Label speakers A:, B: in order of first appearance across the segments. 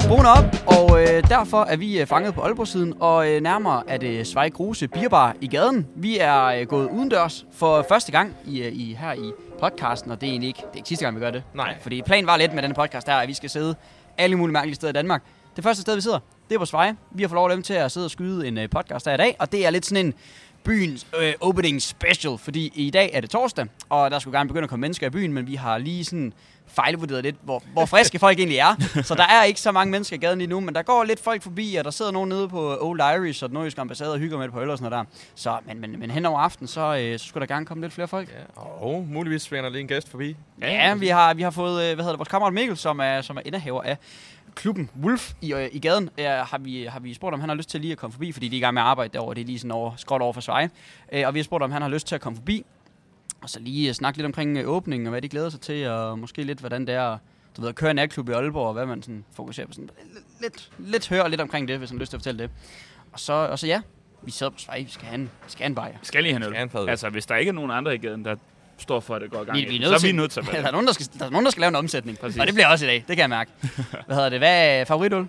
A: skruen op, og øh, derfor er vi øh, fanget på Aalborg-siden, og øh, nærmere er det Svej Kruse Bierbar i gaden. Vi er øh, gået udendørs for første gang i, øh, i, her i podcasten, og det er egentlig ikke, det er ikke sidste gang, vi gør det.
B: Nej.
A: Fordi planen var lidt med denne podcast her, at vi skal sidde alle mulige mærkelige steder i Danmark. Det første sted, vi sidder, det er på Svej. Vi har fået lov af dem til at sidde og skyde en øh, podcast her i dag, og det er lidt sådan en byens øh, opening special, fordi i dag er det torsdag, og der skulle gerne begynde at komme mennesker i byen, men vi har lige sådan fejlvurderet lidt, hvor, hvor friske folk egentlig er. Så der er ikke så mange mennesker i gaden lige nu, men der går lidt folk forbi, og der sidder nogen nede på Old Irish og den nordiske ambassade og hygger med det på øl og sådan noget der. Så, men, men, men hen over aften, så, øh, så skulle der gerne komme lidt flere folk.
B: Ja, og muligvis svinger der lige en gæst forbi.
A: Ja, vi har, vi har fået, øh, hvad hedder det, vores kammerat Mikkel, som er, som er indehaver af klubben Wolf i, øh, i gaden, øh, har, vi, har vi spurgt, om han har lyst til lige at komme forbi, fordi de er i gang med at arbejde derovre, det er lige sådan over, skråt over for Sverige. Øh, og vi har spurgt, om han har lyst til at komme forbi, og så lige øh, snakke lidt omkring øh, åbningen, og hvad de glæder sig til, og måske lidt, hvordan det er at, du ved, at køre en natklub i Aalborg, og hvad man sådan fokuserer på. Sådan, lidt, lidt, lidt høre lidt omkring det, hvis han har lyst til at fortælle det. Og så, og så ja, vi sidder på Sverige, vi skal have en, vi skal have en bajer.
C: Vi skal lige have
B: Skal have en
C: noget.
B: fadøl.
C: Altså, hvis der ikke er nogen andre i gaden, der står for, at det går i gang,
A: Vi,
C: i
A: vi er
C: den,
A: nødt
C: så er
A: til,
C: vi nødt til at være
A: der, er
C: det.
A: nogen, der skal, der er nogen, der skal lave en omsætning.
C: Præcis.
A: Og det bliver også i dag, det kan jeg mærke. Hvad hedder det? Hvad er favoritøl?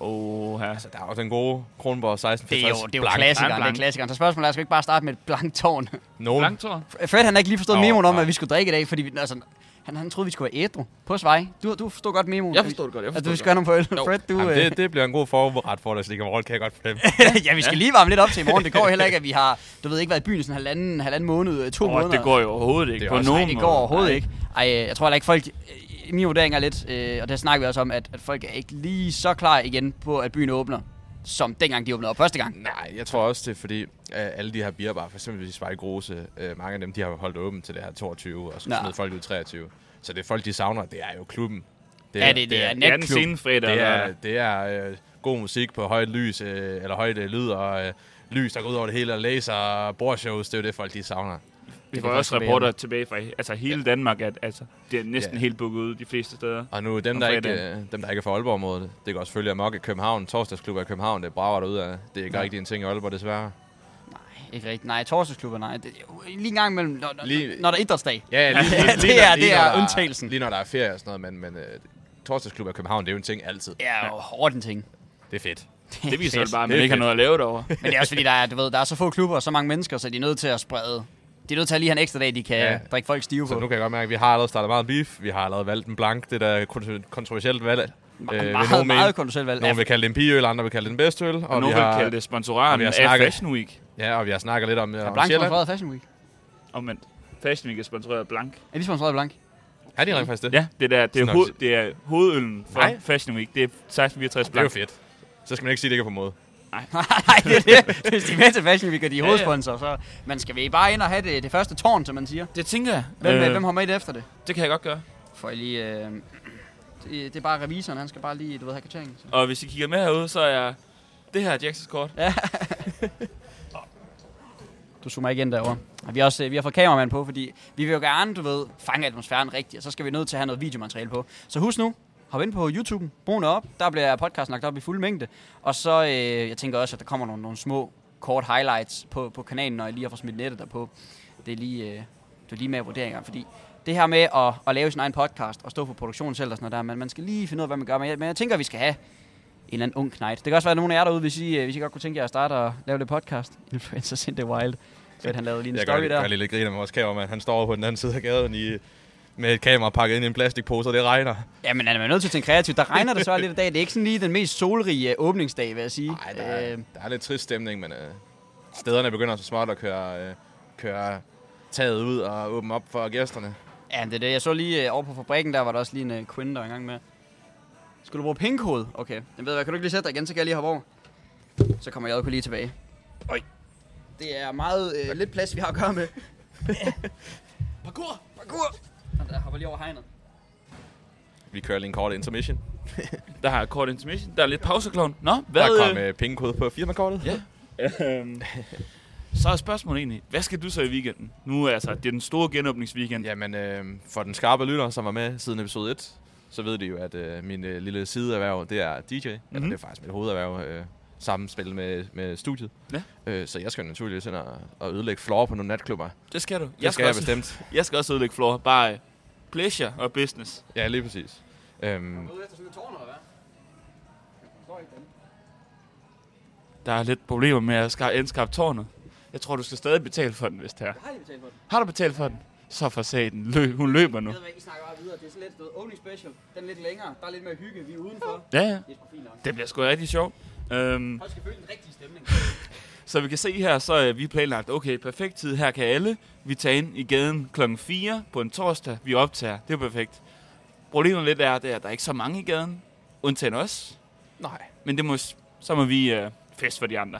C: Åh, her.
B: Altså, der er jo den gode Kronborg 1650.
A: Det er jo, det er jo
B: Blank.
A: klassikeren, det er
C: blank.
A: klassikeren. Så spørgsmålet er, skal vi ikke bare starte med et blankt tårn?
B: Nogen.
C: Langtår?
A: Fred, han har ikke lige forstået
B: Nå,
A: memoen om,
B: nej.
A: at vi skulle drikke i dag, fordi vi, altså, han, han troede, vi skulle være ædru på svej. Du, du forstod godt memoen.
D: Jeg forstod det godt, jeg
A: At
D: forstod
A: du
D: det
A: skal have nogle på øl. Fred, du...
B: Jamen,
A: øh,
B: det, det bliver en god forret for dig, så det kan kan jeg godt fornemme.
A: ja, vi skal lige varme lidt op til i morgen. Det går heller ikke, at vi har, du ved ikke, været i byen i sådan halvanden, halvanden måned, øh, to måneder.
C: Åh, det går jo overhovedet ikke.
B: Det er
C: På
B: også-
C: nogen
A: Nej, det går
C: måde.
A: overhovedet
C: Nej.
A: ikke. Ej, øh, jeg tror heller ikke folk... øh, Min vurdering er lidt, øh, og det snakker vi også om, at, at folk er ikke lige så klar igen på, at byen åbner, som dengang de åbnede op første gang.
B: Nej, jeg tror også, det er fordi, øh, alle de her bierbarer, for eksempel Svejl Grose, øh, mange af dem, de har holdt åbent til det her 22, og så
A: Nå.
B: smed folk ud i 23. Så det er folk, de savner, det er jo klubben.
A: Ja, det- det er
C: Det er den
A: Natklub.
C: sene fredag.
B: Det
C: eller-
B: er, det er øh, god musik på højt lys, øh, eller højt øh, lyd, og øh, lys, der går ud over det hele, og laser og bordshows, det er jo det, folk de savner.
C: Vi
A: Det
C: får
A: kan
C: også
A: godt være.
C: rapporter tilbage fra altså hele Danmark, at altså, det er næsten
B: Ja.
C: helt booket ud de fleste steder.
B: Og nu dem,
C: Om
B: der ikke,
C: fredagen.
B: øh, dem, der ikke er fra Aalborg-området, det kan også følge amok i København. Torsdagsklubber i København, det brager derude af. Det er ikke ja. rigtig en ting i Aalborg, desværre.
A: Nej, ikke rigtigt. Nej, torsdagsklubber, nej. Det, lige en gang imellem, når, når,
B: Lige-
A: når der er idrætsdag.
B: Ja, lige, lige,
A: det
B: når-
A: er- det
B: når
A: er
B: der
A: undtagelsen.
B: Lige når der er ferie og sådan noget, men, men øh, torsdagsklubber i København, det er jo en ting altid.
A: Ja, og hårdt en ting.
B: Det er fedt.
C: Det viser jo
A: fedt.
C: bare,
B: Det
C: at man
B: er
C: ikke har
B: fedt.
C: noget at lave derovre.
A: Men det er også fordi, der er, du ved, der er så få klubber og så mange mennesker, så de er nødt til at sprede. De er nødt til at lige have en ekstra dag, de kan ja.
B: Ja.
A: drikke folk stive på.
B: Så nu kan jeg godt mærke, at vi har allerede startet meget beef. Vi har allerede valgt en blank, det der kontro- kontroversielt valg. Øh,
A: meget,
B: vil nogen
A: meget,
B: mene.
A: meget kontroversielt valg.
B: Nogle vil kalde det en pigeøl, andre vil kalde det en bedstøl.
C: Og nogen
B: vi
C: vil
B: har,
C: kalde det
B: og
C: sponsoraten
B: vi har
C: af
B: snakket-
C: Fashion Week.
B: Ja, og vi har snakket lidt om, øh,
A: Ja,
B: om
A: Blank
B: Sjælland.
A: sponsoreret Fashion Week.
C: Omvendt. Fashion Week er sponsoreret af Blank.
A: Er de sponsoreret af Blank?
B: Har de rent faktisk det?
C: Ja, det, der, det, er,
B: Sådan
C: hoved, det er hovedøllen for
B: Nej.
C: Fashion Week. Det er 1664
B: Det er jo
C: Blank.
B: fedt. Så skal man ikke sige, at det ikke er på måde.
A: Nej, det er det. Hvis de er med til Fashion Week, og de er
C: Ja, ja.
A: hovedsponsor, så man skal vi bare ind og have det, det første tårn, som man siger.
C: Det tænker jeg.
A: Hvem, øh. hvem har med det efter det?
C: det kan jeg godt gøre.
A: Får jeg lige... Øh, det, det er bare revisoren, han skal bare lige, du ved, have kvarteringen. Så.
C: Og hvis I kigger med herude, så er det her Jacksons kort.
A: Du zoomer igen derovre. Og vi, har også, øh, vi har fået kameramand på, fordi vi vil jo gerne, du ved, fange atmosfæren rigtigt, og så skal vi nødt til at have noget videomateriale på. Så husk nu, hop ind på YouTube, brug den op, der bliver podcasten lagt op i fuld mængde. Og så, øh, jeg tænker også, at der kommer nogle, nogle små, kort highlights på, på kanalen, når jeg lige har fået smidt nettet derpå. Det er lige, øh, det er lige med vurderinger, fordi det her med at, at lave sin egen podcast og stå for produktionen selv og sådan noget der, men man skal lige finde ud af, hvad man gør. Men jeg, men jeg tænker, at vi skal have en eller anden ung knægt. Det kan også være, at nogen af jer derude, hvis I, øh, hvis I godt kunne tænke jer at starte og lave lidt podcast. Influencer sent det wild. Så at han lavede lige en
B: Jeg
A: story
B: gør, gør
A: der.
B: lige lidt griner med vores kameramand. Han står over på den anden side af gaden i, med et kamera pakket ind i en plastikpose, og det regner.
A: Jamen, han er nødt til at tænke kreativt. Der regner det så lidt i dag. Det er ikke sådan lige den mest solrige øh, åbningsdag, vil jeg sige.
B: Nej, der, er,
A: Øh,
B: der er lidt trist stemning, men øh, stederne begynder så småt at køre, øh, køre taget ud og åbne op for gæsterne.
A: Ja, det er det. Jeg så lige øh, over på fabrikken, der var der også lige en øh, kvinde, der var i gang med. Skulle du bruge pengekode? Okay. Jamen ved du hvad, kan du ikke lige sætte dig igen, så kan jeg lige hoppe over. Så kommer jeg lige tilbage. Oj. Det er meget øh, lidt plads, vi har at gøre med. parkour! Parkour! Og der hopper lige over hegnet.
B: Vi kører lige en kort intermission.
C: Der har kort intermission. Der er lidt pausekloven. Nå, hvad...
B: Der
C: øh,
B: kom øh, pengekode på firmakortet.
C: Ja. Øhm, så er spørgsmålet egentlig, hvad skal du så i weekenden? Nu er altså, det er den store genåbningsweekend.
B: Jamen, øh, for den skarpe lytter, som var med siden episode 1, så ved de jo, at øh, min øh, lille sideerhverv, det er DJ. Mm-hmm. Eller
C: Mhm.
B: det er faktisk mit hovederhverv, øh, sammenspil med, med studiet.
C: Ja.
B: Øh, så jeg skal jo naturligvis ind og, og ødelægge floor på nogle natklubber. Det
C: Det skal du. Jeg
B: jeg skal, skal jeg
C: også,
B: bestemt.
C: jeg skal også ødelægge floor. Bare øh, pleasure og business.
B: Ja, lige præcis. Øhm,
A: Ude efter sådan et tårn, eller hvad?
C: Der er lidt problemer med at ska- indskaffe tårnet. Jeg tror, du skal stadig betale for den, hvis det er.
A: Jeg har lige betalt for det.
C: Har du betalt for den? Så for satan. Lø- hun løber nu.
A: Jeg ved, hvad I snakker bare videre. Det er sådan lidt noget opening special. Den er lidt længere. Der er lidt mere hygge. Vi er udenfor.
C: Ja, ja.
A: Det er sgu fint nok.
C: Det bliver sgu rigtig sjovt. Øhm,
A: Folk skal føle den rigtige stemning.
C: så vi kan se her, så er vi planlagt, okay, perfekt tid, her kan alle. Vi tager ind i gaden klokken 4 på en torsdag, vi optager, det er perfekt. Problemet lidt er, det er, at der er ikke så mange i gaden, undtagen os.
B: Nej.
C: Men det må, s- så må vi øh, fest for de andre.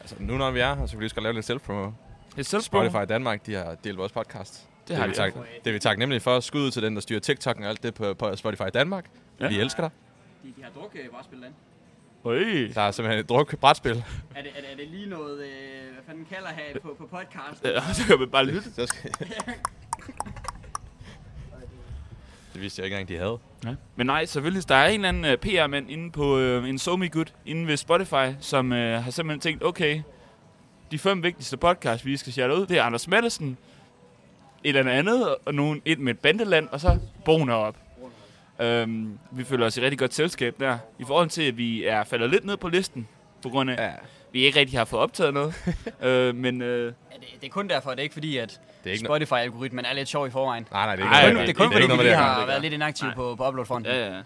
B: Altså, nu når vi er her, så kan vi lige så godt lave lidt self-promo.
C: Et selvsprog.
B: Spotify Danmark, de har delt vores podcast.
C: Det har
B: vi
C: de.
B: tak, det er vi tak nemlig for. Skud ud til den, der styrer TikTok'en og alt det på, på Spotify Danmark.
C: Ja.
B: Ja. Vi elsker dig.
A: De, de har øh, drukbrætspil derinde.
C: Øj.
B: Der er simpelthen et druk brætspil.
A: Er det, er, det, er det lige noget, øh, hvad fanden kalder her på, på podcast?
C: Ja, så kan vi bare lytte.
B: Så skal... det vidste jeg ikke engang, de havde.
C: Ja. Men nej, selvfølgelig, hvis der er en eller anden øh, PR-mand inde på øh, en SoMeGood inde ved Spotify, som øh, har simpelthen tænkt, okay, de fem vigtigste podcasts, vi skal shout ud, det er Anders Maddelsen, et eller andet, og nogen, et med et bandeland, og så Boner op. Øhm, vi føler os i rigtig godt selskab der, i forhold til, at vi er faldet lidt ned på listen, på grund af, ja. vi ikke rigtig har fået optaget noget. øh, men øh,
A: Er det, det er kun derfor, det er ikke fordi, at
B: Det er ikke no-
A: Spotify-algoritmen er lidt sjov i forvejen.
B: Nej, nej, det er
C: Ej,
B: ikke
A: det,
B: noget,
A: er kun
B: det er
A: fordi,
B: ikke
A: vi
B: noget med det
A: lige
B: her.
A: har
C: det
A: været
C: gør.
A: lidt inaktive
C: Nej.
A: på, på uploadfronten.
C: ja, ja. det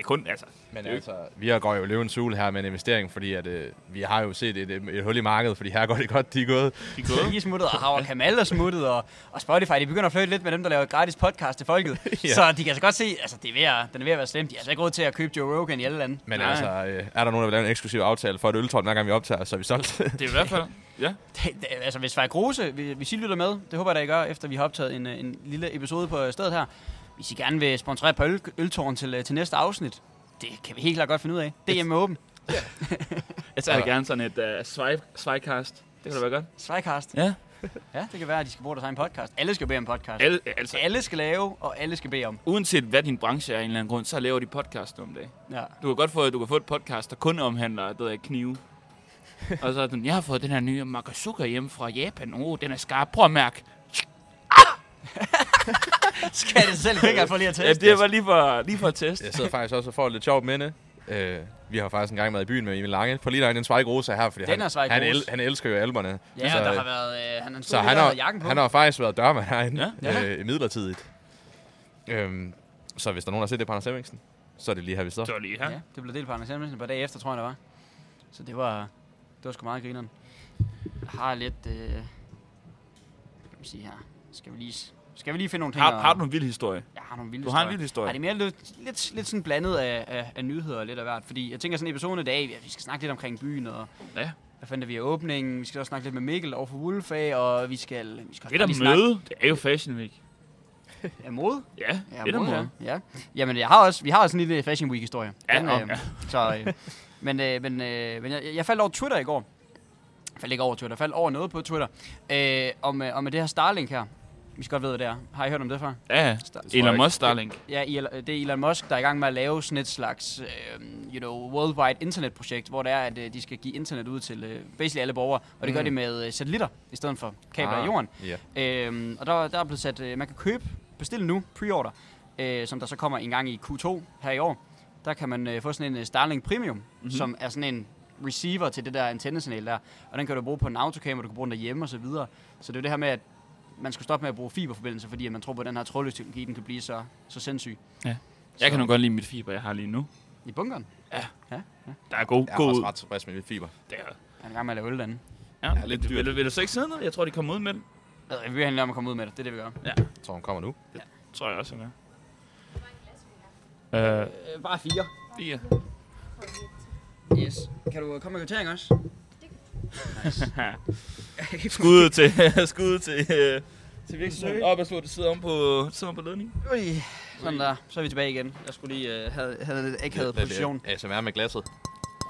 C: er kun, altså,
B: Men
C: Det er jo
B: altså, vi har går jo løvens hule her med en investering, fordi at, øh, vi har jo set et, et, et hul i markedet, fordi her går det godt, de er gået.
C: de er
A: Så
C: gået.
A: I er smuttet, og Havre Kamal er smuttet, og, og Spotify, de begynder at flytte lidt med dem, der laver gratis podcast til folket. ja.
B: Ja.
A: Så de kan altså godt se, altså det er ved at, den er ved at være slemt. De har altså ikke råd til at købe Joe Rogan i alle lande.
B: Men
C: Nej.
B: Nej. altså, øh, er der nogen, der vil lave en eksklusiv aftale for et øltråd, hver gang vi optager, så er vi solgt.
C: Det er i hvert fald, ja.
A: Det, det, altså hvis Svej Grose, vi- hvis I lytter med, det håber jeg da, I gør, efter vi har optaget en, øh, en lille episode på øh, stedet her. Hvis I gerne vil sponsorere på øl, øltårn til, øh, til næste afsnit, det kan vi helt klart godt finde ud af. Det er hjemme åben.
C: Jeg tager gerne sådan et uh, swipe, swipecast. Det kunne da være godt.
A: Svejkast.
C: Ja.
A: Ja, det kan være, at de skal bruge deres egen podcast. Alle skal bede om podcast.
C: Alle, altså,
A: Alle skal lave, og alle skal bede om.
C: uanset hvad din branche er af en eller anden grund, så laver de podcast nu om dagen.
A: Ja.
C: Du kan godt få, du kan få et podcast, der kun omhandler det der knive. og så er den, jeg har fået den her nye Makasuka hjem fra Japan. Åh, oh, den er skarp. Prøv at mærke.
A: Skal det selv fingre for lige at
C: Ja,
A: teste?
C: det var lige for, lige for at teste.
B: Jeg sidder faktisk også og får et lidt sjovt minde. Øh, vi har faktisk engang været i byen med Emil Lange. På lige der er en Zweig Rosa her, fordi
A: Den er
B: han,
A: Zweig
B: han,
A: Rose.
B: el, han elsker jo alberne.
A: Ja,
B: så,
A: der har været... Øh, han er en
B: så
A: stor
B: han,
A: han
B: har,
A: jakken på.
B: han har faktisk været dørmand herinde
A: Ja.
B: ja. øh, midlertidigt. Øhm, så hvis der er nogen, der har set det på Anders Hemmingsen, så er det lige her, vi
C: Så
B: står.
C: var lige her.
A: ja, det blev delt på Anders Hemmingsen et par dage efter, tror jeg, det var. Så det var, det var sgu meget grineren. Jeg har lidt... Øh, hvad kan man sige her? Skal vi lige, s- skal vi lige finde nogle ting?
C: Har,
A: at-
C: har du en vild historie?
A: Jeg har nogle vilde
C: Du har en
A: historier.
C: vild historie.
A: Ej, det er mere lidt, lidt, lidt sådan blandet af, af, af, nyheder og lidt af hvert. Fordi jeg tænker sådan, episoden i dag, ja, vi skal snakke lidt omkring byen og...
C: Ja.
A: Hvad fanden er vi er åbningen? Vi skal også snakke lidt med Mikkel over for Wolf af, og vi skal... Vi skal også
C: Et
A: bare
C: om
A: lige snakke-
C: møde. Det er jo Fashion Week.
A: Ja, mode.
C: Ja,
A: Ja,
C: et om
A: måde,
C: møde.
A: Ja. ja. Jamen, jeg har også, vi har også en lille Fashion Week-historie.
C: Ja,
A: Den,
C: nå,
A: øh,
C: ja.
A: Så, øh, men øh, men, øh, men jeg, jeg faldt over Twitter i går. Jeg faldt ikke over Twitter, jeg faldt over noget på Twitter. Øh, om, øh, om det her Starlink her. Vi skal godt vide, hvad det er. Har I hørt om det før?
C: Ja, ja.
A: Star-
C: Elon
B: ikke.
C: Musk Starlink.
A: Ja, Elon- det er Elon Musk, der er i gang med at lave sådan et slags øh, you know, worldwide internetprojekt, hvor det er, at øh, de skal give internet ud til øh, basically alle borgere, og det gør
B: Mm.
A: de med øh, satellitter i stedet for kabler ah. i
B: Ah,
A: jorden.
B: Ja.
A: Øhm, og der, der er blevet sat, øh, man kan købe, bestille nu, pre-order, øh, som der så kommer en gang i Q2 her i år. Der kan man øh, få sådan en øh, Starlink Premium,
C: Mhm.
A: mm-hmm. som er sådan en receiver til det der antennesignal der. Og den kan du bruge på en autocamera, du kan bruge den derhjemme og så videre. Så det er jo det her med, at man skulle stoppe med at bruge fiberforbindelser, fordi at man tror på, at den her trådløs teknologi, den kan blive så, så sindssyg.
C: Ja. Jeg kan nu godt lide mit fiber, jeg har lige nu.
A: I bunkeren.
C: Der er god,
B: Jeg er
C: god
B: også
C: ud.
B: ret tilfreds med mit fiber.
C: Det er-
A: Han er i gang med at lave øl derinde.
C: Ja,
B: Ja, lidt
C: vil,
B: dyrt.
C: vil, vil, du så ikke sidde ned? Jeg tror, de kommer ud med den.
A: Øh, Vi vil handle om at komme ud med det. Det er det, vi gør.
B: Jeg tror, hun kommer nu.
C: Tror jeg også, han er. Øh,
A: Øh, bare fire.
C: fire.
A: Yes. Kan du komme med kvittering også?
C: skud til, skud til, øh, til virksomheden. Op og slå, det sidder om på, det sidder om på ledningen.
A: Ui. Sådan der. Så er vi tilbage igen. Jeg skulle lige øh, have, have lidt akavet position.
B: Ja, som er med glasset.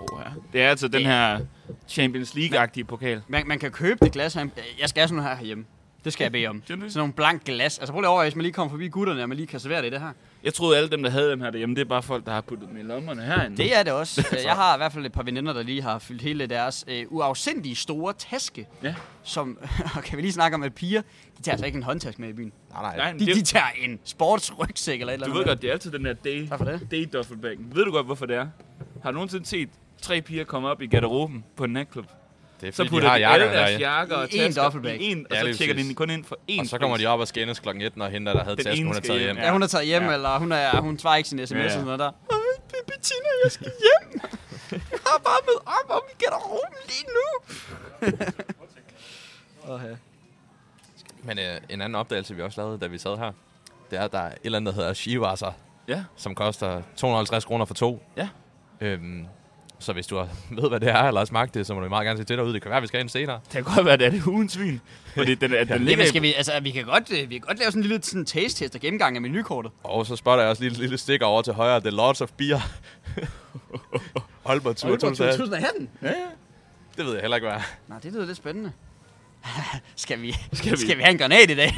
C: Oh, ja. Det er altså den her Champions League-agtige pokal.
A: Man, man kan købe det glas her. Øh, Jeg skal have sådan nogle her herhjemme. Det skal jeg bede om.
C: Synes
A: Sådan
C: du?
A: nogle blank glas. Altså prøv lige over, hvis man lige kommer forbi gutterne, og man lige kan servere det i det her.
C: Jeg troede, alle dem, der havde dem her derhjemme, det er bare folk, der har puttet dem i lommerne herinde.
A: Det er det også. Øh, Jeg har i hvert fald et par veninder, der lige har fyldt hele deres øh, uafsindige store taske.
C: Ja.
A: Som, og kan vi lige snakke om, at piger, de tager altså ikke en håndtaske med i byen.
B: Nej, nej.
C: Nej, men
A: De, de
C: det,
A: tager en sportsrygsæk eller et eller
C: du
A: andet. Ah.
C: ved godt, det er altid den her day,
A: Tak for det.
C: day duffelbag. Ved du godt, hvorfor det er? Har du nogensinde set tre piger komme op i garderoben på en natklub?
B: Det er
C: Så
B: fordi,
C: putter de,
B: de har
C: alle
B: jakkerne
C: deres
B: der,
C: jakker og
A: I én
C: tasker
A: dobbeltbag.
C: i en, og
B: Ja,
C: så
B: lige
C: tjekker de
B: præcis.
C: kun ind for én
B: og så kommer de op og skændes klokken 1, når hende, der har
C: Den
B: taget tasken,
C: ene
B: hun har
C: skal
B: taget hjem.
C: hjem,
A: Ja, hun er taget hjem, ja.
C: Ja.
A: eller hun, er, hun svarer ikke sin sms ja,
C: Ja,
A: ja.
C: ja.
A: og sådan noget der. Øj, Bettina, jeg skal hjem. Jeg har bare med op om i garderoben lige nu. Åh, ja.
B: Men øh, en anden opdagelse, vi også lavede, da vi sad her, det er, at der er et eller andet, der hedder shivasser,
C: Ja,
B: som koster 250 kroner for to.
C: Ja.
B: Øhm, så hvis du har, ved, hvad det er, eller har smagt det, så må du meget gerne se til derude. Det kan være, vi skal ind senere.
C: det kan godt være, at det er det ugens vin. Fordi den, den, den ligger
A: Jamen, skal vi, altså, vi kan godt, øh, vi kan godt lave sådan en lille sådan taste test og gennemgang af menukortet.
B: Og så spotter jeg også lige et lille stik over til højre. The Lords of Beer. Aalborg Tour 2018.
A: 2018.
B: Det ved jeg heller ikke, hvad er.
A: Nå, det lyder lidt spændende. skal, vi, skal,
C: Skal
A: vi?
C: vi?
A: skal vi have en granat i dag?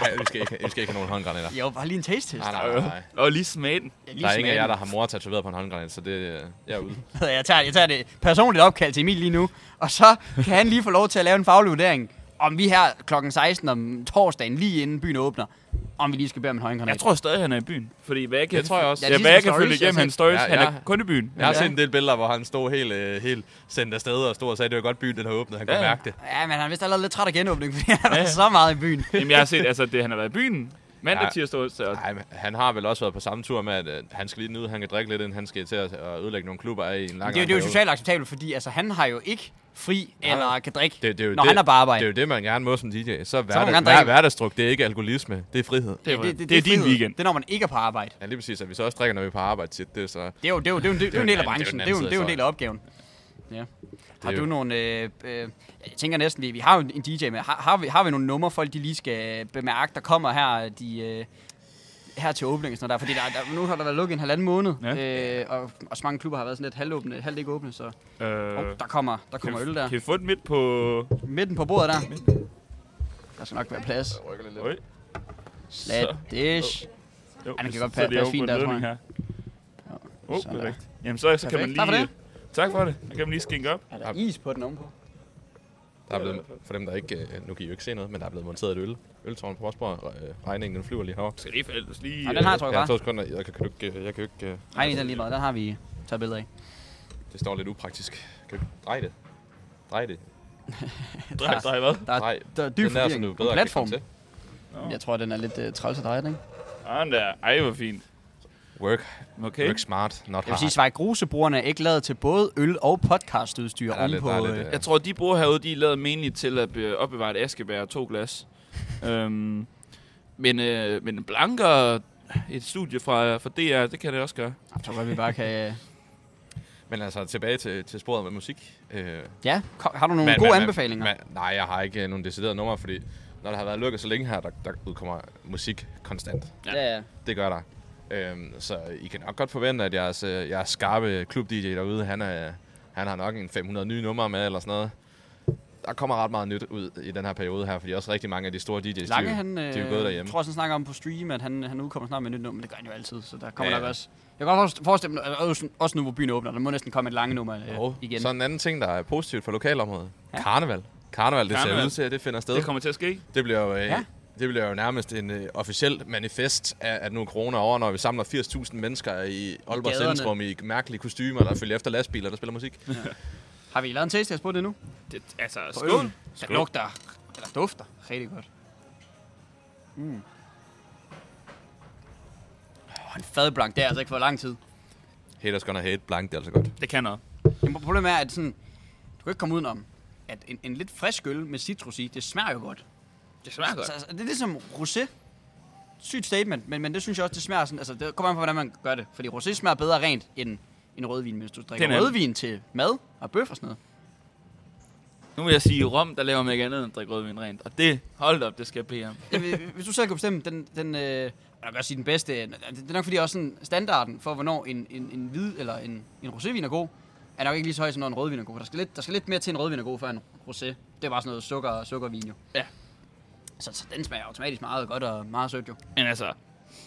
B: Nej, vi skal ikke, vi skal ikke have nogen håndgranater.
A: jo, bare lige en taste test.
B: Nej, nej, nej. nej.
C: Øh, og lige smage den.
A: Jeg
B: Der er ingen af jer, der har mor tatoveret på en håndgranat, så det øh, jeg er ude.
A: Altså, Jeg tager, jeg tager det personligt opkald til Emil lige nu, og så kan han lige få lov til at lave en faglig vurdering, om vi her klokken 16 om torsdagen, lige inden byen åbner, om vi lige skal bede om en højengranat.
C: Jeg tror stadig, han er i byen. Fordi hvad jeg kan,
B: Det tror jeg også.
C: Ja,
A: Ja, de
C: hvad jeg
A: sidste
C: kan følge
A: stories, jeg
C: igennem
A: har
C: hans stories,
B: Ja,
C: han
B: ja.
C: er kun i byen.
B: Jeg har
C: Ja.
B: set en del billeder, hvor han stod helt, øh, helt sendt afsted og stod og sagde, at det var godt byen, den havde åbnet. Han kunne
C: Ja, ja.
B: mærke det.
A: Ja, men han er vist allerede lidt træt af genåbningen, fordi han har
C: Ja.
A: været så meget i byen.
C: Jamen, jeg har set, altså, det, han har været i byen mandag,
B: Ja.
C: tirsdag, onsdag. og-
B: Nej, men han har vel også været på samme tur med, at øh, han skal lige nyde, han kan drikke lidt, inden han skal til at at ødelægge nogle klubber af i en lang
A: Det, er jo- det er jo
B: periode.
A: socialt acceptabelt, fordi altså, han har jo ikke fri
B: Nej.
A: eller kan drikke,
B: det, det er jo
A: når
B: det,
A: han er på arbejde.
B: Det er jo det, man gerne må som DJ. Så,
A: man
B: hverdag,
A: gerne
B: hver,
A: drikke.
B: hverdagsdruk, det er ikke alkoholisme, det er frihed.
C: Det, er- det, er
A: frihed.
C: din weekend.
A: Det er, når man ikke er på arbejde.
B: Ja, lige præcis, at vi så også drikker, når vi er på arbejde tit. Det er så...
A: Det er jo, det er jo, det er jo, en- det er jo en del af
B: det er jo den
A: branchen. Det er
B: anden
A: jo,
B: side
A: det er jo en
B: af
A: del af opgaven. Ja. Har
B: er
A: du
B: jo-
A: nogle... Øh, øh, jeg tænker næsten, vi, vi har jo en DJ med. Har, har, vi, har vi nogle numre, folk de lige skal bemærke, der kommer her, de, øh, her til åbningen? og Sådan noget der? Fordi der, der, nu har der været lukket en halvanden måned, ja. øh, og, og så mange klubber har været sådan lidt halvåbne, halvt ikke åbne, så
C: Øh,
A: oh, der kommer, der
C: kan,
A: kommer øl
C: vi,
A: der.
C: kan vi få den midt på...
A: Midten på bordet der. Der skal nok være plads.
C: Øj.
A: Lad dish.
C: Jo,
A: kan
C: hvis-
A: godt
C: så er
A: passe
C: det jo
A: fint
C: på en
A: der, tror
C: ledning
A: jeg.
C: her. Åh, oh,
A: sådan der.
C: perfekt. Jamen, så, så kan man
A: Perfekt.
C: lige...
A: Tak for det.
C: Tak for det. Så kan man lige skinke op.
A: Er der is på den ovenpå?
B: Der er blevet, for dem, der ikke... øh, Nu kan I jo ikke se noget, men der er blevet monteret et øl. Øltårn på Rosborg. og, øh, Regningen, den flyver lige herovre.
C: Skal lige forældes lige...
A: Nej, den har jeg
B: Ja,
A: trukket
B: to
A: bare.
B: sekunder. Jeg kan, kan du ikke... øh, Jeg kan jo ikke... øh,
A: Nej, den er lige meget. Den har vi taget billeder af.
B: Det står lidt upraktisk. Kan du ikke dreje det? Dreje det.
C: Drej, drej hvad?
A: Der er,
B: Drej.
A: der er dyb
B: Den der, som
A: forvirring
B: du
A: på
B: bedre kan
A: platformen.
B: komme til.
A: Jeg tror, den er lidt uh, træls at dreje, den, ikke?
C: Ah, den der. Ej, hvor fint.
B: Work.
C: Okay.
B: Work smart, not
A: Jeg vil
B: hard.
A: sige, Svejk Grusebrugerne er ikke lavet til både øl- og podcastudstyr
B: Ja, der er
A: ovenpå.
B: lidt- der er lidt,
A: øh,
B: øh,
C: Jeg tror, de bruger herude, de er lavet menigt til at øh, opbevare et askebær og to glas. øhm, men, øh, men Blanker, et studie fra, fra DR, det kan det også gøre.
A: Jeg tror godt, vi bare kan...
B: Men altså, tilbage til, til sporet med musik. Øh,
A: Ja, kom, har du nogle
B: Men-
A: gode
B: men-
A: anbefalinger?
B: men- nej, jeg har ikke øh, nogen deciderede numre, fordi når der har været lukket så længe her, der, der udkommer musik konstant.
A: ja, ja.
B: Det gør der. Øhm, så I kan nok godt forvente, at jeres, øh, jeres skarpe klub-DJ derude, han, er, han har nok en 500 nye numre med eller sådan noget. Der kommer ret meget nyt ud i den her periode her, fordi også rigtig mange af de store DJ's,
A: Lange,
B: de,
A: han,
B: de er jo
A: øh,
B: gået derhjemme.
A: tror også, han snakker om på stream, at han, han udkommer snart med et nyt nummer, men det gør han jo altid, så der kommer
B: Ja,
A: nok
B: ja.
A: også... Jeg kan godt forst- forestille mig, at også- også nu, hvor byen åbner, der må næsten komme et lange nummer øh,
B: Og
A: igen.
B: så en anden ting, der er positivt for lokalområdet.
A: Ja.
B: Ja. Karneval. Karneval, det ser
C: Karneval.
B: ud til, at det finder sted.
C: Det kommer til at ske.
B: Det bliver jo, øh,
A: Ja.
B: ja. det bliver jo nærmest en øh, officiel manifest af, at nu er corona over, når vi samler 80.000 mennesker i Aalborg
A: Gaderne.
B: Centrum i mærkelige kostymer, der følger efter lastbiler, der spiller musik.
A: Har vi lavet en taste test på det nu?
C: Det, altså,
A: På
C: skål.
A: øl. Den lugter, eller dufter, rigtig godt. Mm. Åh, en fadblank, det har altså ikke for lang tid.
B: Haters gonna hate, blank, det er altså godt.
C: Det kan noget.
A: Jamen, problemet er, at sådan, du kan ikke komme udenom, at en, en lidt frisk øl med citrus i, det smager jo godt.
C: Det smager
A: Så,
C: godt.
A: altså, det er ligesom rosé. Sygt statement, men, men det synes jeg også, det smager sådan, altså det kommer an på, hvordan man gør det. Fordi rosé smager bedre rent end en rødvin, men hvis du drikker
C: Den er-
A: rødvin til mad og bøf og sådan noget.
C: Nu vil jeg sige, i Rom, der laver man ikke andet end at drikke rødvin rent. Og det, hold da op, det skal jeg bede om.
A: Jamen, hvis du selv kan bestemme, den, den øh, jeg kan godt sige den bedste, øh, det er nok fordi også sådan, standarden for, hvornår en, en, en hvid eller en, en rosévin er god, er nok ikke lige så høj som når en rødvin er god. For der skal lidt, der skal lidt mere til en rødvin er god, før en rosé. Det er bare sådan noget sukker og sukkervin jo.
C: Ja.
A: Så, så den smager automatisk meget godt og meget sødt jo.
C: Men altså,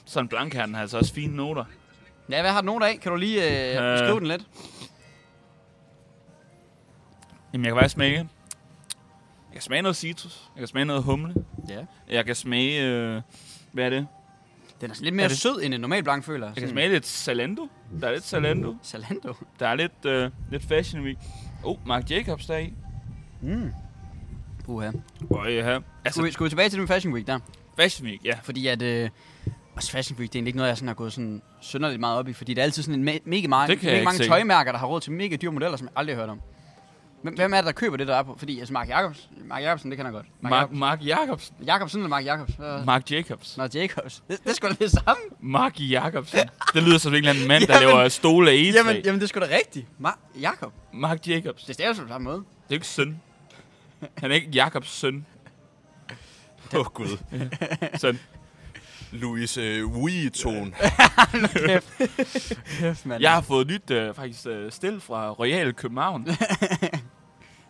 C: sådan en blank her, den har altså også fine noter.
A: Ja, hvad har du nogen af? Kan du lige øh,
C: Øh.
A: beskrive den lidt?
C: Jamen, jeg kan faktisk smage. Jeg kan smage noget citrus. Jeg kan smage noget humle.
A: Ja.
C: Jeg kan smage... Øh, hvad er det?
A: Den er sådan lidt mere
C: det-
A: sød end en normal blank, føler jeg.
C: Jeg kan
A: Sådan-
C: smage lidt Zalando. Der er lidt Zalando.
A: Zalando.
C: Der er lidt, øh, lidt Fashion Week. Oh, Mark Jacobs der er i.
A: Mm. Uha.
C: Øj, ja.
A: Skal vi,
C: Altså,
A: skal vi tilbage til den Fashion Week der?
C: Fashion Week, ja.
A: Fordi at... Øh, også Fashion Week, det er egentlig ikke noget, jeg sådan har gået sådan synderligt meget op i, fordi det er altid sådan en me- mega mange,
C: Det kan jeg
A: mega
C: ikke
A: mange
C: se.
A: tøjmærker, der har råd til mega dyre modeller, som jeg aldrig har hørt om. Hvem, hvem er det, der køber det, der er på? Fordi altså Mark, Jacobs, Mark Jacobsen, det kender jeg godt. Mark,
C: Mark,
A: Mark
C: Mark Jacobsen.
A: Jacobsen eller Mark Jacobs? Øh,
C: Mark Jacobs.
A: Nå, Jacobs. Det, det er sgu da det samme.
C: Mark Jacobsen. Det lyder som en eller anden mand, der
A: Jamen-
C: laver stole af egetræ.
A: Jamen, jamen, det er sgu da rigtigt. Mar- Jakob.
C: Mark Jacobs.
A: Det staves på samme måde.
C: Det er jo ikke søn. Han er ikke Jacobs søn.
B: Åh, oh, Gud.
C: Søn.
B: Louis øh, Vuitton.
A: Kæft, mand.
C: Jeg har fået nyt øh, faktisk øh, stil fra Royal København.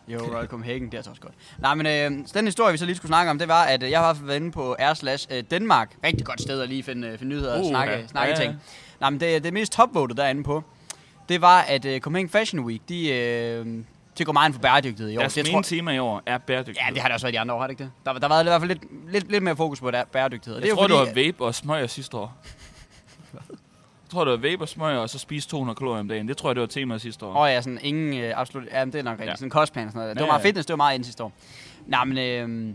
A: Jo, Royal Copenhagen, det er altså også godt. Nej, men øh, så den historie, vi så lige skulle snakke om, det var, at øh, jeg har i hvert fald været inde på r slash øh, Danmark. Rigtig godt sted at lige finde, øh, finde nyheder og
C: Uh,
A: snakke,
C: ja.
A: snakke
C: Ja, ja.
A: ting. Nej, men det, det mest topvoted derinde på, det var, at øh, Copenhagen Fashion Week, de, øh, de går meget ind for bæredygtighed i år.
C: Deres
A: Så jeg
C: main
A: tror-
C: tema i år er bæredygtighed.
A: Ja, det har det også været i de andre år, har det ikke det? Der, der var i hvert fald lidt, lidt, lidt mere fokus på der, bæredygtighed. Og
C: Jeg
A: det er
C: tror,
A: jo
C: du
A: fordi,
C: var vape og smøger sidste år. Jeg tror, det var vape og smøger, og så spise 200 kalorier om dagen. Det tror jeg, det var temaet sidste år.
A: Åh ja, sådan ingen, øh, absolut, ja, men det er nok rigtigt,
C: Ja.
A: ja. sådan kostplan og sådan noget. Det
C: Ja,
A: var meget
C: ja.
A: fitness, det var meget inden sidste år. Nej, men, øh, nå,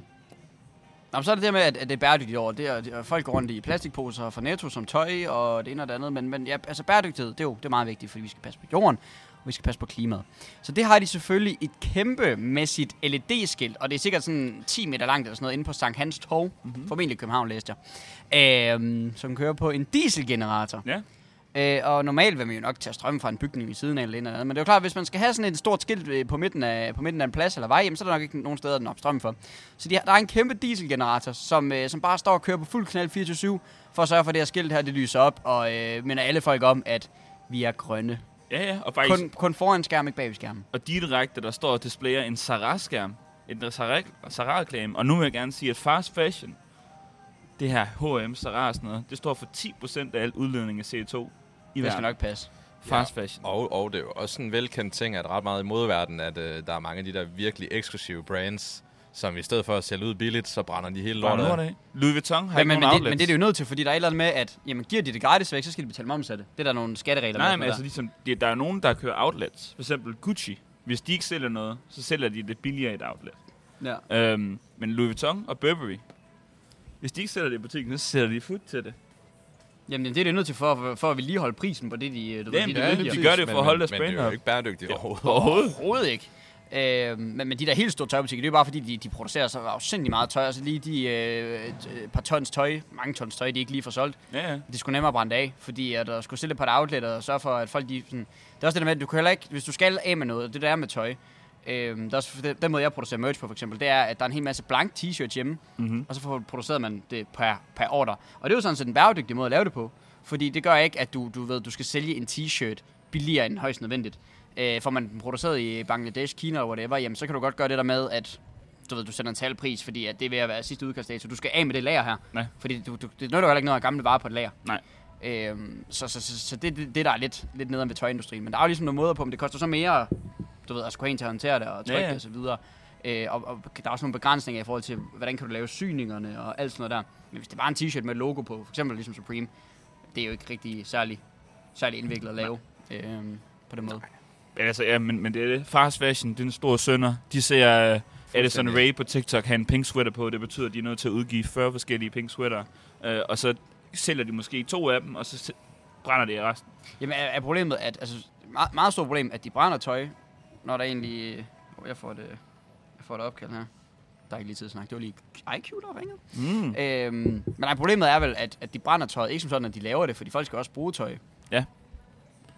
A: men så er det det med, at, at det er bæredygtigt over. Det er, det er- folk går rundt i plastikposer fra Netto som tøj og det ene og det andet. Men, men ja, altså bæredygtighed, det er jo det er meget vigtigt, fordi vi skal passe på jorden, og vi skal passe på klimaet. Så det har de selvfølgelig et kæmpemæssigt LED-skilt, E og det er sikkert sådan 10 meter langt eller sådan noget, inde på Sankt Hans Torv,
C: Mhm.
A: mm-hmm. formentlig i København, læste jeg, øh, som kører på en dieselgenerator.
C: Ja.
A: Øh, og normalt vil man jo nok tage strøm fra en bygning i siden af eller et eller andet. Men det er jo klart, at hvis man skal have sådan et stort skilt øh, på midten af, på midten af en plads eller vej, jamen, så er der nok ikke nogen steder, den op strøm for. Så de, har- der er en kæmpe dieselgenerator, som, øh, som bare står og kører på fuld knald 24-7, for at sørge for, at det her skilt her, det lyser op, og øh, minder alle folk om, at vi er grønne.
C: Ja, ja, og faktisk,
A: Kun, kun foran skærm, ikke bag ved skærmen.
C: og direkte, der står og displayer en Zara-skærm. En Zara- Zara-reklame. Og nu vil jeg gerne sige, at fast fashion, det her H&M, Zara og sådan noget, det står for 10% af alt udledning af CO2 i
A: Det skal
C: verden.
A: nok passe.
C: Fast fashion.
B: Og, og det er jo også en velkendt ting, at ret meget i modverdenen, at øh, der er mange af de der virkelig eksklusive brands, som i stedet for at sælge ud billigt, så brænder de hele
C: Bare
B: lortet.
C: nu er
B: af.
C: det. Louis Vuitton har
A: Men, men,
C: ikke nogen
A: men, det,
C: outlets.
A: men det er det jo nødt til, fordi der er et eller andet med, at jamen, giver de det gratis væk, så skal de betale moms af det. Det er der nogle skatteregler.
C: Nej,
A: med,
C: men
A: sådan
C: altså ligesom, det, der er nogen, der kører outlets. For eksempel Gucci. Hvis de ikke sælger noget, så sælger de det billigere i et outlet.
A: noget der.
C: Øhm, men Louis Vuitton og Burberry, hvis de ikke sælger det i butikken, så sælger de food til det.
A: Ja. Jamen, det er det jo nødt til for, for, for at vedligeholde prisen på det, de, øh, du ved,
C: Jamen,
A: de,
C: det
A: der
C: er det,
A: udgiver.
C: de gør det jo for
B: Men-
C: at holde
B: men-
C: deres
B: Men det
C: brand
B: er jo
C: op.
B: ikke bæredygtigt overhovedet.
C: Overhovedet.
A: Overhovedet ikke. Øh, men, men de der helt store tøjbutikker, det er jo bare fordi, de, de producerer så afsindelig meget tøj. Altså lige de øh, et, øh, par tons tøj, mange tons tøj, de ikke lige får solgt.
C: Ja, ja.
A: Det skulle nemmere brænde af, fordi at der skulle stille et par outlet og sørge for, at folk de... Sådan, det er også det der med, at du kan heller ikke, hvis du skal af med noget, og det der er med tøj, Øhm, der er også, den- den måde, jeg producerer merch på, for eksempel, det er, at der er en hel masse blank t-shirts hjemme,
C: Mhm.
A: mm-hmm. og så får- producerer man det per, per order. Og det er jo sådan set en bæredygtig måde at lave det på, fordi det gør ikke, at du, du ved, du skal sælge en t-shirt billigere end højst nødvendigt. Øh, får man den produceret i Bangladesh, Kina eller whatever, jamen, så kan du godt gøre det der med, at du ved, du sætter en talpris, fordi at det er ved at være sidste udkastdag, så du skal af med det lager her.
C: Nej.
A: Fordi du, du, det nytter jo heller ikke noget at have gamle varer på et lager.
C: Nej.
A: Øhm, så, så, så, så det, det, det der er lidt, lidt nederen ved tøjindustrien. Men der er jo ligesom nogle måder på, men det koster så mere, du ved, at skulle have en til at håndtere det og trykke
C: Ja,
A: ja,
C: ja.
A: det og så videre. Øh, og, og, der er også nogle begrænsninger i forhold til, hvordan kan du lave syningerne og alt sådan noget der. Men hvis det var en t-shirt med et logo på, for eksempel ligesom Supreme, det er jo ikke rigtig særlig, særlig indviklet at lave øhm, på den måde.
C: Men, altså, ja, men, men det er det. Fast fashion, det er en stor sønder. De ser uh, Addison Ray på TikTok have en pink sweater på. Det betyder, at de er nødt til at udgive 40 forskellige pink sweater. Uh, og så sælger de måske to af dem, og så se- brænder det i resten.
A: Jamen er, er problemet, at altså, meget, meget stort problem, at de brænder tøj, når der egentlig... Oh, jeg får det, jeg får det opkald her. Der er ikke lige tid at snakke. Det var lige IQ, der ringede.
C: Mm.
A: Øhm, men nej, problemet er vel, at, at de brænder tøjet. Ikke som sådan, at de laver det, fordi folk skal også bruge tøj.
C: Ja.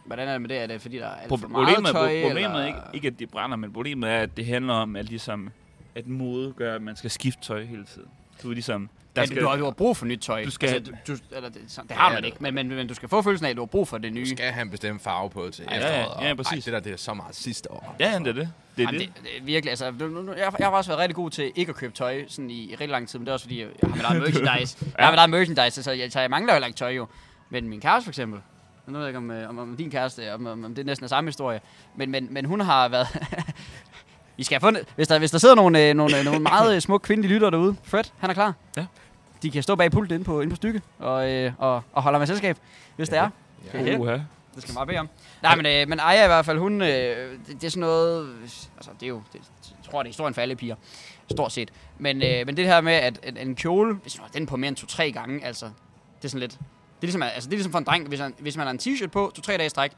A: Hvordan er det med det? Er det fordi, der er alt for meget
C: Problemet,
A: tøj?
C: tøj, problemet
A: eller?
C: er ikke, ikke, at de brænder, men problemet er, at det handler om, at, ligesom, at mode gør, at man skal skifte tøj hele tiden. Du er ligesom...
A: Der skal, du, har, du har brug for nyt tøj.
C: Du skal-
A: Altså, du, du, eller, det, det har
B: Ja,
A: man
B: det-
A: ikke, men, men, men du skal få følelsen af, at du har brug for det nye.
B: Du skal have en bestemt farve på til
C: ja,
B: efteråret. og-
C: ja, præcis.
B: Ej, det der, det er så meget sidste år.
C: Ja, ja, det er det. Det er
A: Jamen,
C: det.
A: det, det, er virkelig, altså, nu- nu- nu- jeg, jeg har faktisk været rigtig god til ikke at købe tøj sådan i, i rigtig lang tid, men det er også fordi, jeg har mit eget merchandise. Jeg har mit eget merchandise, så jeg, så jeg mangler jo heller ikke tøj jo. Men min kæreste for eksempel, nu ved jeg ikke om, øh, om, om din kæreste, om, om, om det er næsten er samme historie, men, men, men hun har været... I skal have fundet, hvis der, hvis der sidder nogle, øh, nogle, øh, nogle meget øh, smukke kvindelige lyttere derude, Fred, han er klar.
C: Ja.
A: de kan stå bag pulten inde på, inde på stykke og, øh, og, og holder med selskab, hvis ja. det er.
B: Ja.
A: Ja.
C: Uha.
A: Det skal man bare bede om. Nej, men, øh, men Aya i hvert fald, hun, øh, det, det er sådan noget... Altså, det er jo... Det, jeg tror, det er historien for alle piger. Stort set. Men, øh, men det her med, at en, en kjole, hvis man har den på mere end to-tre gange, altså... Det er sådan lidt... Det er ligesom, altså, det er ligesom for en dreng. Hvis, han, hvis man har en t-shirt på to-tre dage i stræk,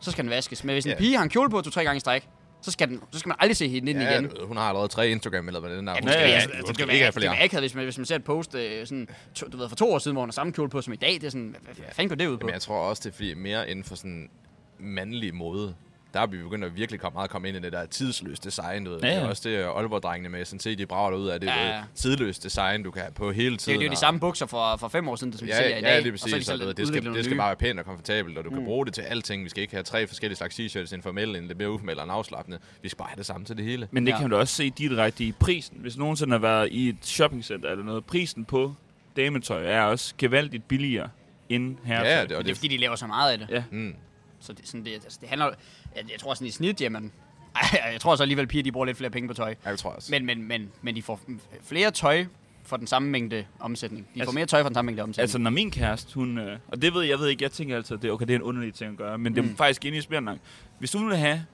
A: så skal den vaskes. Men hvis en
B: Ja.
A: pige har en kjole på to-tre gange i stræk, så skal, den, så skal man aldrig se hende ind
B: Ja,
A: igen.
B: du ved, hun har allerede tre Instagram, eller hvad det er.
A: Ja,
B: hun
A: det,
B: skal-
A: ja,
B: hun
A: altså,
B: skal
A: det, det, det, ikke
B: ikke have
A: det, det,
B: flere.
A: det, akavet, hvis man, hvis man ser et post øh, sådan, to, du ved, for to år siden, hvor hun har samme kjole på som i dag. Det er sådan, hvad, hvad fanden går det ud på?
B: Men jeg tror også, det er fordi mere inden for sådan mandlig måde, der er vi begyndt at virkelig komme, meget komme ind i det der tidsløst design. Du ved.
C: Ja,
B: Ja, ja. Det
C: ja.
B: er også det, Aalborg-drengene med sådan set, de brager ud af det
A: Ja,
B: ja,
A: ja.
B: ja. tidløst design, du kan have på hele
A: Det er
B: tiden.
A: jo, det er jo de
B: og-
A: samme bukser fra, fra fem år siden, som vi
B: Ja,
A: sælger
B: ja,
A: i dag.
B: ja, det er
A: Og så er de
B: præcis.
A: selv
B: Og, du ved, det, skal,
A: udviklet
B: det skal
A: nogle Mm.
B: bare være pænt og komfortabelt, og du kan bruge det til alting. Vi skal ikke have tre forskellige slags t-shirts, en formel, en lidt mere uformel og en afslappende. Vi skal bare have det samme til det hele.
C: Men det
A: Ja.
C: ja. kan du også se direkte i prisen. Hvis nogensinde har været i et shoppingcenter eller noget, prisen på dametøj er også gevaldigt billigere end herretøj.
B: Ja, det,
A: nye. Men
B: og
A: det er
B: det,
A: fordi, de laver så meget af det.
C: Ja.
B: mm,
A: Så det, sådan, det, altså, det handler... Jeg, jeg tror sådan i snit, jamen... Ej, jeg tror så alligevel, piger de bruger lidt flere penge på tøj.
B: ja, det tror jeg også.
A: Men, men, men, men de får flere tøj for den samme mængde omsætning. De altså, får
C: Altså-
A: mere tøj for den samme mængde omsætning.
C: Altså, når min kæreste, hun... Øh, og det ved jeg, jeg ved ikke, jeg tænker altid, at det, okay, det er en underlig ting at gøre, men mm. det er faktisk inde i spændende nok. Hvis hun vil have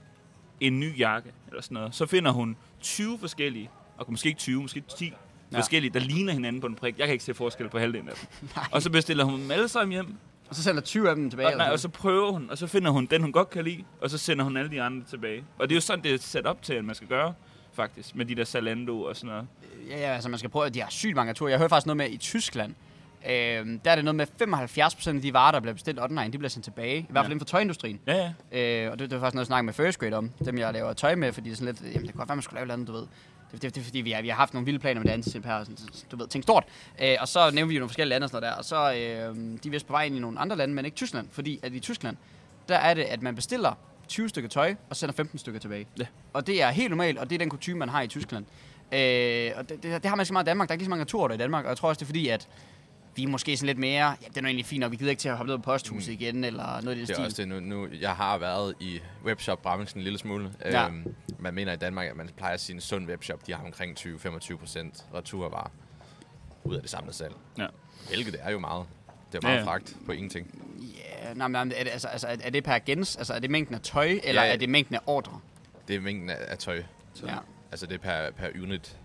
C: en ny jakke eller sådan noget, så finder hun 20 forskellige, og måske ikke 20, måske 10
A: Ja.
C: ja. forskellige, der ligner hinanden på en prik. Jeg kan ikke se forskel på halvdelen af dem. Og så bestiller hun dem alle sammen hjem,
A: og så sender 20 af dem tilbage.
C: og, nej,
A: eller
C: og
A: sådan
C: så prøver hun, og så finder hun den, hun godt kan lide, og så sender hun alle de andre tilbage. Og det er jo sådan, det er sat op til, at man skal gøre, faktisk, med de der Zalando og sådan noget.
A: noget. ja, ja, altså man skal prøve... De har sygt mange ture. Jeg hørte faktisk noget med i Tyskland. Øhm, der er det noget med 75% af de varer, der bliver bestilt online, de bliver sendt tilbage. I hvert fald
C: Ja.
A: inden for tøjindustrien.
C: Ja, ja.
A: Øh, og det, det var faktisk noget, jeg snakkede med First Grade om, dem jeg laver tøj med, fordi det er sådan lidt, jamen det kunne godt være, man skulle lave noget andet, du ved. Det, det, det er fordi, vi har, vi har haft nogle vilde planer med det andet her, og sådan, så- du ved, tænk stort. Øh, og så nævnte vi jo nogle forskellige lande og sådan noget der, og så øh, de er vist på vej ind i nogle andre lande, men ikke Tyskland, fordi at i Tyskland, der er det, at man bestiller 20 stykker tøj, og sender 15 stykker tilbage.
C: Ja.
A: Og det er helt normalt, og det er den kutume, man har i Tyskland. Øh, og det, det, det, har man ikke så meget i Danmark, der er ikke lige så mange turer i Danmark, og jeg tror også, det er fordi, at vi er måske sådan lidt mere, ja, det er nu egentlig fint, og vi gider ikke til at hoppe ned på posthuset mm. igen, eller noget i den
B: Det
A: stil.
B: er også det. Nu, nu, jeg har været i webshop-branchen en lille smule.
A: Ja.
B: Ja. Øhm, man mener i Danmark, at man plejer at sige, at en sund webshop, de har omkring 20-25 procent returvarer ud af det samlede salg.
C: Ja.
B: Hvilket det er jo meget. Det er jo meget
C: Ja.
B: ja. fragt på ingenting.
A: Ja, nej, nej, men er det, altså, altså, er er det per gens? Altså, er det mængden af tøj, eller
B: Ja, ja.
A: er det mængden af ordre?
B: Det er mængden af, af tøj. Så,
A: Ja.
B: Altså det er per, per unit.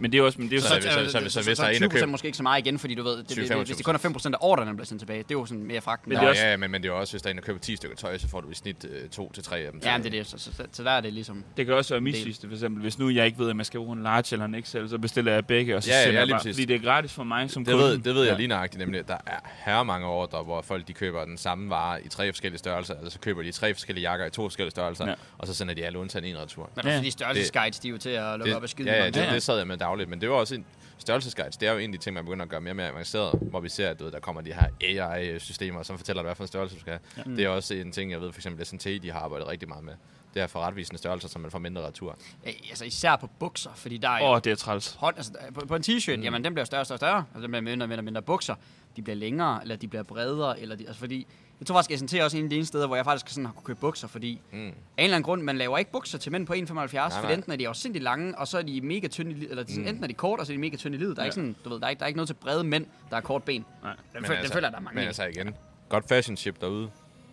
C: Men det er også... Men det er jo
B: Så
C: sådan,
B: hvis- så- så- så- hvis der er en, der
A: 20
B: køber-
A: måske ikke så meget igen, fordi du ved, det, det, det, hvis det kun er 5 procent af ordrene, der bliver sendt tilbage, det er jo sådan mere fragten.
C: Men
A: der-
C: det er
B: Nå,
C: også-
B: ja, ja, men, men det er jo også, hvis der er en, der køber 10 stykker tøj, så får du i snit øh, 2-3 af dem.
A: Ja, men det er det. Så, så, så, så der er det ligesom...
C: Det kan også være
A: del.
C: misvisende, for eksempel. Hvis nu jeg ikke ved, at man skal bruge en large eller en XL, så bestiller jeg begge, og så
B: Ja, ja,
C: sender jeg
B: lige
C: bare,
B: præcis.
C: fordi det er gratis for mig som
B: Det
C: kunde.
B: ved, det ved jeg
C: Ja.
B: lige nøjagtigt, nemlig, at der er her mange ordre, hvor folk de køber den samme vare i tre forskellige størrelser, eller så køber de tre forskellige jakker i to forskellige størrelser,
C: Ja.
B: ja. og så sender de alle undtagen en retur.
A: Men ja.
C: Ja.
A: altså, de størrelsesguides, de er jo til at lukke op af
B: Det,
A: skiden.
B: ja, ja,
A: og-
B: det,
C: Ja, ja.
B: det sad jeg med dagligt, men det var også en størrelsesguides. Det er jo en af de ting, man begynder at gøre mere og mere avanceret, hvor vi ser, at du ved, der kommer de her AI-systemer, som fortæller dig, hvad for en størrelse du skal have. Ja. Det er også en ting, jeg ved, for eksempel S&T, de har arbejdet rigtig meget med. Det er for retvisende størrelser, så man får mindre retur.
A: Øh, Altså, især på bukser, fordi der er
C: Åh,
A: jo...
C: oh, det er træls.
A: Hånd, altså, på, på en t-shirt, mm. jamen den bliver større og større, og større, og den bliver mindre og mindre, og mindre bukser. De bliver længere, eller de bliver bredere, eller de, altså fordi, jeg tror faktisk, at S&T er også en af de eneste steder, hvor jeg faktisk sådan har kunne købe bukser, fordi mm. af en eller anden grund, man laver ikke bukser til mænd på 1,75, for
B: nej. Mm.
A: enten er de afsindigt lange, og så er de mega tynde, i li- eller de, sådan, enten er de kort, og så er de mega tynde i livet. Der er,
C: Ja.
A: ikke sådan, du ved, der er, ikke, der er ikke noget til brede mænd, der har kort ben.
C: Nej.
A: Den, føl, altså, den føler jeg, der er mange
B: Men
A: af.
B: altså igen, godt fashion ship derude.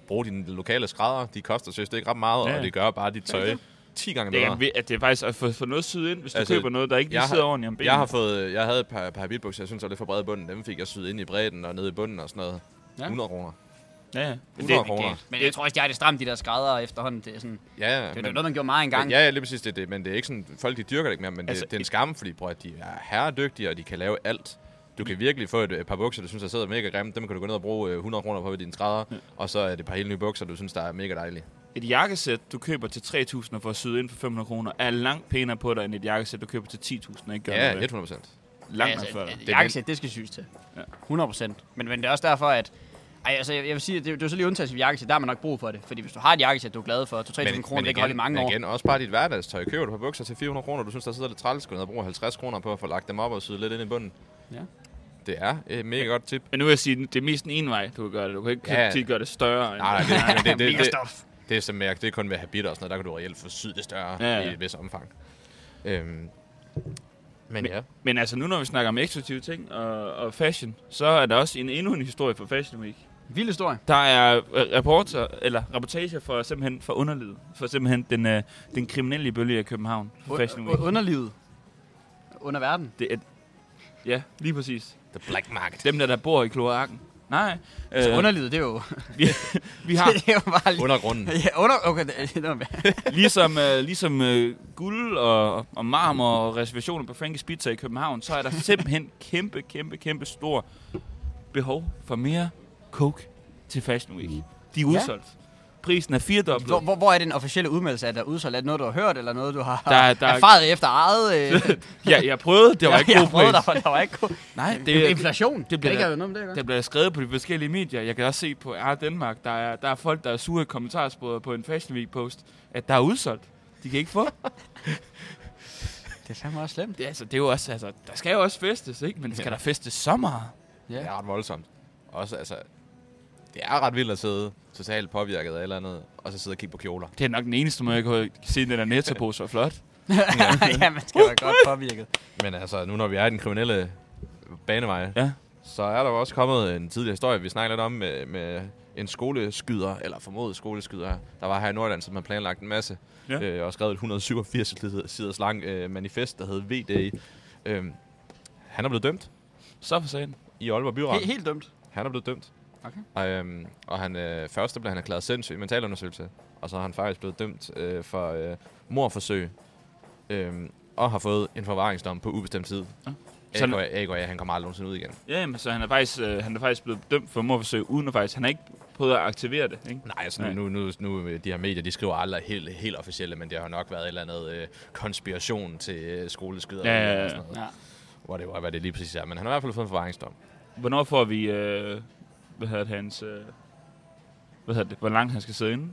B: Brug dine lokale skrædder. De koster seriøst ikke ret meget,
C: Ja.
B: og det gør bare dit tøj 10 gange
C: Det
B: bedre.
C: er, at det er faktisk at få, få noget syd ind, hvis du
B: Altså,
C: køber noget, der ikke lige
B: jeg
C: sidder
B: har-
C: ordentligt om benene.
B: Jeg har fået, jeg havde et par, par bilbukser, jeg synes var lidt for brede i bunden. Dem fik jeg syet ind i bredden og ned i bunden og sådan noget.
A: Ja.
B: Ja. 100 kroner.
C: ja, ja. Men
B: 100
C: det,
B: kroner.
A: Men jeg tror også, de har det stramt, de der skrædder efterhånden. Det er, sådan, det
B: Ja, ja.
A: er jo
B: men-
A: noget, man gjorde meget engang.
B: Ja, ja, lige præcis. Det, er det, men det er ikke sådan, folk de dyrker det ikke mere, men
C: Altså,
B: det, det, er en skam, fordi bror, de er herredygtige, og de kan lave alt. Du kan virkelig få et, et par bukser, du synes, der sidder mega grimme. Dem kan du gå ned og bruge øh, 100 kroner på ved dine skrædder. Og så er det et par helt nye bukser, du synes, der er mega dejlige.
C: et jakkesæt, du køber til 3.000 og får syet ind for 500 kroner, er langt pænere på dig, end et jakkesæt, du køber til 10.000 og ikke gør
B: Ja,
C: noget ved.
B: 100 procent.
C: Langt
A: altså,
C: altså, før.
A: et- et Jakkesæt, det skal syes til.
C: Ja.
A: 100 procent. Men, men det er også derfor, at... Ej, altså, jeg, jeg vil sige, at det, det er jo så lige undtagelse ved jakkesæt, der har man nok brug for det. Fordi hvis du har et jakkesæt, du er glad for, 2-3.000 kroner, det kan holde i mange
B: men
A: år.
B: igen, også bare dit hverdagstøj. Køber du på bukser til 400 kroner, du synes, der sidder lidt træls, skal du ned og bruge 50 kroner på at få lagt dem op og syde lidt ind i bunden.
A: Ja.
B: Det er et mega godt tip.
C: Men nu vil jeg sige, det er mest den ene vej, du kan gøre det. Du kan ikke
B: Ja.
C: ja. tit gøre det større. End
B: Nej, nej, det, det, det,
A: Mega
B: det,
A: stof.
B: det, er som mærke, det er kun ved habit og sådan noget, der kan du reelt få syet det større
C: Ja,
B: ja,
C: ja.
B: ja. i et vis omfang. Øhm, Men ja.
C: Men altså nu, når vi snakker om eksklusive ting og, og fashion, så er der også en endnu en historie for Fashion Week.
A: Vild historie.
C: Der er øh, rapporter, eller rapportager for simpelthen for underlivet. For simpelthen den, øh, den kriminelle bølge af København for Fashion Week.
A: U- underlivet. Under verden.
C: Det er, ja, lige præcis.
B: The black market.
C: Dem der, der bor i kloakken. Nej,
B: Altså,
A: Så
C: øh,
A: underlivet, det er jo,
C: vi, vi har
A: det er jo bare lige...
B: Undergrunden.
A: Ja, under... Okay, det, det var med.
C: ligesom, øh, ligesom øh, guld og, og marmor og reservationer på Frankie's Pizza i København, så er der simpelthen kæmpe, kæmpe, kæmpe stor behov for mere coke til Fashion Week. De er udsolgt. Prisen er firedoblet.
A: Hvor, hvor, hvor er den officielle udmeldelse? Er der udsolgt? Er det noget, du har hørt, eller noget, du har
C: Der- der-
A: erfaret efter eget? Øh...
C: ja, jeg prøvede, det var ikke
A: jeg,
C: god
A: jeg prøvede,
C: pris.
A: der, var, der var ikke god.
C: Nej,
A: Det er
C: det,
A: inflation. Det
C: bliver
A: bliver ikke
C: da-
A: er jo noget med det, ikke?
C: det bliver skrevet på de forskellige medier. Jeg kan også se på R Danmark, der er, der er folk, der er sure i kommentarsporet på en Fashion Week post, at der er udsolgt. De kan ikke få.
A: Det er fandme også slemt.
C: Det, er altså, det er jo også, altså, der skal jo også festes, ikke? Men skal der festes så meget?
B: Det er ret voldsomt. Også, altså, det er ret vildt at sidde totalt påvirket af et eller andet, og så sidde og kigge på kjoler.
C: Det er nok den eneste måde, jeg kan se, den der nettopose var flot.
A: ja, man skal være godt påvirket.
B: Men altså, nu når vi er i den kriminelle banevej,
C: Ja.
B: så er der jo også kommet en tidligere historie, vi snakkede lidt om, med, med en skoleskyder, eller formodet skoleskyder, der var her i Nordland, som havde planlagt en masse,
C: Ja.
B: ja. øh, og skrevet et 187-siders lang øh, manifest, der hed VD. Øh, han er blevet dømt
C: Så for sagen.
B: i Aalborg Byret.
A: Helt, helt dømt.
B: Han er blevet dømt.
A: Okay.
B: Og, øhm, og han, øh, først blev han erklæret sindssyg i mentalundersøgelse. Og så er han faktisk blevet dømt øh, for øh, morforsøg. Øhm, og har fået en forvaringsdom på ubestemt tid.
C: Ja.
B: Sådan... AKA, AKA, han kommer aldrig nogensinde ud igen.
C: Ja, jamen, så han er, faktisk, øh, han er faktisk blevet dømt for morforsøg, uden at faktisk... Han har ikke prøvet at aktivere det, ikke?
B: Nej, altså nu, nu, nu, nu øh, de her medier, de skriver aldrig helt, helt officielle, men det har jo nok været et eller andet øh, konspiration til øh, skoleskyder.
C: Ja, ja, ja.
B: Eller sådan noget.
A: Ja.
B: Hvor det var, hvad det lige præcis er. Men han har i hvert fald fået en forvaringsdom.
C: Hvornår får vi... Øh, hvad hedder det, hans... Øh, hvad hedder det, hvor langt han skal sidde inde?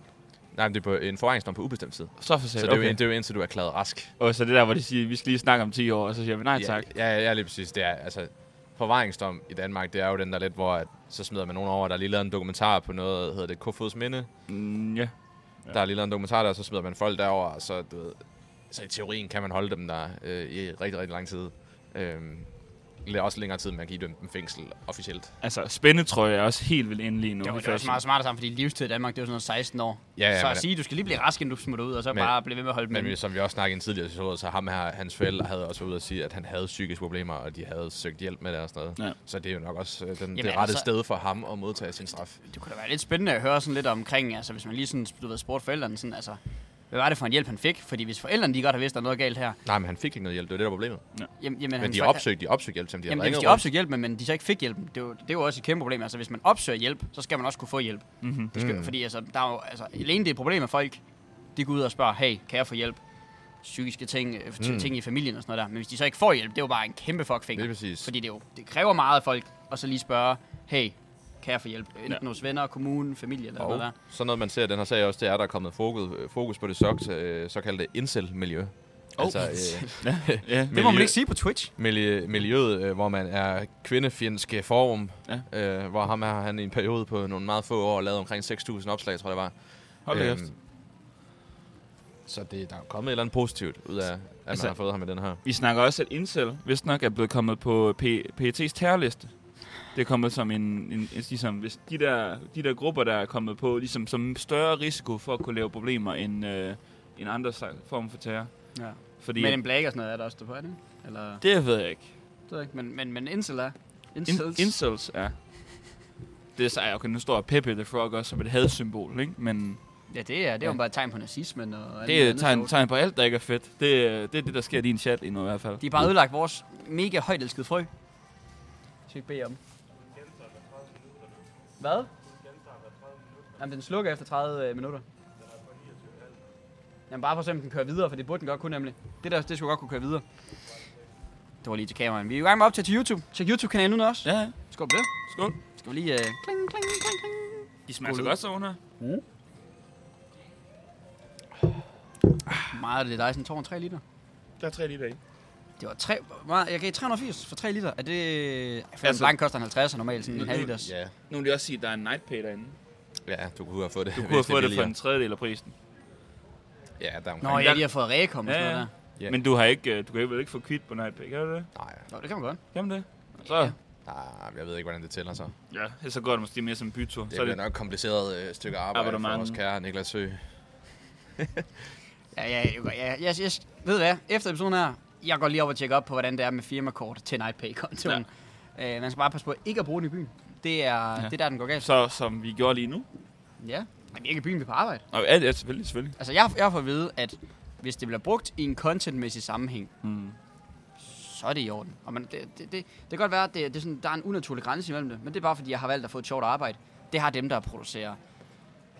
B: Nej, men det er på en forvaringsdom på ubestemt tid.
C: Så for
B: Så
C: sagen,
B: det er, jo,
C: okay.
B: ind- det er jo indtil du er erklæret rask.
C: Og så det der, hvor de siger, vi skal lige snakke om 10 år, og så siger vi nej tak.
B: Ja, ja, ja, lige præcis. Det er, altså, forvaringsdom i Danmark, det er jo den der lidt, hvor at, så smider man nogen over, der har lige lavet en dokumentar på noget, hedder det Kofods Minde.
C: Mm, ja.
B: Ja. Der er lige lavet en dokumentar der, og så smider man folk derover, og så, du ved, så i teorien kan man holde dem der øh, i rigtig, rigtig lang tid. Øhm, det er også længere tid, man kan idømme dem fængsel officielt.
C: Altså, spændetrøje er også helt vildt inde lige nu.
A: Jo,
C: i
A: det er også
C: fashion.
A: meget smartere sammen, fordi livstid i Danmark, det er jo sådan noget 16 år.
B: Ja, ja,
A: så at
B: men-
A: sige, du skal lige blive rask, inden du smutter ud, og så
B: Men-
A: bare blive ved med at holde dem
B: Men
A: inde.
B: som vi også snakkede i en tidligere episode, så ham her, hans forældre, havde også været ude at sige, at han havde psykiske problemer, og de havde søgt hjælp med det og sådan noget.
C: Ja.
B: Så det er jo nok også øh, den, Jamen, det
A: altså-
B: rette sted for ham at modtage sin straf.
A: Det kunne da være lidt spændende at høre sådan lidt omkring, altså hvis man lige sådan, du ved, spurgte forældrene sådan, altså, hvad var det for en hjælp, han fik? Fordi hvis forældrene, de godt har vidst, der er noget galt her,
B: Nej, men han fik ikke noget hjælp. Det var det, der var problemet.
A: jamen, jamen
B: Men
A: han
B: de
A: så-
B: opsøgte, de opsøgte hjælp, som de
A: Jamen,
B: havde
A: hvis
B: ringet
A: de opsøgte hjælpen, men de så ikke fik hjælpen, det er, jo, det er jo også et kæmpe problem. Altså, hvis man opsøger hjælp, så skal man også kunne få hjælp. Mm-hmm. Det skal, Fordi altså, der er jo, altså, alene det er et problem, at folk de går ud og spørger, hey, kan jeg få hjælp? Psykiske ting, øh, mm. ting i familien og sådan noget der. Men hvis de så ikke får hjælp, det er jo bare en kæmpe fuckfinger.
B: Lige præcis.
A: Fordi det, er jo, det kræver meget af folk, og så lige spørge, hey, kan jeg få hjælp? Enten
C: Ja.
A: hos venner, kommune, familie eller noget der.
B: Og sådan noget, man ser i den her sag også, det er, der er kommet fokus, fokus på det såk- øh, såkaldte incel-miljø.
A: Oh.
B: øh,
C: Ja.
A: Det må man ikke sige på Twitch.
B: miljø, miljøet, øh, hvor man er kvindefjendske forum,
C: Ja.
B: øh, hvor ham her, han i en periode på nogle meget få år lavede omkring 6.000 opslag, tror jeg det var. Øhm,
C: Hold da kæft.
B: så det, der er jo kommet et eller andet positivt ud af, at
C: Altså-
B: man har fået ham med den her.
C: Vi snakker også, at Incel, vist nok, er blevet kommet på PET's terrorliste. Det er kommet som en, en, en ligesom, hvis de der, de der grupper, der er kommet på, ligesom som større risiko for at kunne lave problemer end, øh, end andre sla- former for terror.
A: Ja.
C: Fordi,
A: Men en blag og sådan noget er der også der på, er det? ikke? Eller,
C: det ved jeg ikke.
A: det ved jeg ikke, men, men, men incel er.
C: In,
A: Incels.
C: incels, ja. Det er så, ej, okay, nu står Pepe the Frog også som et hadsymbol, ikke? Men
A: ja, det er, det er jo
C: Ja.
A: bare et tegn på nazismen. Og alt
C: det er
A: muligt
C: et
A: andet
C: tegn,
A: sjovt.
C: tegn på alt, der ikke er fedt. Det, er- det er det, der sker i din chat lige nu i hvert fald.
A: De har bare ødelagt vores mega højt elskede frø. Så ikke bede om. Hvad? Jamen, den slukker efter 30 øh, minutter. Jamen, bare for at se, om den kører videre, for det burde den godt kunne nemlig. Det der, det skulle godt kunne køre videre. Det var lige til kameraen. Vi er i gang med op til til YouTube. Tjek YouTube-kanalen ud også.
C: Ja, ja.
A: Skål på det.
C: skål.
A: Skal vi lige... Øh, kling, kling, kling, kling.
C: De smager så
A: Skål.
C: godt, så hun her.
A: Meget af det er dig, sådan 203 liter.
C: Der er tre lige dage.
A: Det var tre... hvor meget- Jeg gav 380 for 3 liter. Er det... Ej, for en
C: Altså-
A: blank koster en 50, og normalt sådan en halv liters.
B: Ja,
C: Nu vil jeg også sige, at der er en nightpay derinde.
B: ja, du kunne have fået det.
C: Du
B: hvis
C: kunne have fået det for
B: billigere.
C: en tredjedel af prisen.
B: Ja, der er
A: Nå,
B: omkring.
A: jeg lige har fået rekom og
C: Ja,
A: sådan
C: ja.
A: noget der.
B: Ja.
C: Men du har ikke, øh, du kan vel ikke få kvit på Nightpay, kan du det?
B: Nej,
A: Nå, det kan man godt.
C: Kan man det? Så,
A: Ja.
B: nej, jeg ved ikke, hvordan det tæller sig.
C: ja, så går det måske mere som en bytur.
B: Det
C: så er
B: bliver
C: det,
B: nok kompliceret øh, stykke arbejde for
C: Abonnement.
B: vores kære Niklas Høgh.
A: Ja, ja, ja, ja, ja, ja, ved du hvad? Efter episoden her, jeg går lige op og tjekker op på, hvordan det er med firmakort til NightPay-kontoen. Ja. Øh, man skal bare passe på ikke at bruge den i byen. Det er ja. det er der, den går galt.
C: så som vi gjorde lige nu.
A: Ja, Jamen, ikke i byen, vi er på arbejde.
C: Og ja, ja, selvfølgelig, selvfølgelig.
A: Altså, jeg, jeg får at vide, at hvis det bliver brugt i en contentmæssig sammenhæng,
C: Mm.
A: så er det i orden. Og man, det, det, det, det kan godt være, at det, det er sådan, der er en unaturlig grænse imellem det, men det er bare fordi, jeg har valgt at få et sjovt arbejde. Det har dem, der producerer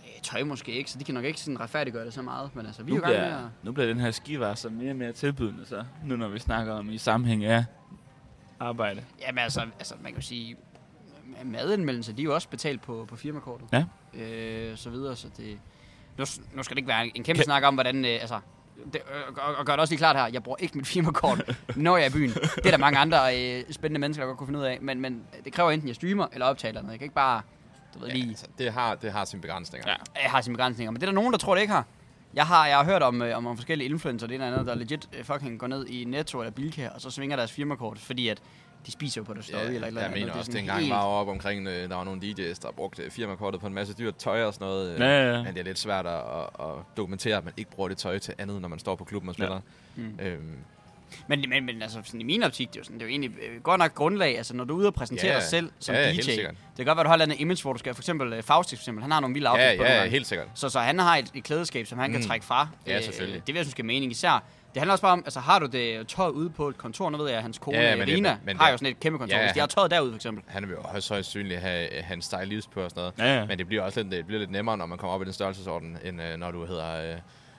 A: øh, tøj måske ikke, så de kan nok ikke sådan retfærdiggøre det så meget. Men altså, vi er
C: Nu
A: jo i gang med
C: bliver,
A: at...
C: nu bliver den her skivar så mere og mere tilbydende, så nu når vi snakker om i sammenhæng af arbejde.
A: Jamen altså, altså man kan jo sige, m- madanmeldelser, de er jo også betalt på, på firmakortet.
C: Ja.
A: Øh, så videre, så det... Nu, s- nu skal det ikke være en kæmpe snak om, hvordan... Øh, altså, det, øh, og, og gør det også lige klart her, jeg bruger ikke mit firmakort, når jeg er i byen. Det er der mange andre øh, spændende mennesker, der godt kunne finde ud af. Men, men det kræver enten, at jeg streamer eller optager noget. Jeg kan ikke bare, du ved,
B: Ja,
A: lige...
B: altså, det, har, det har sine begrænsninger.
C: Ja.
A: Jeg har sine begrænsninger, men det er der nogen, der tror, det ikke har. Jeg har, jeg har hørt om, øh, om nogle forskellige influencer, det ene eller andet, der legit øh, fucking går ned i Netto eller Bilka, og så svinger deres firmakort, fordi at de spiser jo på det story
B: Ja,
A: eller et eller
B: jeg
A: andet.
B: mener
A: Det er sådan
B: også, det engang
A: helt-
B: var op omkring, øh, der var nogle DJ's, der brugte firmakortet på en masse dyrt tøj og sådan noget. øh,
C: Ja, ja, ja.
B: Men det er lidt svært at, at, at dokumentere, at man ikke bruger det tøj til andet, når man står på klubben og
C: Ja.
B: spiller.
A: Mm.
B: Ja. Øhm,
A: Men, men, men altså, sådan, i min optik, det er jo, sådan, det er jo egentlig øh, godt nok grundlag, altså når du er ude og præsenterer
B: Ja,
A: dig selv som
B: ja, ja, helt
A: DJ. Det
B: sikkert.
A: kan godt være, du har et eller andet image, hvor du skal, for eksempel øh, Faustix, for eksempel, han har nogle vilde outfits på
B: ja,
A: nogle
B: ja,
A: gange.
B: helt sikkert.
A: Så, så han har et, et klædeskab, som han mm. kan
B: Mm.
A: trække fra.
B: Ja,
A: Øh,
B: selvfølgelig.
A: Det vil jeg synes giver mening især. Det handler også bare om, altså har du det tøj ude på et kontor, nu ved jeg, at hans kone
B: Ja,
A: ja,
B: men det-
A: Lena
B: men- men
A: har
B: det-
A: jo sådan et kæmpe kontor.
B: Ja,
A: Ja, Hvis de
B: han-
A: har tøjet derude for eksempel.
B: Han vil jo højst sandsynligt have øh, hans stylist på og sådan noget.
C: Ja, ja.
B: Men det bliver også lidt, det bliver lidt nemmere, når man kommer op i den størrelsesorden, end øh, når du hedder... Øh,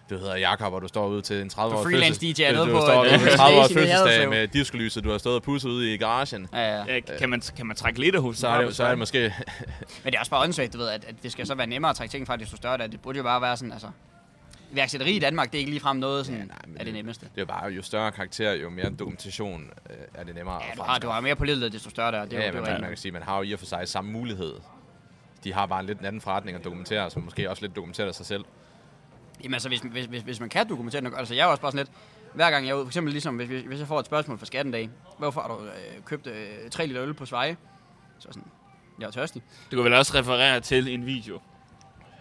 B: du hedder Jakob, og du står ude til en 30 års
A: freelance DJ er nede på
B: Du står
A: en,
B: ude til
A: øh,
B: en 30 års
A: station i Haderslev.
B: fødselsdag med diskolyset, du har stået og pusset ude i garagen.
A: Ja, ja.
C: Ja, kan, man, kan man trække lidt af huset?
B: Så er det, så er det måske
A: Men det er også bare åndssvagt, du ved, at, at det skal så være nemmere at trække ting fra, desto større det er. Det burde jo bare være sådan, altså... Iværksætteri i Danmark, det er ikke ligefrem noget, sådan, ja,
B: Ja,
A: nej,
B: nej, men
A: er det
B: det-
A: nemmeste.
B: Det er bare, jo større karakter, jo mere dokumentation øh, er det nemmere
A: Ja,
B: at
A: du har, du
B: fremskaffe.
A: har mere på livet, desto større det er. Det, er
B: ja,
A: jo- det,
B: men
A: er jo
B: man,
A: rigtigt.
B: man kan sige, man har jo i og for sig samme mulighed. De har bare en lidt en anden forretning at dokumentere, som måske også lidt dokumenterer sig selv.
A: Jamen altså, hvis, hvis, hvis, hvis man kan dokumentere det, altså jeg er også bare sådan lidt, hver gang jeg er ude, for eksempel ligesom, hvis, hvis jeg får et spørgsmål fra skatten dag, hvorfor har du øh, købt øh, 3 liter øl på Sverige? Så er jeg sådan, jeg er tørstig.
C: Du kan vel også referere til en video.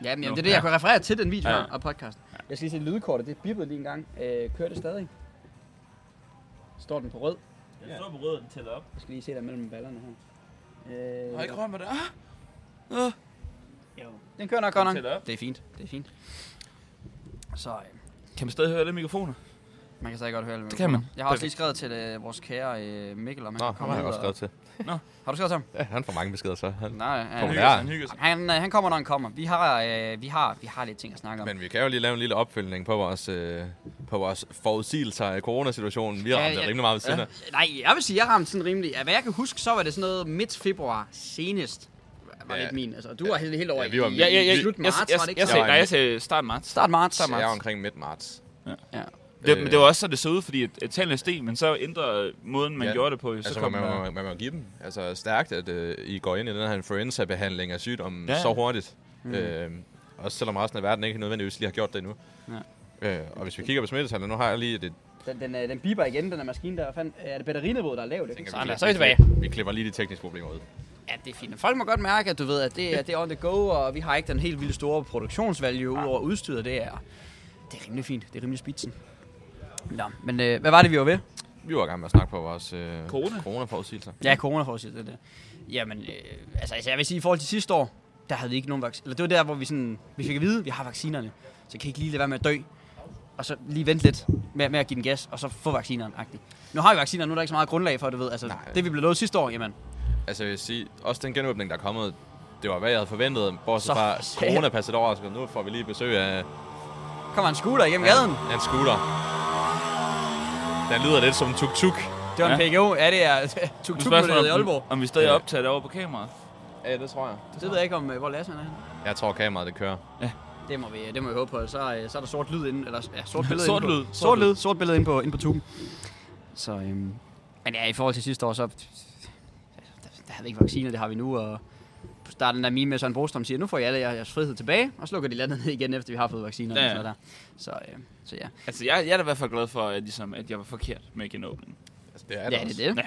A: Ja, men
C: Nå,
A: jamen, det er det,
C: ja.
A: jeg kan referere til den video
C: Ja.
A: her og podcast. Jeg skal lige se lydkortet, det bippede lige en gang. Øh, kører det stadig? Står den på rød?
C: Jeg så på røden tælle op.
A: Jeg skal lige se der mellem ballerne her. Øh,
C: rømt det. Ah!
A: den kører nok godt
C: Den tæller
A: nok.
C: op.
A: Det er fint, det er fint. Så øh,
C: Kan man stadig høre alle mikrofoner?
A: man kan stadig godt høre det.
C: Det kan man.
A: Jeg har også lige skrevet til øh, vores kære øh, Mikkel, om han kan
B: Nå, han
A: komme
B: har jeg
A: ud
B: også
A: og-
B: skrevet til.
A: Har du skrevet til ham?
B: Ja, han får mange beskeder så. Han.
A: Nej,
B: Kom
A: han,
B: her. Ja.
C: Han hygger sig.
A: han, øh, han kommer, når han kommer. Vi har, øh, vi har, vi har lidt ting at snakke om.
B: Men vi kan jo lige lave en lille opfølgning på vores, øh, på vores forudsigelser af coronasituationen. Vi har
A: Ja,
B: ramt det
A: ja.
B: rimelig meget ved siden af.
A: Nej, jeg vil sige, jeg ramte sådan rimelig. Hvad jeg kan huske, så var det sådan noget midt februar senest. Var
B: Ja.
A: lidt min. Altså, du var helt, helt over
B: Ja,
A: i-
B: vi var-
A: i
B: Ja,
A: i slut marts,
C: jeg,
A: var det
C: jeg,
A: ikke?
C: jeg,
A: så?
C: sagde, nej, jeg sagde start marts.
A: Start marts.
B: Så
A: Start
B: jeg er
A: marts.
B: omkring midt marts.
A: Ja.
C: Det, men det
B: Øh.
C: var også sådan, det så ud, fordi at, at tallene steg, men så ændrede måden, man
B: Ja.
C: gjorde det på. Så
B: Altså,
C: kom
B: man, man,
C: der-
B: man, man må give dem altså, stærkt, at øh, I går ind i den her influenza-behandling af sygdommen
C: Ja.
B: ja. så hurtigt. Mm. Øh, også selvom resten af verden ikke nødvendigvis lige har gjort det endnu. Ja. Øh, og hvis vi kigger på smittetallene, nu har jeg lige det.
A: Den, den, øh, den biber igen, den der maskine der. Fandt, er det batteriniveauet, der er lavt? ikke? Sådan der. Så er vi tilbage.
B: Vi klipper lige de tekniske problemer ud.
A: Ja, det er fint. Folk må godt mærke, at du ved, at det, er- det er on the go, og vi har ikke den helt vildt store produktionsvalue ud over udstyret. Det er, det er rimelig fint. Det er rimelig spidsen. Nå, men øh, hvad var det, vi var ved?
B: Vi var i gang med at snakke på vores øh,
C: Corona.
B: corona-forudsigelser.
A: Ja, corona for det der. Jamen, øh, altså, altså, jeg vil sige, i forhold til sidste år, der havde vi ikke nogen vacciner. Eller det var der, hvor vi, sådan, vi fik at vide, at vi har vaccinerne, så kan I ikke lige lade være med at dø. Og så lige vente lidt med, med at give den gas, og så få vaccinerne. -agtigt. Nu har vi vacciner, nu er der ikke så meget grundlag for det, ved. Altså,
B: Nej.
A: det vi blev lovet sidste år, jamen,
B: Altså, jeg vil sige, også den genåbning, der er kommet, det var, hvad jeg havde forventet. Bortset
A: Så
B: fra
A: sagde-
B: corona passet over, så nu får vi lige besøg af
A: kommer en scooter igennem gaden.
B: af en scooter. Den lyder lidt som en tuk-tuk.
A: Det var en PGO. Ja, det er øh, tuk
C: Nu
A: tuk
C: spørgsmålet
A: i Aalborg.
C: om, om vi stadig
B: Ja.
C: optager det over på kameraet.
B: Ja, det tror jeg.
A: Det ved jeg ikke, om øh, hvor Lasse han er. henne.
B: Jeg tror, kameraet det kører.
A: Det må vi, det må vi håbe på. Så, øh, så er der sort lyd inde, eller ja, sort billede
C: Sort
A: inde
C: lyd.
A: på,
C: Sort
A: sort
C: lyd.
A: lyd, sort billede inde på, inde på tuben. Så, øhm, altså, men ja, i forhold til sidste år, så der, der havde vi ikke vacciner, det har vi nu, og der er den der meme med Søren Brostrøm siger, nu får I alle jeres frihed tilbage, og så lukker de landet ned igen, efter vi har fået vacciner
C: Ja,
A: ja,
C: ja.
A: ja. og sådan noget der. Så, øh, så ja.
C: Altså, jeg, jeg er da i hvert fald glad for, at, ligesom, at jeg var forkert med genåbningen.
B: Altså, det er
A: Ja,
B: det,
A: det
B: også.
A: er det.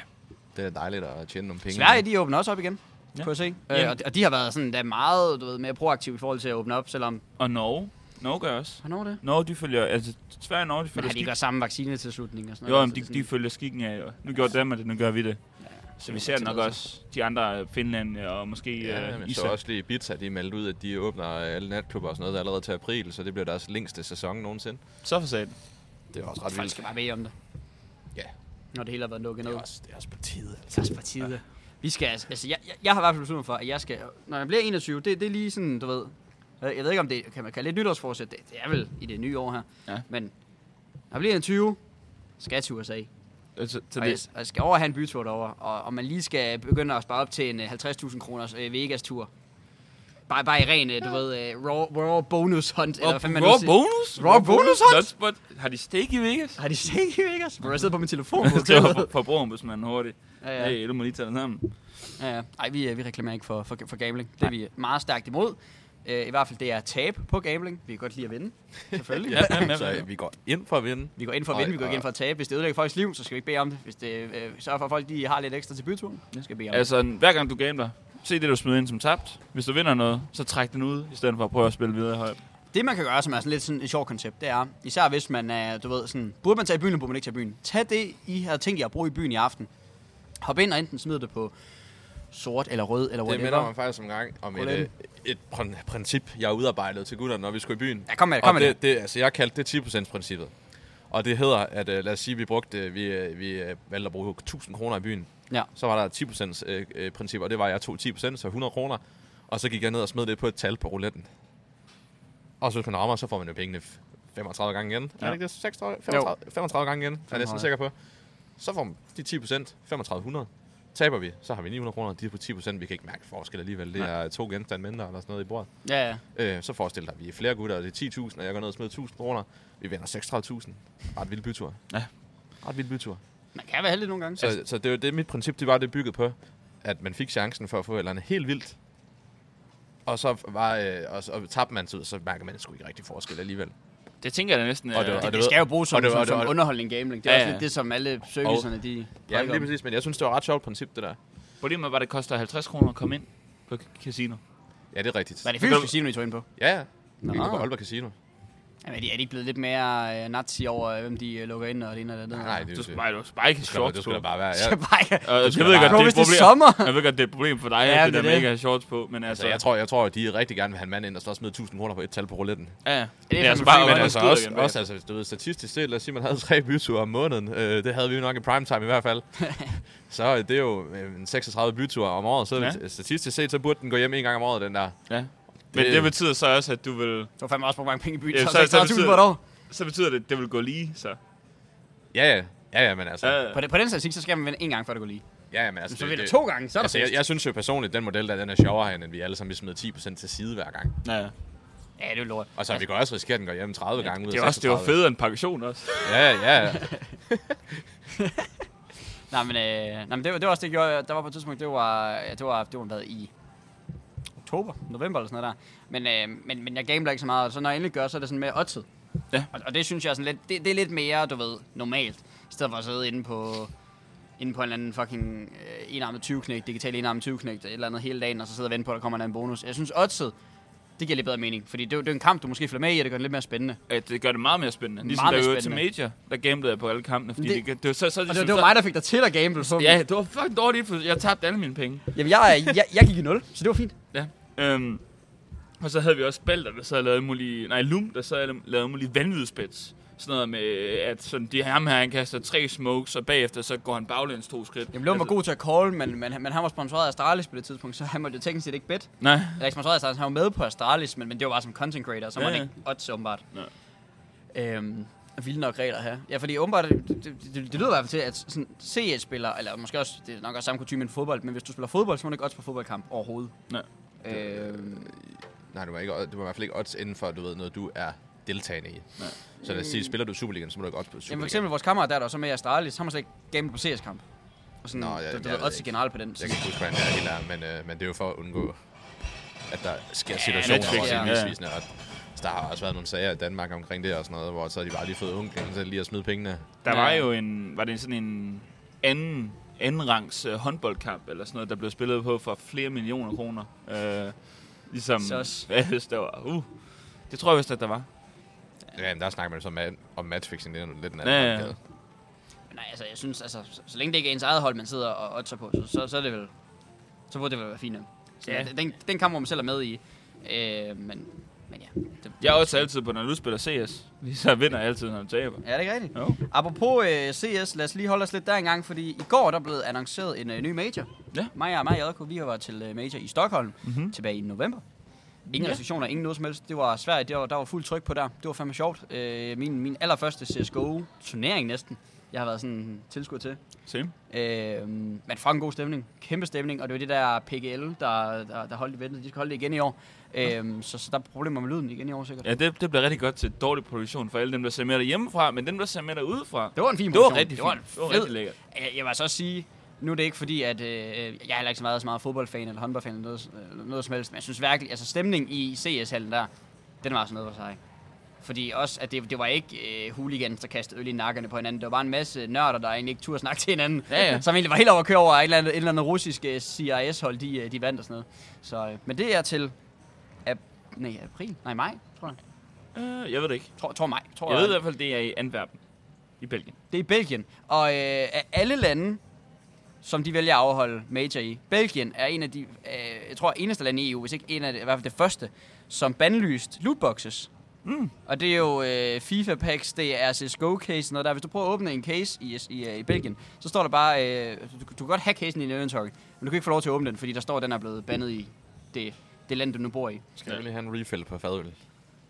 C: Ja.
B: Det er dejligt at tjene nogle penge.
A: Sverige, de åbner også op igen,
C: Ja.
A: ja. kunne jeg se.
C: Jamen.
A: Øh, og, de- og de har været sådan, der er meget du ved, mere proaktive i forhold til at åbne op, selvom...
C: Og Norge. Norge gør også.
A: Hvornår er det?
C: Norge, de følger... Altså, Sverige og Norge, de
A: Men
C: følger
A: har de ikke
C: skikken.
A: også samme vaccinetilslutning og sådan
C: Jo,
A: noget? Så
C: men de,
A: det er sådan-
C: de følger skikken af. jo. Nu gjorde Danmark det, nu gør vi det. Så vi ser nok også de andre, øh, Finland og måske
B: Ja,
C: ja,
B: men så
C: Island.
B: også lige Ibiza, de er meldt ud, at de åbner øh, alle natklubber og sådan noget allerede til april, så det bliver deres længste sæson nogensinde.
C: Så for satan.
B: Det er også ret
A: Folk skal bare bede om det,
B: Ja,
A: når det hele har været lukket ned.
B: det er også, det er også på tide.
A: Det er også på tide. Vi skal, altså, altså, jeg, jeg, jeg har i hvert fald besluttet mig for, at jeg skal, når jeg bliver 21, det, det er lige sådan, du ved, jeg, jeg ved ikke, om det kan man kalde et nytårsforsæt, det, det er vel i det nye år her,
C: Ja.
A: men når jeg bliver 21, skal jeg til USA,
C: Altså, så
A: og jeg,
C: det,
A: og jeg skal over og have en bytur derover, og, og man lige skal begynde at spare op til en øh, 50.000 kroners øh, Vegas-tur. Bare, bare i ren, øh, du ved, øh, raw, raw bonus hunt, eller hvad fanden man nu
C: raw
A: siger.
C: bonus?
A: Raw bonus,
C: hot?
A: hot?
C: Hotspot. Har de steak i Vegas?
A: Har de set i Vegas? Hvor jeg sidder på min telefon.
C: det var forbrugerombudsmanden hurtigt.
A: ja, ja.
C: Hey, du må lige tage den sammen.
A: Ja, ja. Ej, vi, øh, vi reklamerer ikke for, for, for gambling. Det er vi meget stærkt imod. Øh, I hvert fald det er tab på gambling. Vi kan godt lide at vinde, selvfølgelig.
C: Ja, ja, ja, ja.
B: Så vi går ind for at vinde.
A: Vi går ind for at
B: Ej,
A: vinde, vi går
B: ej.
A: ikke ind for at tabe. Hvis det ødelægger folks liv, så skal vi ikke bede om det. Hvis det øh, sørger for, at folk de har lidt ekstra til byturen, så skal vi bede om det.
C: Altså, hver gang du gambler, se det, du smider ind som tabt. Hvis du vinder noget, så træk den ud, i stedet for at prøve at spille videre højt.
A: Det, man kan gøre, som er sådan lidt sådan et sjovt koncept, det er, især hvis man er, du ved, sådan, burde man tage i byen, eller burde man ikke tage i byen? Tag det, I havde tænkt jer at bruge i byen i aften. Hop ind og enten smid det på sort eller rød eller
B: Det
A: whatever.
B: minder mig faktisk om en gang om et,
A: Hvordan?
B: øh, et prin- princip, jeg udarbejdede til gutterne, når vi skulle i byen.
A: Ja, kom med det, kom
B: og
A: med
B: det, det. Altså, jeg kaldte det 10%-princippet. Og det hedder, at øh, lad os sige, vi brugte, øh, vi, øh, vi øh, valgte at bruge 1000 kroner i byen.
A: Ja.
B: Så var der 10% øh, øh, princip, og det var, at jeg tog 10%, så 100 kroner. Og så gik jeg ned og smed det på et tal på rouletten. Og så hvis man rammer, så får man jo pengene f- 35 gange igen. Ja. Er
C: Ja.
B: det ikke det? 36, 35, 35 gange igen, er jeg
A: 35.
B: næsten sikker på. Så får man de 10 procent, 3500. Taber vi, så har vi 900 kroner. De er på 10 procent, vi kan ikke mærke forskel alligevel. Det er to genstande mindre eller sådan noget i bordet.
A: Ja, ja.
B: Øh, så forestil dig, at vi er flere gutter, og det er 10.000, og jeg går ned og smider 1.000 kroner. Vi vinder 36.000. Ret vild bytur.
C: Ja.
B: Ret vild bytur.
A: Man kan være heldig nogle gange.
B: Så, altså, så det, var det mit princip, det var det bygget på, at man fik chancen for at få et eller andet helt vildt. Og så var, øh, og, så- og tabte man så, ud, så mærker man sgu ikke rigtig forskel alligevel.
C: Det tænker jeg da næsten.
B: Og det var-
C: øh,
A: det,
B: du
A: det skal
B: ved-
A: jo bruges som,
B: og det-
A: som,
B: og det-
A: som
B: og-
A: underholdning gambling. Det er
C: Ja,
A: ja, også
C: ja.
A: lidt det, som alle servicerne, de
B: Ja, men lige
A: præcis.
B: præcis, men jeg synes, det var et ret sjovt princip, det der.
C: Problemet var, at det koster 50 kroner at komme ind på k- casino.
B: Ja, det er rigtigt.
A: Var det
C: Så kan
A: fysisk
C: du-
A: casino, I tog ind på?
B: Ja, ja. Vi
A: Nå.
B: går på Aalborg Casino.
A: Jamen, er, de, er de ikke blevet lidt mere øh, nazi over, øh, hvem de øh, lukker ind og det ene og det andet?
B: Nej, nej, det,
C: Du
B: det,
C: skal
B: det,
C: bare, du skal bare ikke have
B: skal,
C: shorts
B: det
C: på.
B: skal da
C: Øh,
B: bare være.
A: Ja.
B: Ja.
C: Jeg
B: skal
C: ved
B: bare-
C: godt,
A: Bro,
C: det er
A: hvis
C: et
A: det er
C: problem.
A: sommer.
C: Jeg ved godt, det er et problem for dig,
A: Ja,
C: at det
A: det
C: der
A: er
C: med
A: det.
C: ikke at have shorts på. Men altså,
B: Altså, jeg tror, jeg tror, at de rigtig gerne vil have en mand ind, og så smider 1000 kroner på et tal på rouletten.
C: Ja, ja.
A: Det er
C: Men
A: fandme
C: altså, bare,
A: fint,
B: Men
A: man
B: altså også, også altså, du ved, statistisk set, lad os sige, man havde tre byture om måneden. Øh, det havde vi jo nok i primetime i hvert fald. så øh, det er jo øh, en 36 byture om året. Så
C: Ja.
B: ja. statistisk set, så burde den gå hjem en gang om året, den der.
C: Ja. Men
B: Det-
C: det betyder så også, at du vil...
A: Du har fandme også brugt mange penge i byen.
C: Ja,
A: Ja,
C: så- så- så-
A: så, så, på et år.
C: Så betyder det, at det vil gå lige, så.
B: Ja, ja. Ja, ja, men altså.
C: Ja, ja.
A: På, den, på den statistik, så skal man vinde en gang, før det går lige.
B: Ja, ja, men altså.
A: Så vinder to gange, så er
B: Altså,
A: det
B: jeg,
A: fest.
B: jeg synes jo personligt, den model der, den er sjovere end, at vi alle sammen vi smider 10% til side hver gang.
C: Ja, ja.
A: Ja, det er jo lort.
B: Og så altså, vi kan også risikere, at den går hjem 30 gange ud
C: Det, er
B: af
C: også, det var
B: 36.
C: federe end pension også.
B: Ja, ja, ja.
A: Nej, men, øh, nej, men det, var, det var også det, jeg gjorde. Der var på et tidspunkt, det var, ja, det var, det var været i oktober, november eller sådan noget der. Men, øh, men, men jeg gambler ikke så meget, og så når jeg endelig gør, så er det sådan med oddset.
C: Ja.
A: Og, og, det synes jeg er sådan lidt, det, det er lidt mere, du ved, normalt, i stedet for at sidde inde på, inde på en eller anden fucking øh, enarmet 20 knægt, digital enarmet 20 knægt, et eller andet hele dagen, og så sidde og vente på, at der kommer en eller anden bonus. Jeg synes oddset, det giver lidt bedre mening, fordi det, er jo- det er en kamp, du måske følger med i, og det gør det lidt mere spændende.
C: At det gør det meget mere spændende. Ligesom
A: Meget
C: meget der
A: mere
C: mere til Major, der gamblede jeg på alle kampene. Fordi det,
A: Det-
C: det, det, var så, så,
A: Og
C: ligesom
A: det, det var
C: så-
A: mig, der fik dig til at gamble. Så.
C: Ja, det var fucking dårligt. indflydelse. Jeg tabte alle mine penge.
A: Jamen, jeg, jeg, jeg gik i nul, så det var fint.
C: Ja. Øhm, og så havde vi også Balder, der så havde lavet alle mulige... Nej, Lum, der så havde lavet alle mulige vanvidsbets. Sådan noget med, at sådan, de, ham her, han kaster tre smokes, og bagefter så går han baglæns to skridt. Altså-
A: Jamen, Lund var god til at call, men, men, men han var sponsoreret af Astralis på det tidspunkt, så han måtte jo teknisk set ikke bet.
C: Nej,
A: Eller ikke sponsoreret af Astralis, han var med på Astralis, men, men det var bare som content creator, så
C: Ja,
A: ja, man
C: ja.
A: ikke odds åbenbart.
C: Nej.
A: Øhm, vilde nok regler her. Ja, fordi åbenbart, det, det, det, det lyder i hvert fald til, at sådan CS-spillere, eller måske også, det er nok også samme kutume end fodbold, men hvis du spiller fodbold, så må du ikke odds på fodboldkamp overhovedet.
C: Nej.
A: Øhm,
B: Nej, du var, ikke, du var i hvert fald ikke odds inden for, du ved, noget du er deltagende i. Nej. Så lad os sige, spiller du Superligaen, så må du ikke odds på
A: jamen, for
B: Superligaen.
A: eksempel vores kammerat der, der var så med i Astralis, han var slet ikke gamet på CS-kamp. Og sådan,
B: Nå,
A: Nå,
B: ja,
A: ja, du, du
B: jeg
A: ved,
B: ved
A: odds
B: ikke.
A: generelt på den.
B: Jeg kan ikke huske, hvordan det er helt ærligt, men, øh, men det er jo for at undgå at der sker situationer,
C: Netflix,
B: hvor det er
A: ja.
B: misvisende. Og så der har også været nogle sager i Danmark omkring det og sådan noget, hvor så har de bare lige fået onklen til lige at smide pengene.
C: Der
A: Ja.
C: var jo en, var det sådan en anden, anden rangs øh, håndboldkamp eller sådan noget, der blev spillet på for flere millioner kroner. Øh, ligesom,
A: Sås.
C: hvad hvis der var? Uh, det tror jeg vist, at der var.
B: Ja, men der snakker man jo så om, ma- om matchfixing, det er jo lidt en anden
C: Ja, ja.
B: boldgade.
A: Men nej, altså, jeg synes, altså, så, så længe det ikke er ens eget hold, man sidder og otter på, så, så, så er det vel... Så burde det vel være fint. nok. Så
C: Ja.
A: ja. den, den kamp, hvor man selv er med i. Øh, men, men ja. Det,
C: Jeg er også altid på, når du spiller CS, lige så vinder jeg altid, når du taber.
A: Ja, det er ikke rigtigt.
C: Jo.
A: Apropos øh, CS, lad os lige holde os lidt der engang, fordi i går der blev annonceret en øh, ny major.
C: Ja.
A: Mig og mig og JK, vi var til øh, major i Stockholm
C: Mhm.
A: mm-hmm. tilbage i november. Ingen
C: Ja.
A: ja. restriktioner, ingen noget som helst. Det var Sverige, det var, der var fuld tryk på der. Det var fandme sjovt. Øh, min, min allerførste CSGO-turnering næsten, jeg har været sådan tilskuer til.
C: Same.
A: Øh, men fucking god stemning. Kæmpe stemning. Og det var det der PGL, der, der, der holdt eventet. De skal holde det igen i år. Øh, så, så der er problemer med lyden igen i år sikkert. Ja.
C: Ja, det, det blev rigtig godt til dårlig produktion for alle dem, der ser med derhjemmefra, men dem, der ser med derudefra,
A: Det var en fin
C: det var
A: produktion.
C: rigtig
A: Det var
C: fint.
A: en
C: Det var
A: fed
C: rigtig lækkert.
A: Jeg, jeg vil så også sige, nu er det ikke fordi, at øh, jeg er heller ikke så meget, så meget fodboldfan eller håndboldfan eller noget, øh, noget som helst, men jeg synes virkelig, altså stemningen i CS-hallen der, den var sådan noget for sig. Fordi også, at det, det var ikke øh, hooligans, der kastede øl i nakkerne på hinanden. Det var bare en masse nørder, der egentlig ikke turde snakke til hinanden.
C: Ja, ja.
A: Som egentlig var helt over at køre over at et eller andet, et eller andet russisk øh, CIS-hold, de, øh, de vandt og sådan noget. Så, øh, men det er til ap- nej, april, nej maj, tror jeg.
C: Øh, jeg ved det ikke.
A: Tror, tror maj, tror
C: Jeg ved i hvert fald, det er i Antwerpen, i Belgien.
A: Det er i Belgien. Og øh, af alle lande, som de vælger at afholde major i, Belgien er en af de, øh, jeg tror, eneste land i EU, hvis ikke en af de, i hvert fald det første, som bandlyst lootboxes.
C: Mm.
A: Og det er jo øh, FIFA packs, det er CSGO case, noget der. Hvis du prøver at åbne en case i, i, øh, i Belgien, så står der bare, øh, du, du kan godt have casen i din inventory, men du kan ikke få lov til at åbne den, fordi der står, at den er blevet bandet i det, det land, du nu bor i.
B: Skal vi lige have en refill på fadøl?
A: Det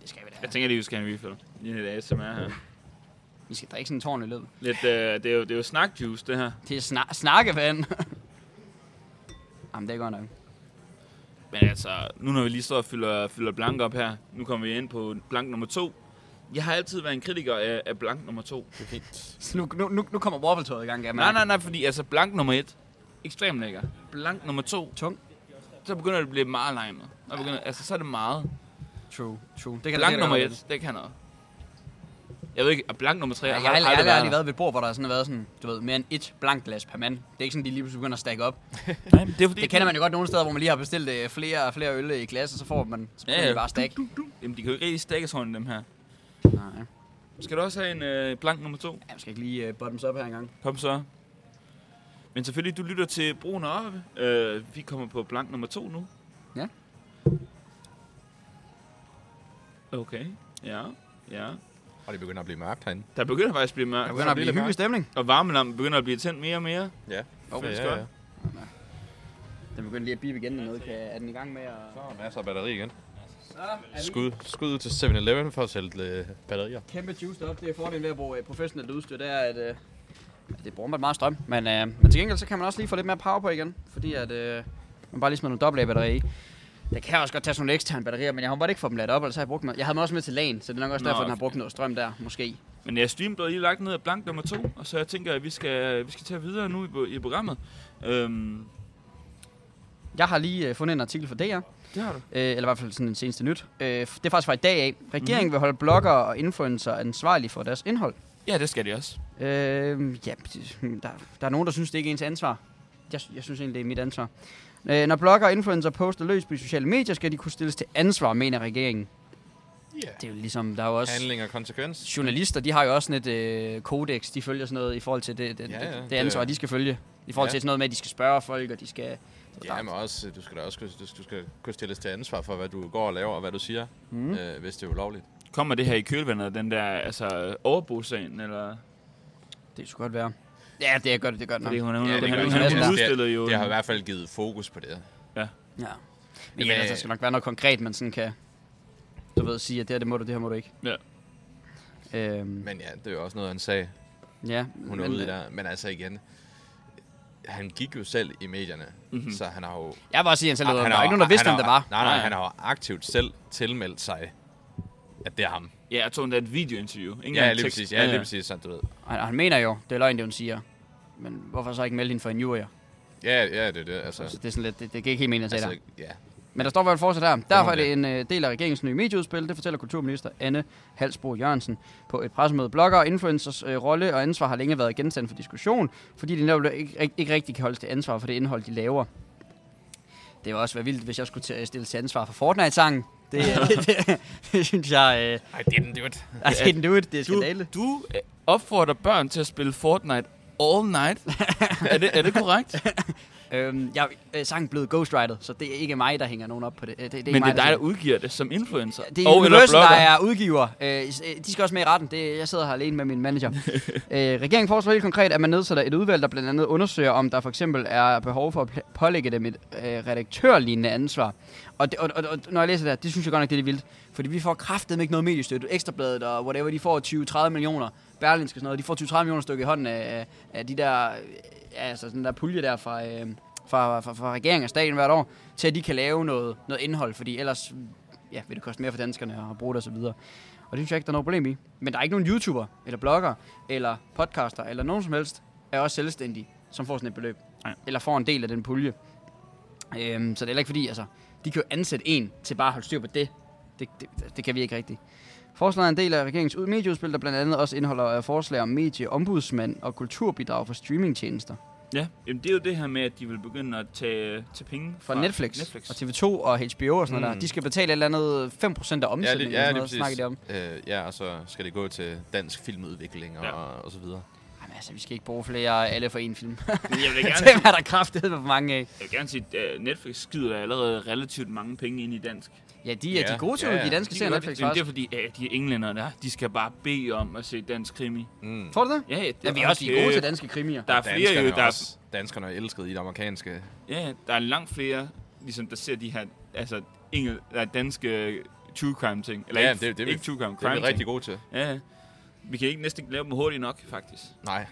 A: skal vi da
C: Jeg
A: have.
C: tænker lige, vi skal have en refill. Lige lidt ASMR her.
A: Vi skal drikke sådan en tårn i løbet.
C: Lidt, øh, det, er jo, det er jo snakjuice, det her.
A: Det er snak snakkevand. Jamen, det er godt nok.
C: Men altså, nu når vi lige står og fylder, fylder blank op her, nu kommer vi ind på blank nummer to. Jeg har altid været en kritiker af, af blank nummer to.
A: Så nu, nu, nu, nu kommer waffeltøjet i gang, kan jeg
C: Nej,
A: mærke.
C: nej, nej, fordi altså blank nummer et, ekstremt lækker. Blank nummer to,
A: Tung.
C: så begynder det at blive meget limet. Og begynder, altså, så er det meget.
A: True, true. Det kan
C: Blank nummer et, det kan noget. Jeg ved ikke, og blank nummer tre,
A: Jeg,
C: har,
A: jeg,
C: har,
A: har aldrig- jeg,
C: aldrig
A: har aldrig
C: været
A: været ved et bord, hvor der sådan har været sådan, du ved, mere end et blankt glas per mand. Det er ikke sådan, de lige pludselig begynder at stakke op.
C: der. Nej, men det er fordi...
A: Det kender man jo godt nogle steder, hvor man lige har bestilt øh, flere, flere øl i glas, og så får man så
C: Ja,
A: ja,
C: ja.
A: ja. bare stak.
C: Jamen, de kan jo ikke rigtig stikke sådan dem her.
A: Nej,
C: Skal du også have en øh, blank nummer to?
A: jeg skal ikke lige uh, bottoms up her engang.
C: Kom så. Men selvfølgelig, du lytter til Broen og Oppe. Øh, vi kommer på blank nummer to nu.
A: Ja.
C: Okay, ja, ja.
B: Og det begynder at blive mørkt herinde.
C: Der begynder faktisk at blive
A: Der
C: mørkt,
A: begynder at blive
B: lidt
A: hyggelig stemning.
C: og varmelampen begynder at blive tændt mere og mere.
B: Ja.
A: Åh,
B: ja,
A: det
C: skal
B: ja, ja.
C: jeg.
A: Den begynder lige at bibe igen eller noget. Kan, er den i gang med at...
B: Der er masser af altså, batteri igen.
A: Så er vi
B: Skud, skud ud til 7-Eleven for at sælge øh, batterier.
A: kæmpe juice op. Det er fordelen ved at bruge øh, professionelt udstyr, det er, at øh, det bruger man meget strøm. Men, øh, men til gengæld så kan man også lige få lidt mere power på igen, fordi at, øh, man bare lige smider nogle dobbelt A-batterier i. Det kan også godt tage sådan nogle eksterne batterier, men jeg har bare ikke fået dem ladt op, ellers har jeg brugt dem. Jeg havde dem også med til lagen, så det er nok også
C: Nå,
A: derfor, den har
C: okay.
A: brugt noget strøm der, måske.
C: Men ja, streamen blev lige lagt ned af blank nummer to, og så jeg tænker, at vi skal, vi skal tage videre nu i, bo- i programmet. Øhm,
A: Jeg har lige øh, fundet en artikel fra DR,
C: det har du.
A: Øh, eller i hvert fald sådan den seneste nyt. Øh, det er faktisk fra i dag af. Regeringen
C: Mhm.
A: mm-hmm. vil holde bloggere og influencer ansvarlige for deres indhold.
C: Ja, det skal de også.
A: Øh, ja, det- der, der er nogen, der synes, det ikke er ens ansvar. Jeg, sy- jeg synes egentlig, det er mit ansvar. Øh, når blogger og influencer poster løs på de sociale medier, skal de kunne stilles til ansvar, mener regeringen.
B: Yeah.
A: Det er jo ligesom, der er jo også...
B: Handling og konsekvens.
A: Journalister, de har jo også sådan et øh, kodex, de følger sådan noget i forhold til det, det,
B: Ja,
A: ja,
B: ja,
A: ja, det
B: det
A: ansvar,
B: er-
A: de skal følge. I forhold
B: Ja.
A: ja. til sådan noget med, at de skal spørge folk, og de skal...
B: Ja, men også, øh, du skal da også kunne, du skal- du skal kunne stilles til ansvar for, hvad du går og laver, og hvad du siger, mm. øh, hvis det er ulovligt.
C: Kommer det her i kølvandet, den der altså, overbosagen, eller...
A: Det skulle godt være. Ja, det er godt, det er godt nok.
C: Fordi hun, hun,
B: Ja,
C: ja,
B: det
C: hun,
B: gør
C: hun,
B: det.
C: hun,
A: Ja, det-
C: hun udstillede jo...
B: Det har i hvert fald givet fokus på det.
C: ja.
A: Ja. Men
B: Jamen,
A: ja, altså,
B: øh,
A: der skal nok være noget konkret, man sådan kan... Du ved, sige, at det her, det må du, det her må du ikke.
C: Ja.
A: Øhm,
B: Men ja, det er jo også noget, han sagde.
A: ja,
B: Hun er
A: men,
B: ude i
A: øh,
B: der. Men altså igen, han gik jo selv i medierne, mm-hmm. så han har jo...
A: Jeg vil bare sige, at han selv leder. Mhm. Der
B: Ah, han
A: er ikke nogen, der vidste,
B: han
A: hvem det
B: har-
A: var.
B: Nej, nej,
C: Nej.
B: han har jo aktivt selv tilmeldt sig, at det er ham.
C: Ja, jeg tog endda et videointerview. Ikke
B: Ja,
C: engang
B: lige
C: tekst.
B: præcis. Ja, lige præcis, sådan, du ved.
A: Han, han mener jo, det er løgn, det hun siger. Men hvorfor så ikke melde hende for en jurier?
B: Ja, ja, det er det. Altså,
A: Altså, det er sådan lidt, det, det kan ikke helt mene at sige
B: altså
A: altså,
B: ja.
A: Men der står i hvert fald fortsat her. Derfor er
B: det.
A: det en øh, del af regeringens nye medieudspil. Det fortæller kulturminister Anne Halsbro Jørgensen på et pressemøde. Blogger og influencers øh, rolle og ansvar har længe været genstand for diskussion, fordi de netop ikke, ikke, ikke rigtig kan holdes til ansvar for det indhold, de laver. Det var også være vildt, hvis jeg skulle til at stille til ansvar for Fortnite-sangen. Det, øh, det, det, det synes jeg... Øh,
B: I didn't do it.
A: I didn't do it. Det er
C: Du,
A: skandale.
C: du øh, opfordrer børn til at spille Fortnite all night. er, det, er det korrekt?
A: Øhm, jeg, øh, sangen blev ghostwriter, så det er ikke mig, der hænger nogen op på det. Øh, det, det er ikke
C: Men det
A: mig,
C: er dig, der
A: der
C: udgiver det som influencer.
A: Det er Universal, der er udgiver. Øh, s- øh, de skal også med i retten. Det, jeg sidder her alene med min manager. øh, regeringen foreslår helt konkret, at man nedsætter et udvalg, der blandt andet undersøger, om der for eksempel er behov for at pl- pålægge dem et øh, redaktørlignende ansvar. Og, det, og, og, og når jeg læser det her, det synes jeg godt nok, det er lidt vildt. Fordi vi får kraftet ikke noget mediestøtte. Ekstrabladet og whatever, de får 20-30 millioner. Berlinske og sådan noget, de får 20-30 millioner stykker i hånden af, af de der, øh, altså sådan der pulje der fra, øh, fra, fra, fra regeringen og staten hvert år, til at de kan lave noget, noget indhold, fordi ellers ja, vil det koste mere for danskerne at bruge det og så videre. Og det synes jeg ikke, der er noget problem i. Men der er ikke nogen YouTuber, eller blogger, eller podcaster, eller nogen som helst, er også selvstændige, som får sådan et beløb.
C: Nej.
A: Eller får en del af den pulje. Øhm, så det er heller ikke fordi, altså, de kan jo ansætte en til bare at holde styr på det. Det, det, det kan vi ikke rigtigt. Forslaget er en del af regeringens ud- medieudspil, der blandt andet også indeholder øh, forslag om medieombudsmand og kulturbidrag for streamingtjenester.
C: Ja, Jamen, det er jo det her med, at de vil begynde at tage, tage penge
A: For
C: fra
A: Netflix,
C: Netflix.
A: Netflix, og TV2 og HBO og sådan noget der.
B: Mm.
A: De skal betale et eller andet 5% af omsætningen.
B: Ja,
A: eller
B: lige, ja,
A: sådan
B: lige
A: noget, snakker
B: præcis.
A: de om.
B: Øh, ja, og så skal det gå til dansk filmudvikling og,
C: Ja.
B: ja. og så videre.
A: Jamen altså, vi skal ikke bruge flere alle for en film.
C: Jeg vil da gerne
A: det er der kraftedet for mange af.
C: Jeg vil gerne sige, at øh, Netflix skider allerede relativt mange penge ind i dansk.
A: Ja, de er
B: Ja,
A: de er gode til
B: ja,
A: at give
B: ja.
A: danske
C: De
A: serier
C: kan godt-
A: Netflix
C: men Det er
A: faktisk.
C: fordi, ja, de englænder der, de skal bare bede om at se dansk krimi.
B: Mm.
A: Tror du det?
C: Ja, ja, det
A: Ja, vi er også de er gode til
C: det.
A: danske krimier.
C: Der er flere
B: Danskerne,
C: jo,
B: der
C: der er,
B: også, danskerne er elskede i det amerikanske.
C: ja, der er langt flere, ligesom der ser de her, altså engel, der er danske true crime ting. Eller
B: Ja,
C: ikke,
B: det er- det er vi-
C: ikke true crime,
B: Det er
C: crime
B: vi rigtig
C: ting.
B: gode til.
C: Ja, ja. vi kan ikke næsten ikke lave dem hurtigt nok, faktisk.
B: Nej.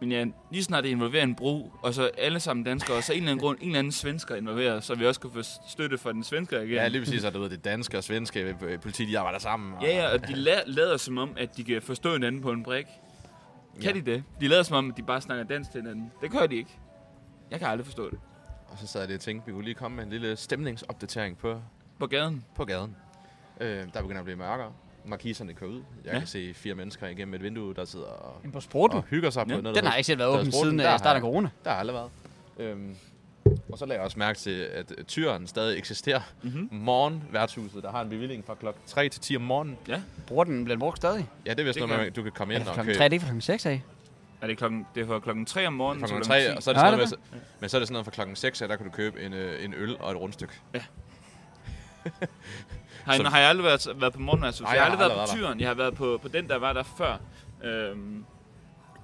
C: Men ja, lige snart det involverer en bro, og så alle sammen danskere, og så en eller anden grund, en eller anden svensker involveret, så vi også kan få støtte fra den svenske regering.
B: Ja, lige præcis, at du ved, det danske og svenske øh, politi, de arbejder sammen. Og,
C: Ja, ja, og de la- lader som om, at de kan forstå hinanden på en brik. Kan
B: Ja.
C: de det? De lader som om, at de bare snakker dansk til hinanden. Det gør de ikke. Jeg kan aldrig forstå det.
B: og så sad jeg lige og tænkte, vi kunne lige komme med en lille stemningsopdatering på,
C: På gaden.
B: på gaden. Øh, der begynder at blive mørkere. Markiserne kører ud. Jeg
C: Ja.
B: ja. kan se fire mennesker igennem et vindue, der sidder og,
A: Men på sporten,
B: og hygger sig
C: Ja.
B: på noget.
A: den har ikke selv været
B: der
A: åben
B: er sporten,
A: siden
B: der
A: øh, starten af
B: har-
A: corona.
B: Der har aldrig været. Øhm, og så lagde jeg også mærke til, at øh, tyren stadig eksisterer.
C: Mhm.
B: Mm-hmm. Morgenværtshuset, der har en bevilling fra klokken 3 til 10 om morgenen.
C: Ja.
A: Bruger den, bliver den brugt stadig?
B: Ja, det er vist
C: Det
B: noget
C: gør
B: med, at du kan komme
A: Er
B: ind
A: det
B: og
A: klokken
B: købe
A: 3, det er ikke fra klokken 6 af?
C: Er det, klokken, det er fra klokken 3 om morgenen
B: fra klokken
C: til
B: 3, og så er det
A: Ja,
B: sådan noget
A: det
B: med, men så er det sådan noget fra klokken 6, at der kan du købe en, øh, en øl og et rundstykke.
C: Har, jeg,
B: så-
C: har jeg aldrig været, været på morgenværelse?
B: Nej,
C: Jeg har aldrig været på
B: der.
C: tyren. Jeg har været på, på den, der var der før. Øhm,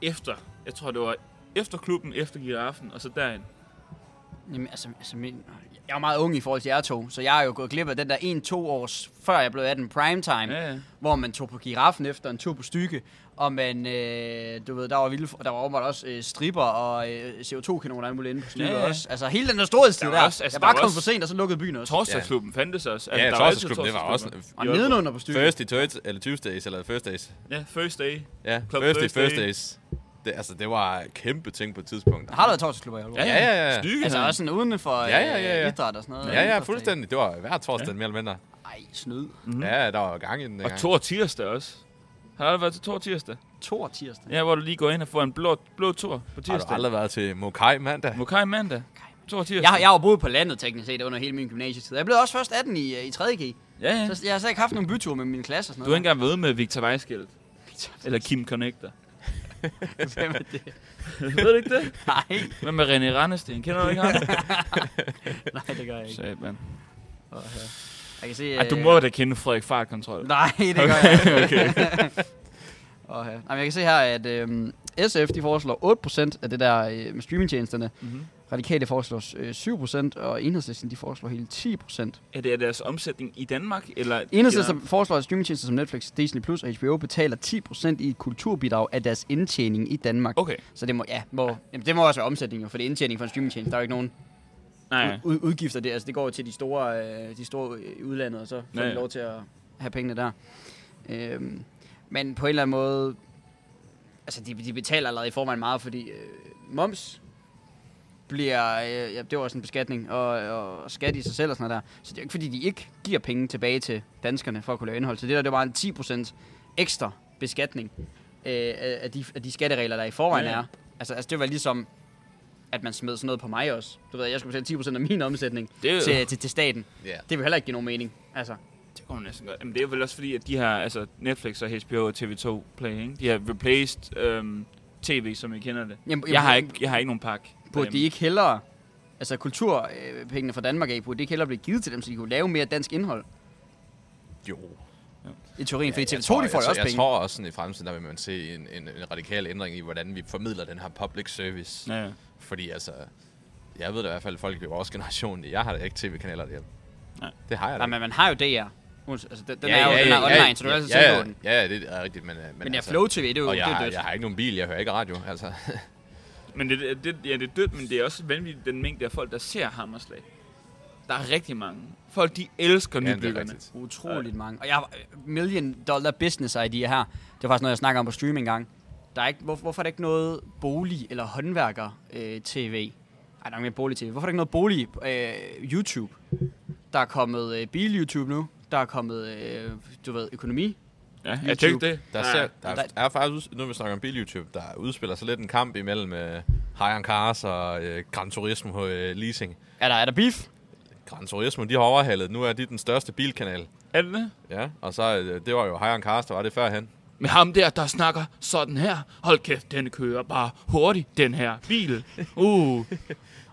C: efter. Jeg tror, det var efter klubben, efter giraffen, og så derind.
A: Jamen, altså, altså min, jeg er meget ung i forhold til jer to, så jeg er jo gået glip af den der 1-2 års, før jeg blev 18, primetime,
C: Ja, ja.
A: hvor man tog på giraffen efter en tur på stykke, og man, øh, du ved, der var, vilde, der var åbenbart også øh, stripper og øh, CO2-kanoner og alt muligt inde på stykke
C: Ja,
A: ja,
C: ja.
A: ja. også. Altså hele den der storhedstid
C: Der
A: der.
C: var
A: der.
C: også-
A: Også,
C: altså,
A: altså, jeg
C: der
A: bare
C: var
A: kom
C: også-
A: for sent, og så lukkede byen også.
C: Torsdagsklubben fandtes også. Altså,
B: Ja,
C: der var altid
B: torsdagsklubben, det var også...
A: Og
C: Jo,
A: nedenunder på stykke.
B: First days, eller Tuesdays, eller first days.
C: Ja, first day.
B: Ja,
C: Club
B: first day,
C: Thursday.
B: first days. Det, altså, det var kæmpe ting på et tidspunkt.
A: Der har der været torsdagsklubber i Aalborg?
B: Ja, ja, ja.
C: Stykke,
A: Altså
C: mand.
A: også sådan uden for
B: Ja, ja, ja, ja.
A: øh, idræt og sådan noget.
B: Ja, ja, fuldstændig. Det var hver torsdag,
C: Ja.
B: ja. mere eller mindre.
A: Ej, snyd.
C: Mhm.
B: Ja, der var gang i den
C: Og
B: dengang.
C: Tor Tirsdag også. Har du været til Tor Tirsdag?
A: To og tirsdag.
C: Ja, hvor du lige går ind og får en blå, blå tur på
B: Har du
C: tirsdag.
B: aldrig været til Mokai mandag?
C: Mokai mandag. Tor Tirsdag.
A: Jeg, har- jeg har jo boet på landet teknisk set under hele min gymnasietid. Jeg blev også først 18 i, øh, i 3.G.
C: Ja, ja.
A: Så jeg har slet ikke haft nogen byture med min klasse og sådan
C: Du har
A: noget.
C: ikke engang været med Victor Weisgeld. Eller Kim Connector.
A: Hvem er det?
C: Ved du ikke det?
A: Nej,
C: Hvad med René Randesten? Kender du ikke ham?
A: nej, det gør jeg ikke.
C: Satan.
A: Åh, ja. Jeg kan se...
C: Ej, du
A: øh,
C: må da kende Frederik Fartkontrol.
A: Nej, det gør jeg ikke. Åh, ja. Jamen, jeg kan se her, at øhm, SF de foreslår 8% af det der øh, med streamingtjenesterne.
C: Mhm.
A: Radikale foreslår øh, 7%, og Enhedslisten de foreslår hele 10%.
C: Er det deres omsætning i Danmark? Eller
A: Enhedslisten ja. foreslår, at streamingtjenester som Netflix, Disney Plus og HBO betaler 10% i et kulturbidrag af deres indtjening i Danmark.
C: Okay.
A: Så det må, ja, må, jamen, det må også være omsætning, jo, for det er indtjening for en streamingtjeneste. Der er jo ikke nogen
C: Nej.
A: ud, udgifter der. Altså, det går jo til de store, øh, de store øh, i udlandet, og så får
C: Ja,
A: de
C: ja.
A: lov til at have pengene der. Øhm, men på en eller anden måde, altså de, de betaler allerede i forvejen meget, fordi øh, moms bliver, øh, ja, det var også en beskatning, og, og skat i sig selv og sådan noget der. Så det er jo ikke fordi, de ikke giver penge tilbage til danskerne for at kunne lave indhold. Så det der, det var en 10% ekstra beskatning øh, af, af de, af de skatteregler, der i forvejen
C: Ja,
A: ja,
C: ja.
A: ja. er. Altså, altså, det var ligesom, at man smed sådan noget på mig også. Du ved, jeg skulle betale 10% af min omsætning
C: Det er jo-
A: det... til, til, til staten.
B: Ja.
A: Det vil heller ikke give nogen mening. Altså,
C: Det kunne man næsten godt. Jamen, det er vel også fordi, at de har, altså Netflix og HBO og TV2 Play, ikke? de har replaced øhm, tv, som I kender det.
A: jamen,
C: Jeg har ikke, jeg har ikke nogen pakke.
B: Øhm.
C: Øhm,
A: Burde de ikke hellere, altså kulturpengene fra Danmark af, burde de ikke hellere blive givet til dem, så de kunne lave mere dansk indhold
B: Jo.
A: i teorien? Ja, fordi
B: jeg
A: TV2,
B: tror-
A: de får
B: jeg,
A: jo også
B: jeg, jeg
A: penge.
B: tror også, sådan, i fremtiden, der vil man se en, en, en radikal ændring i, hvordan vi formidler den her public service.
C: Ja, ja.
B: Fordi altså, jeg ved da i hvert fald, at folk i vores generation, jeg har da ikke tv-kanaler derhjemme.
C: Nej.
B: Det har jeg da.
A: Nej, men man har jo DR. Uanset- Altså, den, den
B: Ja,
A: er jo
B: ja,
A: den er
B: ja,
A: online,
B: ja,
A: så du kan altid
B: ja,
A: tænke
B: ja,
A: på den.
B: Ja, ja, det er rigtigt, men... øh, Men,
A: Men ja, Flow TV, det er jo
B: og
A: det
B: jeg,
A: er
B: har,
A: dødt.
B: jeg har ikke nogen bil, jeg hører ikke radio, altså.
C: Men det, det, det, ja, det er dødt, men det er også vanvittigt, den mængde af folk, der ser Hammerslag. Der er rigtig mange. Folk, de elsker
B: det er
C: nybyggerne.
B: rigtigt.
A: Utroligt mange. Og jeg har øh, million dollar business idea her. Det var faktisk noget, jeg snakker om på stream engang. Der er ikke, hvor, hvorfor er der ikke noget bolig- eller håndværker-tv? Ej, der er ikke mere bolig-tv. Hvorfor er der ikke noget bolig-YouTube? der er kommet øh, bil-YouTube nu. Der er kommet, øh, du ved, økonomi.
C: ja, jeg
A: YouTube.
C: tænkte det.
B: Der,
C: Nej.
B: ser, der,
A: Der-
B: der, er faktisk, uds- nu vi snakker om bil-YouTube, der udspiller sig lidt en kamp imellem øh, Hayan Cars og øh, Gran Turismo på øh, leasing.
A: Er der, er der beef?
B: Gran Turismo, de har overhalet. Nu er de den største bilkanal.
C: Er det det?
B: Ja, og så, øh, det var jo Hayan Cars, der var det førhen.
C: Med ham der, der snakker sådan her. Hold kæft, den kører bare hurtigt, den her bil. Uh.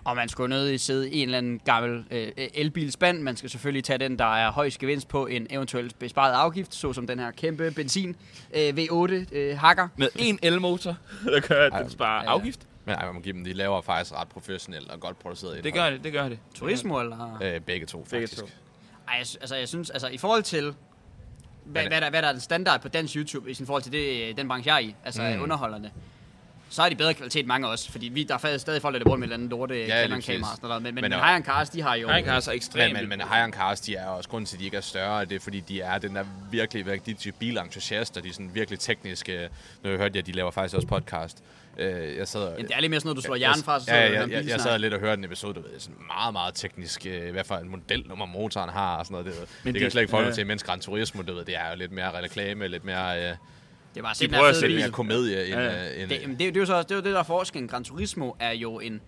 A: Og man skulle nødt sidde i en eller anden gammel øh, elbilspand. Man skal selvfølgelig tage den, der er højst gevinst på en eventuelt besparet afgift, såsom den her kæmpe benzin øh, V8 øh, hakker.
C: Med en elmotor, der kører,
B: Ej,
C: den sparer
A: ja.
C: afgift.
B: Men ej, man må give dem, de laver faktisk ret professionelt og godt produceret
C: Det gør det, det gør det.
A: Turismo eller...
B: Øh, begge to,
C: Begge
B: faktisk.
C: to.
A: Ej, jeg sy- altså, jeg synes, altså, i forhold til, hvad,
B: Men-
A: hvad, der, hvad der er den standard på dansk YouTube, i sin forhold til det, øh, den branche, jeg er i, altså
B: Mm.
A: mm. underholderne, så er de bedre kvalitet mange også, fordi vi, der er fa- stadig folk, der bruger med et eller andet lorte ja,
B: lige
A: kamera og
B: præcis.
A: sådan noget, men, men,
B: Men
A: men
B: der-
A: Hayan Cars, de har jo...
C: Han kan altså ekstremt...
B: Men, men, men Hayan Cars, de er også, grunden til, at de ikke er større, det er, fordi de er den der virkelig, virkelig- de er de bilentusiaster, de er sådan virkelig tekniske. Nu hørte jeg, at de laver faktisk også podcast. Øh, jeg sad og,
A: Jamen, det er lidt mere sådan noget, du slår hjernen fra, så
B: ja, ja,
A: sidder du
B: jeg,
A: med
B: jeg,
A: en
B: jeg sad
A: bilsnak.
B: lidt og hørte en episode, du ved, sådan meget, meget teknisk, øh, hvad for en modelnummer motoren har og sådan noget. Det, ved. det, det
C: det-
B: kan jeg slet ikke forholde
C: ja.
B: mig til, mens Gran Turismo, du ved, det er jo lidt mere reklame, lidt mere, øh,
A: Det var simpelthen
C: prøver
A: en
C: at
A: fed
C: sælge
B: lidt
A: bil.
B: mere komedie end...
C: Ja.
B: øh, end
A: Det, jamen, det, det, er jo så også, det er jo det, der er forskellen. Gran Turismo er jo en...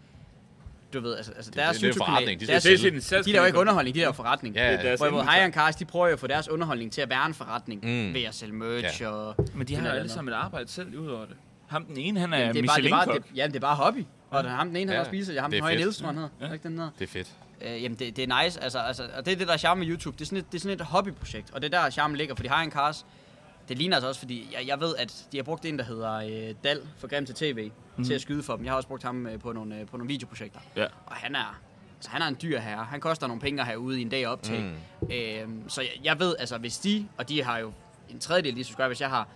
A: Du ved, altså, altså deres
B: det er en forretning.
A: YouTube-kanal...
B: De
A: deres-
B: skal
C: sælge. Det er
A: De laver ikke underholdning, de laver forretning.
B: Ja,
C: Det er deres
A: Hvorimod
C: indtægt.
A: Hayan Cars, de prøver jo at få deres underholdning til at være en forretning.
B: Mm.
A: Ved at sælge merch
B: Ja.
A: og...
C: Men de har
A: Det
C: jo
A: er
C: alle
A: det.
C: sammen et arbejde selv ud over det. Ham den ene, han er
A: det er bare, det er bare,
C: Michelin-kok.
A: det, ja, det er bare hobby. Og der er ham den ene, han
B: Ja,
A: ja, også spiser. Jeg ham
B: det er
A: den høje
B: fedt.
A: Nielsen, han hedder. Ja. Ikke den hedder?
B: det er fedt.
A: Øh, jamen, det, det er nice. Altså, altså, og det er det, der er charme med YouTube. Det er sådan et, det er sådan et hobbyprojekt. Og det er der, charmen ligger. Fordi Hayan Cars, det ligner altså også, fordi jeg, jeg ved, at de har brugt en, der hedder øh, Dal fra Grim til TV, mm. til at skyde for dem. Jeg har også brugt ham øh, på, nogle, øh, på nogle videoprojekter.
C: Ja.
A: Og han er, altså, han er en dyr herre. Han koster nogle penge at have ude i en dag op til. Mm. Øhm, så jeg, jeg ved, altså hvis de, og de har jo en tredjedel af de subscribers, jeg har,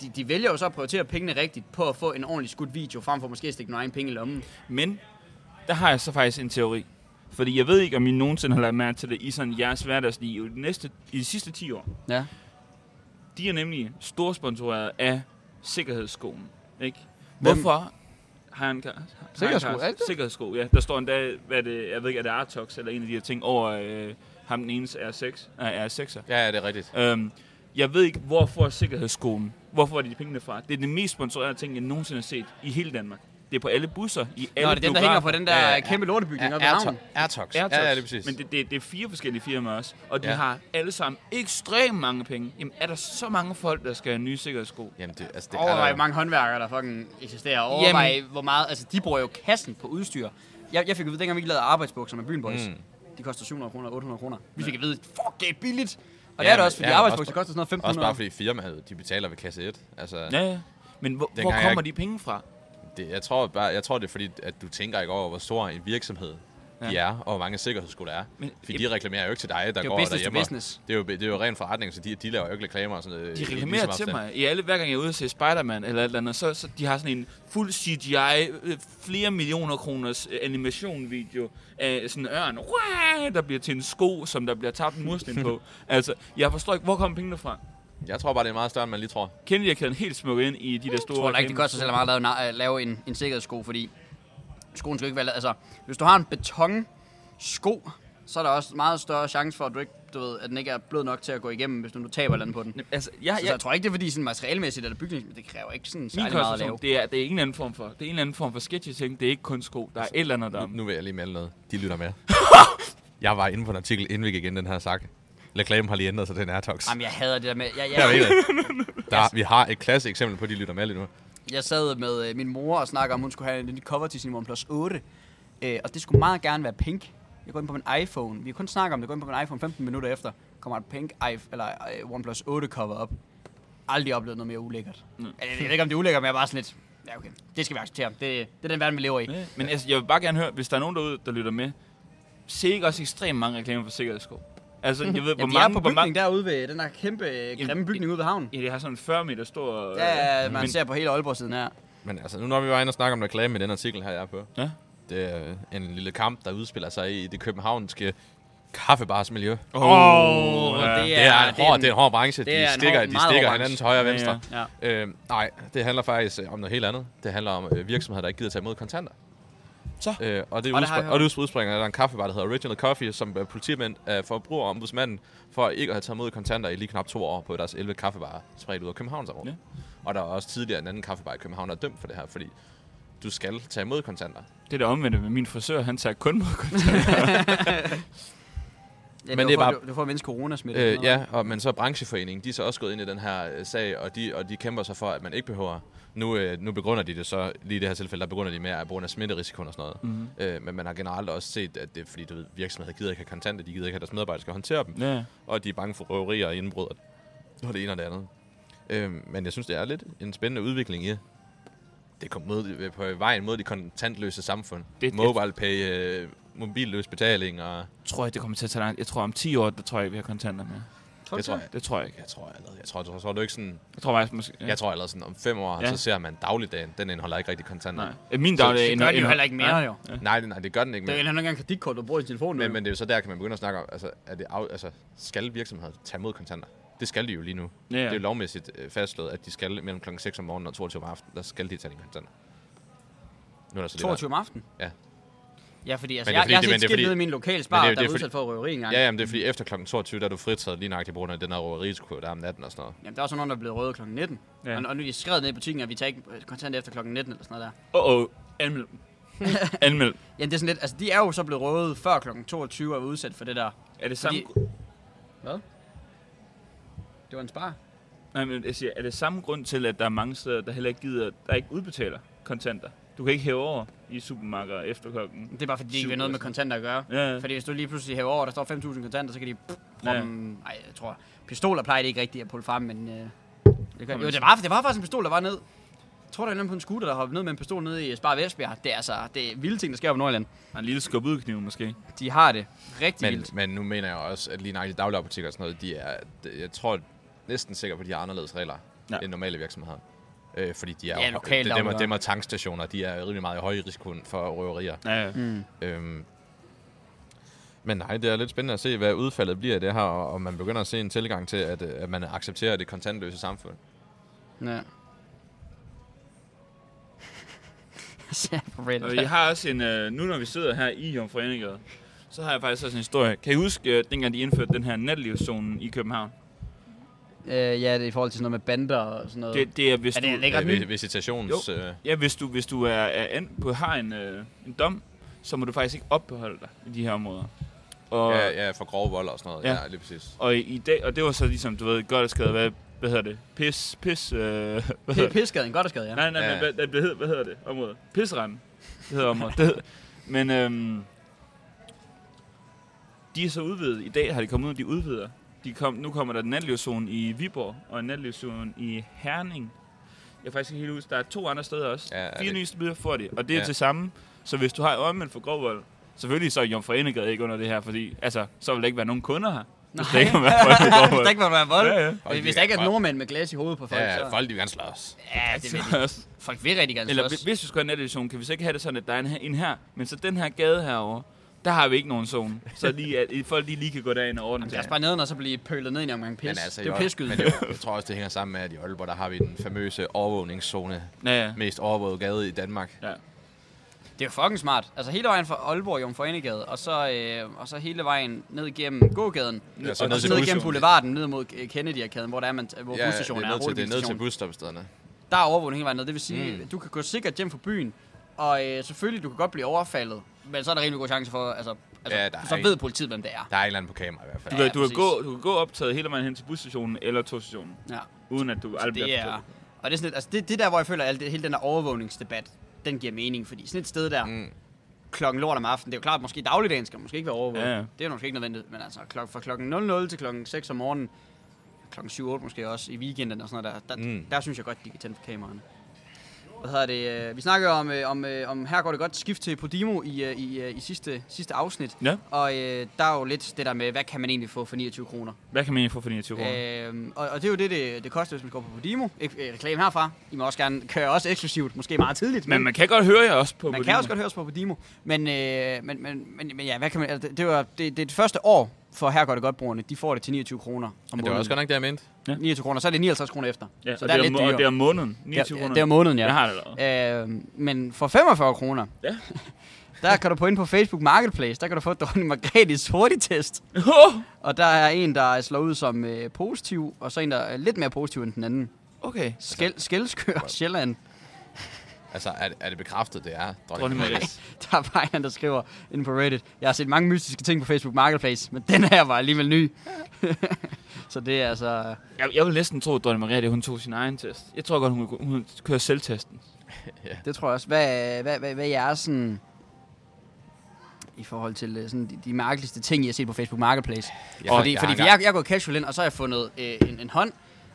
A: de, de vælger jo så at prioritere pengene rigtigt på at få en ordentlig skudt video, frem for måske at stikke nogle egen penge i lommen.
C: Men der har jeg så faktisk en teori. Fordi jeg ved ikke, om I nogensinde har lagt mærke til det i sådan jeres hverdagsliv i de, næste, i de sidste 10 år.
A: Ja.
C: De er nemlig storsponsoreret af sikkerhedsskoen. Ikke? Hvorfor har han
A: Sikkerhedssko, er det det?
C: Sikkerhedssko, ja. Der står endda, hvad det, jeg ved ikke, er det Artox eller en af de her ting over øh, ham den enes R6, øh, R6'er.
B: Ja, ja, det er rigtigt.
C: Øhm, jeg ved ikke, hvor får sikkerhedsskolen, hvor får de pengene fra? Det er den mest sponsorerede ting, jeg nogensinde har set i hele Danmark. Det er på alle busser, i alle
A: Nå, det er dem, der
C: biografer.
A: hænger på den der
B: Ja, ja,
A: ja,
B: ja.
A: kæmpe lortebygning ja, oppe i havnen.
B: Airtox. Airtox.
C: Airtox.
B: Ja, ja, det er præcis.
C: Men det, det, det er fire forskellige firmaer også, og de ja.
B: Ja.
C: har alle sammen ekstremt mange penge. Jamen, er der så mange folk, der skal have nye sikkerhedssko?
B: Jamen, det, altså, det er der
A: Overvej,
B: jo.
A: hvor mange håndværkere, der fucking eksisterer. Overvej,
C: Jamen.
A: hvor meget... Altså, de bruger jo kassen på udstyr. Jeg, jeg fik at vide, dengang vi ikke lavede arbejdsbukser med Byen Boys.
B: Mm.
A: Mm. De koster 700 kroner, 800 kroner. Vi fik at vide, fuck, det er billigt. Og det
B: Ja,
A: er det
B: men-
A: også, fordi
B: ja,
A: ja,
B: men
A: arbejdsbukser
B: også-
A: koster sådan noget
B: Også
A: 1500.
B: bare fordi firmaet, de betaler ved kasse 1. Altså, ja.
C: Ja, ja. Men hvor, hvor
B: Dengang jeg
C: kommer
B: ikke-
C: de penge fra?
B: det, jeg, tror bare, jeg tror, det er fordi, at du tænker ikke over, hvor stor en virksomhed ja. de
C: Ja.
B: er, og hvor mange sikkerhedssko der er.
C: Men-
B: fordi de reklamerer jo ikke til dig, der
A: jo
B: går
A: business to
B: derhjemme. og-
A: business.
B: Det er, jo, det er jo ren forretning, så de, de laver jo ikke reklamer og sådan noget.
C: De
B: i- i
C: reklamerer
B: ligesom
C: til
B: afstand.
C: mig. I alle, hver gang jeg er ude og se Spider-Man eller et eller andet, så, så de har sådan en fuld CGI, øh, flere millioner kroners øh, animationvideo af sådan en ørn, Wah! der bliver til en sko, som der bliver tabt en mursten på. altså, jeg forstår ikke, hvor kommer pengene fra?
B: Jeg tror bare, det er meget større, end man lige tror.
C: Kennedy har kæden helt smukket ind i de der
A: Jeg
C: store...
A: tror da ikke, det
C: reklamer.
A: koster særlig meget at lave, na- at lave en, en sikkerhedssko, fordi Skoen skal jo ikke være la- Altså, hvis du har en beton sko, så er der også meget større chance for, at, du ikke, du ved, at den ikke er blød nok til at gå igennem, hvis du nu taber et eller andet på den.
C: Nej, Altså, jeg,
A: Så, så jeg tror ikke, det er fordi sådan materialemæssigt eller bygningsmæssigt, det kræver ikke sådan
C: min
A: særlig meget at lave.
C: koncentration, det er, det er en eller anden form for, det er en eller anden form for sketchy ting. Det er ikke kun sko. Der er et eller andet, der er-
B: Nu vil jeg lige melde noget. De lytter med. jeg var inde på en artikel, inden vi gik ind i den her sak. Leclerc har lige ændret sig til en Airtox.
A: Jamen, jeg hader det der med... Jeg,
B: Jeg
A: jeg,
B: ved det. Der, vi har et klasse eksempel på, de lytter med lige nu.
A: jeg sad med øh, min mor og snakkede om, hun skulle have en lille cover til sin OnePlus 8. Øh, og det skulle meget gerne være pink. Jeg går ind på min iPhone. Vi kan kun snakke om det. Jeg går ind på min iPhone 15 minutter efter. Kommer et pink iPhone, eller øh, OnePlus 8 cover op. Aldrig oplevet noget mere ulækkert. Mm. Jeg, jeg ved ikke, om det er ulækkert, men jeg er bare sådan lidt... Ja, okay. Det skal vi acceptere. Det, det er den verden, vi lever i.
C: Ja, Men altså, jeg vil bare gerne høre, hvis der er nogen derude, der lytter med, se ikke også ekstremt mange reklamer for sikkerhedssko. Altså, jeg ved, hvor
A: Jamen, de
C: mange...
A: er på
C: hvor
A: bygningen
C: mange,
A: derude ved den der kæmpe, øh, grimme bygning ude ved havnen.
C: ja, det har sådan en 40 meter stor... øh,
A: Ja, man
C: men-
A: ser på hele Aalborg-siden her.
B: Men altså, nu når vi var inde og snakke om reklame i den artikel her, jeg er på.
C: Ja.
B: Det er en lille kamp, der udspiller sig i det københavnske kaffebarsmiljø.
C: Åh,
A: Åh,
C: ja.
A: det
B: Det er, en hård,
A: en-
B: det er en hård branche.
A: det er
B: De
A: en
B: stikker,
A: hård-
B: de
A: meget
B: stikker
A: hård branche.
B: hinanden til højre og
C: Ja,
B: venstre.
A: Ja.
B: Øh, nej, det handler faktisk øh, om noget helt andet. Det handler om øh, virksomheder, der ikke gider tage imod kontanter.
C: Så.
B: Øh, og, det
A: Og det har jeg
B: udspr-
A: hørt.
B: og det udspringer af der er en kaffebar, der hedder Original Coffee, som øh, politimænd øh, forbruger ombudsmanden for ikke at have taget imod kontanter i lige knap to år på deres 11 kaffebarer spredt ud af Københavnsområdet. Ja. Og der er også tidligere en anden kaffebar i København, der er dømt for det her, fordi du skal tage imod kontanter.
C: Det er det omvendte med min frisør, han tager kun mod
A: Ja,
B: Men
A: var
B: det er
A: for-
B: bare-
A: Det var for at mindske coronasmitte. og sådan
B: Øh,
A: noget,
B: ja, og, men så er brancheforeningen, de er så også gået ind i den her øh, sag, og de, og de kæmper sig for, at man ikke behøver. Nu, øh, nu begrunder de det så, lige i det her tilfælde, der begrunder de mere af brugen af smitterisikoen og sådan noget.
C: Mhm.
B: Øh, men man har generelt også set, at det er fordi, du ved, virksomheder gider ikke have kontanter, de gider ikke have, at deres medarbejdere skal håndtere dem,
C: Ja.
B: og de er bange for røverier og indbrud og- og det ene og det andet. Øh, men jeg synes, det er lidt en spændende udvikling i, det kom mod, øh, på vejen mod det kontantløse samfund.
C: Det-
B: Det, Mobile pay, øh, mobilløs betaling, og
C: Tror jeg, det kommer til at tage langt. Jeg tror, om 10 år, der tror jeg ikke, vi har kontanter med.
A: Tror du
B: jeg tror,
A: det?
B: jeg,
C: Det tror jeg ikke.
B: jeg tror allerede, jeg tror, jeg tror, jeg tror, det er ikke sådan,
C: Jeg tror faktisk, måske... Ja.
B: Jeg tror allerede sådan, om fem år,
C: Ja.
B: ja. så ser man dagligdagen, den indeholder ikke rigtig kontanter.
C: Nej.
B: Nej.
C: Øh, Min
B: Så-
C: dag,
B: det
A: Det gør de jo heller ikke mere, jo.
B: nej, nej, det gør den ikke.
A: Det er jo
B: Men,
A: ikke engang kreditkort, du bruger i din telefon.
B: men,
A: Men,
B: men det er jo så der, kan man begynde at snakke om, altså, er det af, altså skal virksomheder tage mod kontanter? Det skal de jo lige nu.
C: Ja, ja.
B: Det er jo lovmæssigt øh, fastslået, at de skal mellem klokken 6 om morgenen og 22 om aftenen, der skal de tage de kontanter. Nu er der så
A: 22
B: det
A: om aftenen?
B: Ja.
A: Ja, fordi altså,
B: Men det er
A: jeg,
B: fordi-
A: jeg har
B: det- men
A: set
B: det er
A: skidt
B: fordi-
A: nede i min lokale
B: men
A: spar,
B: det er
A: der
B: jo-
A: er
B: det er
A: udsat for røveri engang.
B: der. Ja, jamen, det er fordi efter klokken 22, der er du fritaget lige nøjagtigt på grund af den her røverisko, der er om natten og sådan noget.
A: Jamen, der er også nogen, der er blevet røde kl. 19.
C: Ja.
A: Ja. Og, og, nu er de skrevet ned i butikken, at vi tager ikke øh, kontanter efter kl. 19 eller sådan noget der.
C: Åh, åh. Anmeld. dem. Anmeld.
A: Jamen, det er sådan lidt, altså, de er jo så blevet røde før kl. 22 og er udsat for det der.
C: Er det samme...
A: Fordi- Hvad? Det var en spar.
C: Nej, men jeg siger, er det samme grund til, at der er mange steder, der heller ikke gider, der ikke udbetaler kontanter? Du kan ikke hæve over i supermarkeder efter klokken.
A: Det er bare fordi, de ikke
C: Syv
A: vil have noget
C: eller
A: med kontanter at gøre.
C: Ja, ja.
A: Fordi hvis du lige pludselig hæver over, der står 5.000 kontanter, så kan de...
C: Ja.
A: Nej, ja. jeg tror... Pistoler plejer det ikke rigtigt at pulle frem, men... Øh, det gør, jo, det var, det var faktisk en pistol, der var ned. Jeg tror, der er en eller anden på en scooter, der hoppede ned med en pistol ned i Spar Vestbjerg. Det er altså... Det er vilde ting, der sker på Nordjylland.
C: Og en lille skub ud kniv måske.
A: De har det rigtig
B: Men,
A: vildt.
B: men nu mener jeg også, at lige nøjagtigt dagligvarebutikker og sådan noget, de er, det- jeg tror næsten sikker på, at de har anderledes regler
C: Ja.
B: ja. end normale virksomheder. Øh, fordi de er
A: Ja,
B: jo-
A: lokale
B: det, dem, og,
A: dagligvarer.
B: dem og tankstationer, de er rimelig meget i høj risiko for røverier.
C: Ja, ja.
A: Mm.
B: Øhm. Men nej, det er lidt spændende at se, hvad udfaldet bliver af det her, og om man begynder at se en tilgang til, at, øh, at man accepterer det kontantløse samfund.
A: Ja. Så er jeg på Reddit.
C: Og jeg har også en, øh, nu når vi sidder her i Jomfru Anegade, så har jeg faktisk også en historie. Kan I huske, øh, dengang de indførte den her natlivszone i København?
A: Øh, ja, det er i forhold til sådan noget med bander og sådan noget.
C: Det, det er, hvis
A: er det
C: du,
A: ikke ret
B: Øh,
A: nyt?
B: visitations...
C: Jo.
B: Øh,
C: ja, hvis du, hvis du er, er enten på, har en, øh, en dom, så må du faktisk ikke opbeholde dig i de her områder. Og,
B: ja, ja, for grove vold og sådan noget.
C: Ja.
B: Ja, ja lige præcis.
C: og i, i dag, og det var så ligesom, du ved, godt at skade, hvad, hvad hedder det? Pis, pis, øh, hvad
A: Det
C: hedder
A: er pisskaden, godt og skadet, ja.
C: Nej, nej,
B: Ja.
C: men hvad, hvad, hedder, hvad hedder det område? Pisseranden. Det hedder området. Det hedder, men øhm, de er så udvidet. I dag har de kommet ud, de udvider. De kom, nu kommer der en natlivszone i Viborg og en natlivszone i Herning. Jeg er faktisk ikke helt huske. Der er to andre steder også.
B: Ja,
C: Fire
B: det-
C: nye steder får de, og det er
B: Ja.
C: det samme. Så hvis du har omvendt for grov vold, selvfølgelig så er Jomfru Anegade ikke under det her, fordi altså, så vil der ikke være nogen kunder her. Hvis der ikke må være folk med grov
A: Hvis der
C: vold.
A: ikke var være vold.
C: Ja, ja.
A: Hvis- Hvis der ikke er nordmænd med glas i hovedet på folk,
B: Ja,
A: så...
B: ja, folk de vil gerne slås.
A: Ja, det vil
C: Så også-
A: Folk vil rigtig gerne
C: Altså. Eller
A: slås.
C: hvis- hvis vi skal have en nattedivision, kan vi så ikke have det sådan, at der er en her, en her men så den her gade herover der har vi ikke nogen zone. Så lige, at folk lige, lige kan gå derind og ordne
A: Lad os
C: det.
A: bare ned, og så blive pølet ned i en omgang pis.
B: Men altså,
A: det er
B: i
A: jo
B: Aal-
A: pisskyde.
B: Men det, er jo- jeg tror også, det hænger sammen med, at i Aalborg, der har vi den famøse overvågningszone.
C: Ja, ja.
B: Mest overvåget gade i Danmark.
C: ja.
A: Det er jo fucking smart. Altså hele vejen fra Aalborg, Jom Forenegade, og så, øh, og så hele vejen ned igennem gågaden,
B: Ja, så
A: og
B: ned
A: så
B: til
A: ned igennem
B: busstationen.
A: boulevarden, ned mod øh, Kennedy-arkaden, hvor, der er man, hvor
B: Ja, det
A: busstationen
B: er
A: er,
B: ned til, det er ned til
A: hovedbilstationen.
B: busstoppestederne.
A: Der er overvågning hele vejen ned. Det vil sige, mm. du kan gå sikkert hjem fra byen, og øh, selvfølgelig, du kan godt blive overfaldet, men så er der rimelig god chance for, altså, altså
B: Ja,
A: ja,
B: der er
A: så
B: ikke-
A: ved politiet, hvem det er.
B: Der er en eller anden på kamera i hvert fald.
C: Du,
A: Ja,
C: ved, du, kan
A: præcis.
C: gå, du kan gå optaget hele vejen hen til busstationen eller togstationen,
A: Ja.
C: uden at du aldrig
A: Det
C: bliver
A: er,
C: optaget.
A: og det er sådan lidt, altså det, det er der, hvor jeg føler, at alt det, hele den der overvågningsdebat, den giver mening, fordi sådan et sted der,
B: Mm.
A: mm. klokken lort om aftenen, det er jo klart, at måske dagligdagen skal måske ikke være overvåget.
C: Ja,
A: Ja,
C: ja.
A: ja. Det er måske ikke nødvendigt, men altså klok, fra klokken 00 til klokken 6 om morgenen, klokken 7-8 måske også i weekenden og sådan noget, der, der,
B: Mm.
A: mm. der synes jeg godt, de kan tænde for kameraerne. Hvad hedder det? øh, Vi snakkede om, øh, om, øh, om her går det godt skift til Podimo i, øh, i, øh, i sidste, sidste afsnit.
C: Ja.
A: Og øh, der er jo lidt det der med, hvad kan man egentlig få for 29 kroner?
C: Hvad kan man egentlig få for 29 kroner?
A: Øhm, og, og det er jo det, det, det koster, hvis man går på Podimo. Ek- øh, reklame herfra. I må også gerne køre også eksklusivt, måske meget tidligt.
C: Men man kan godt høre jer også på
A: man kan
C: Podimo.
A: også godt høres på Podimo. Men, øh, men, men, men, men ja, hvad kan man, altså, det, det, var, det, det er det første år for her går det godt brugerne. De får det til 29 kroner om
B: Men det var også godt nok det, jeg mente.
A: 29 kroner, så er det 59 kroner efter.
C: Ja,
A: så
C: og
A: der er
C: det
A: lidt
C: om- og
A: dyrere.
C: det er om måneden. 29
A: det, er-
C: kroner.
A: det er om måneden, ja.
C: Jeg har det allerede.
A: Øh, men for 45 kroner,
C: Ja.
A: der kan du på ind på Facebook Marketplace, der kan du få Dronning Margrethes hurtigtest. Og der er en, der slår ud som øh, positiv, og så en, der er lidt mere positiv end den anden.
C: Okay.
A: Skæl, Skældskør, Sjælland.
B: Altså, er, det- er det bekræftet, det er
C: Dronning
B: dronning
C: Margrethe.
B: Margrethe?
A: Der er bare en, der skriver inde på Reddit. Jeg har set mange mystiske ting på Facebook Marketplace, men den her var alligevel ny. så det er altså...
C: Jeg, jeg vil næsten tro, at Dronning Margrethe, hun tog sin egen test. Jeg tror godt, hun, hun kører selvtesten.
A: Det tror jeg også. Hvad, hvad, hvad, hvad er jeres sådan... I forhold til øh, sådan, de, de mærkeligste ting, I har set på Facebook Marketplace.
B: Ja,
A: fordi
B: jeg
A: fordi
B: har
A: jeg, jeg er gået casual ind, og så har jeg fundet øh, en, en hånd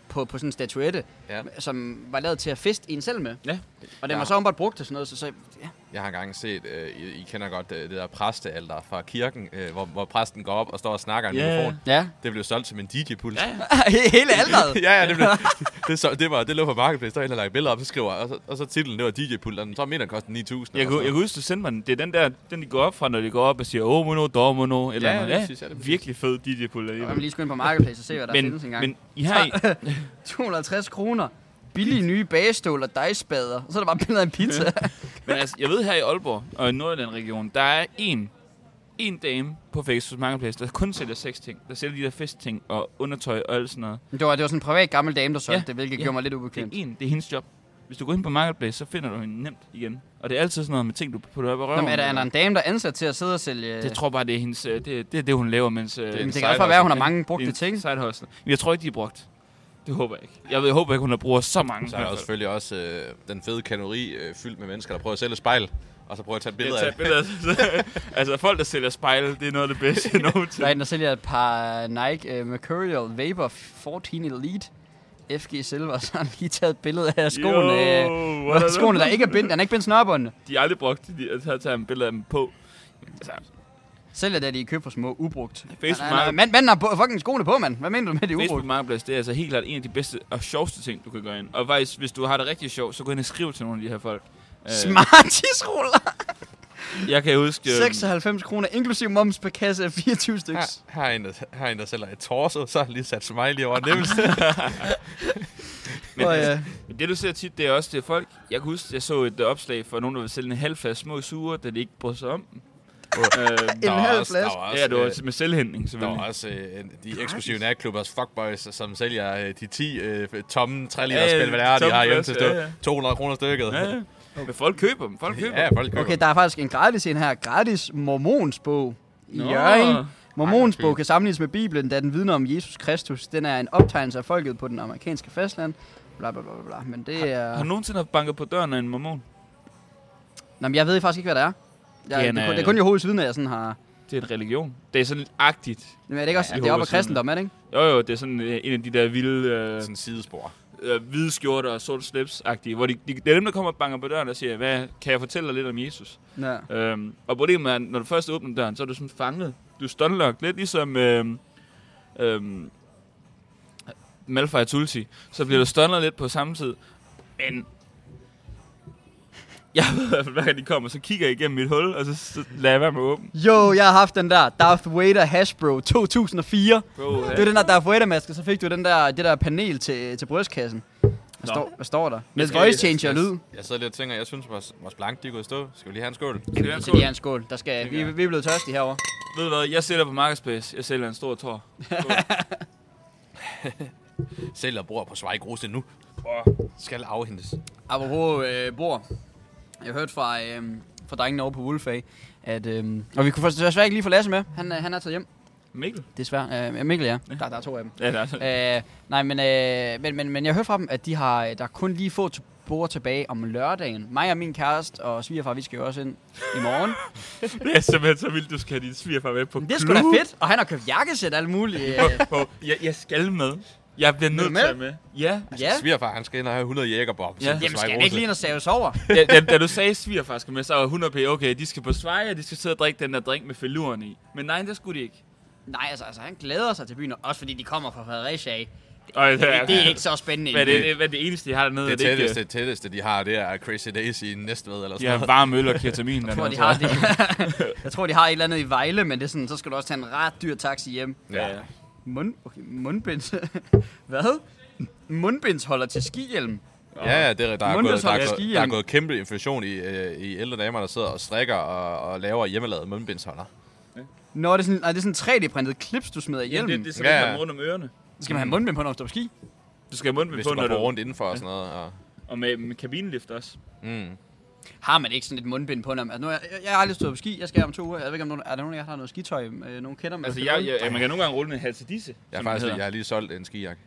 A: på, på sådan en statuette,
B: Ja.
A: ja. som var lavet til at feste en selv med.
C: Ja.
A: Og den
B: Ja.
A: var så åbenbart brugt til sådan noget, så, så ja.
B: Jeg har engang set, øh, I, I kender godt øh, det der præstealter fra kirken, øh, hvor, hvor præsten går op og står og snakker i en
C: Ja,
B: mikrofon.
A: ja.
B: Det blev solgt som en DJ-puls.
C: Ja.
A: Hele alderet.
B: ja, ja, det, blev, det, så, det, var, det lå på Marketplace, der var en, der lagde billeder op, så skriver, og så, og så titlen, det var DJ-pult, og den så mener, den koster 9.000.
C: Jeg
B: eller
C: kunne, jeg
B: sådan
C: kunne huske, du sendte mig den. Det er den der, den de går op fra, når de går op og siger, åh, mono, dog, mono, eller
B: Ja,
C: noget.
B: det er præcis, ja, det er præcis.
C: virkelig fed dj pulle
A: Så kan man lige skulle ind på Marketplace og se, hvad der men, findes
C: Men,
A: engang.
C: men I har i,
A: 250 kroner. Billige nye bagestål og dejsbader. Og så er der bare billeder af en pizza.
C: men altså, jeg ved her i Aalborg og i Nordjylland-regionen, der er en, en dame på Facebook Marketplace, der kun sælger seks ting. Der sælger de der festting og undertøj og alt sådan noget.
A: det, var, det var sådan en privat gammel dame, der solgte
C: Ja,
A: det, hvilket
C: ja.
A: gjorde mig lidt
C: Det er
A: ubekvemt.
C: en, det er hendes job. Hvis du går ind på Marketplace, så finder du hende nemt igen. Og det er altid sådan noget med ting, du putter op i røven.
A: Nå, men er der, er der en dame, der er ansat til at sidde og sælge...
C: Det tror bare, det er, hendes, øh, det, det, er det hun laver, mens... øh, Det
B: en
A: Jamen, det
B: side
A: kan også bare være, at hun har
C: hustle.
A: mange brugte ting.
C: Side hustle. Men jeg tror ikke, de er brugt. Det håber jeg ikke. Jeg, ved, jeg håber ikke, hun har brugt så mange.
B: noget. Så er der også selvfølgelig også øh, den fede kanori øh, fyldt med mennesker, der prøver at sælge et spejl, og så prøver at tage et billede af det.
C: billeder. altså, folk, der sælger spejle, det er noget af det bedste
A: Der er
C: nogensinde.
A: en, der sælger et par Nike uh, Mercurial Vapor 14 Elite. FG Silver, og så har han lige taget et billede af skoene.
C: Jo,
A: øh,
C: what
A: hvor
C: er det?
A: skoene, der ikke er bindt. Han er ikke bindt snørbåndene.
C: De har aldrig brugt det, de har taget- taget en billede af dem på. Altså,
A: Sælger det, de køber for små, ubrugt. Nej, nej,
C: Facebook
A: nej,
C: Market-
A: Mand, manden har på- fucking skoene på, mand. Hvad mener du med, det er ubrugt?
C: Facebook Marketplace, det er altså helt klart en af de bedste og sjoveste ting, du kan gøre ind. Og faktisk, hvis du har det rigtig sjovt, så gå ind og skriv til nogle af de her folk. Øh,
A: Smarties-ruller!
C: Jeg kan huske... øh,
A: 96 kroner, inklusiv moms per kasse af 24 stykker.
B: Her, her, er en, der, her er en, der sælger et torso, så har han lige sat smiley over nemmelsen.
C: Men
A: Og,
C: altså,
A: øh,
C: Men det du ser tit, det er også det er folk. Jeg kan huske, jeg så et øh, opslag for nogen, der ville sælge en halv flaske små sure, da de ikke brød sig om dem. øhm,
A: En
B: Der var
A: halv
B: også- der
A: flaske.
B: var også,
C: ja, det var
B: øh,
C: til- med selvhentning,
B: Der var
C: selvfølgelig.
B: også øh, de eksklusive natklubbers fuckboys, som sælger øh, de 10 øh, tomme 3 liter spil, hvad det er, de
C: tomme
B: har hjemme til
C: flasker,
B: stå.
C: ja, ja.
B: 200 kroner stykket.
C: Ja, ja. Men folk køber dem, folk køber
B: Ja,
C: dem.
B: folk køber.
A: Okay, der er faktisk en gratis en her. Gratis mormonsbog i
C: Nå.
A: Jørgen. Mormons
B: Ej, hvor
A: bog
B: fint.
A: kan sammenlignes med Bibelen, da den vidner om Jesus Kristus. Den er en optegnelse af folket på den amerikanske fastland. Bla, bla, bla, bla, bla. Men det
C: Har
A: er...
C: du nogensinde haft banket på døren af en mormon?
A: Nå, men jeg ved faktisk ikke, hvad det er. Jeg,
C: Det er
A: det,
C: en,
A: er kun,
C: øh,
A: det er kun Jehovas vidner, jeg sådan har...
C: Det er en religion. Det er sådan lidt agtigt.
A: Men er det ikke også,
C: Ja,
A: ja, det er op af
C: Jehovas vidner.
A: kristendom, er det ikke?
C: Jo, jo, det er sådan øh, en af de der vilde øh,
B: Sådan en sidespor.
C: øh, hvide skjorter og sort slips-agtige, hvor de, de, det er dem, der kommer og banker på døren og siger, hvad, kan jeg fortælle dig lidt om Jesus?
A: Ja.
C: Øhm, og problemet er, at når du først åbner døren, så er du sådan fanget. Du er stunlocked, lidt ligesom øhm, øhm, Malfoy og Tulsi. Så bliver du stunlet lidt på samme tid. Men jeg ved i hvert fald, hver gang de kommer, så kigger jeg igennem mit hul, og så, så lader jeg være med at åbne.
A: Jo, jeg har haft den der Darth Vader Hasbro 2004.
C: Bro,
A: Det var den der Darth Vader-maske, så fik du den der, det der panel til, til brystkassen. Og Hvad, står, hvad står der? Med
B: skal-
A: voice changer og
B: jeg-
A: lyd.
B: Jeg sidder lidt og tænker, jeg synes, vores, vores blank, de er gået i stå. Skal vi lige have en skål?
C: Skal vi have en
A: Så
C: skål?
A: det er en skål. Der skal, vi, vi er blevet tørstige herovre.
C: Ved du hvad, jeg sælger på Marketplace. Jeg sælger en stor tår.
B: Sælger bror på Svejk Rose nu. Skal afhentes.
A: Apropos øh, bord. Jeg hørte fra, øh, fra drengene over på Wolfag, at... Øh, og vi kunne for- desværre ikke lige få Lasse med. Han, øh, han er taget hjem.
C: Mikkel?
A: Desværre. Øh, Mikkel, ja. Der, der er to af dem.
C: Ja, det er
A: Øh, nej, men, øh, men, men, men jeg hørte fra dem, at de har, øh, der er kun lige få t- bord tilbage om lørdagen. Mig og min kæreste og svigerfar, vi skal jo også ind i morgen.
C: Det er simpelthen så vildt, du skal have din svigerfar med på
A: Men det er sgu da
C: klub.
A: fedt, og han har købt jakkesæt og alt muligt. Øh,
C: På, jeg, jeg skal med. Jeg bliver nødt til
A: med?
C: at være med. Ja.
A: ja.
B: Svigerfar, han skal ind og have 100 jægerbob.
C: Ja.
A: Jamen, skal vi ikke lige ind og saves over?
C: Da, da, da du sagde svigerfar skal med, så var 100 p. Okay, de skal på Sverige, og de skal sidde og drikke den der drink med feluren i. Men nej, det skulle de ikke.
A: Nej, altså, altså, han glæder sig til byen, og også fordi de kommer fra Fredericia. af.
C: Og, det,
A: Det, det er ikke så spændende.
C: Hvad er det, det, hvad er det eneste, de har dernede?
B: Det
C: er ikke, øh,
B: tætteste, tætteste, de har, det er Crazy Days i Næstved eller
C: De
B: sådan
C: har
B: noget.
C: varme øl og ketamin.
A: Jeg tror, de har det. jeg tror, de har et eller andet i Vejle, men det er sådan, så skal du også tage en ret dyr taxi hjem.
C: Ja, ja.
A: Mund, okay, mundbinds. Hvad? Mundbinds holder til skihjelm.
B: Ja, ja, det er, der, er
A: Mundbind
B: gået, der, er
A: som
B: gået,
A: skihjelm.
B: der er gået kæmpe inflation i, øh, i ældre damer, der sidder og strikker og, og laver hjemmelavede mundbindsholder.
A: Nå, det er sådan, nej, det er sådan 3D-printet clips, du smider i
C: Jamen,
A: hjelmen.
C: det, det er sådan,
B: Ja,
C: ja,
B: ja.
C: ja. rundt om ørerne.
A: det, skal man have mundbind på, når man står på ski.
C: Du skal have mundbind
B: Hvis
C: på,
B: du
C: når
B: bare går
C: du...
B: rundt indenfor og sådan noget. Og,
C: Og med, med kabinelift også.
B: mm.
A: Har man ikke sådan et mundbind på, når man... Altså, nu, er jeg, jeg, jeg, har aldrig stået på ski, jeg skal om to uger. Jeg ved ikke, om nogen, er der nogen af jer, der har noget skitøj? Øh, nogen kender mig?
C: Altså, jeg, jeg, man kan nogle gange rulle med en halsedisse.
B: Jeg, har
C: som
B: faktisk, lige-
C: det hedder.
B: jeg har lige solgt en skijakke.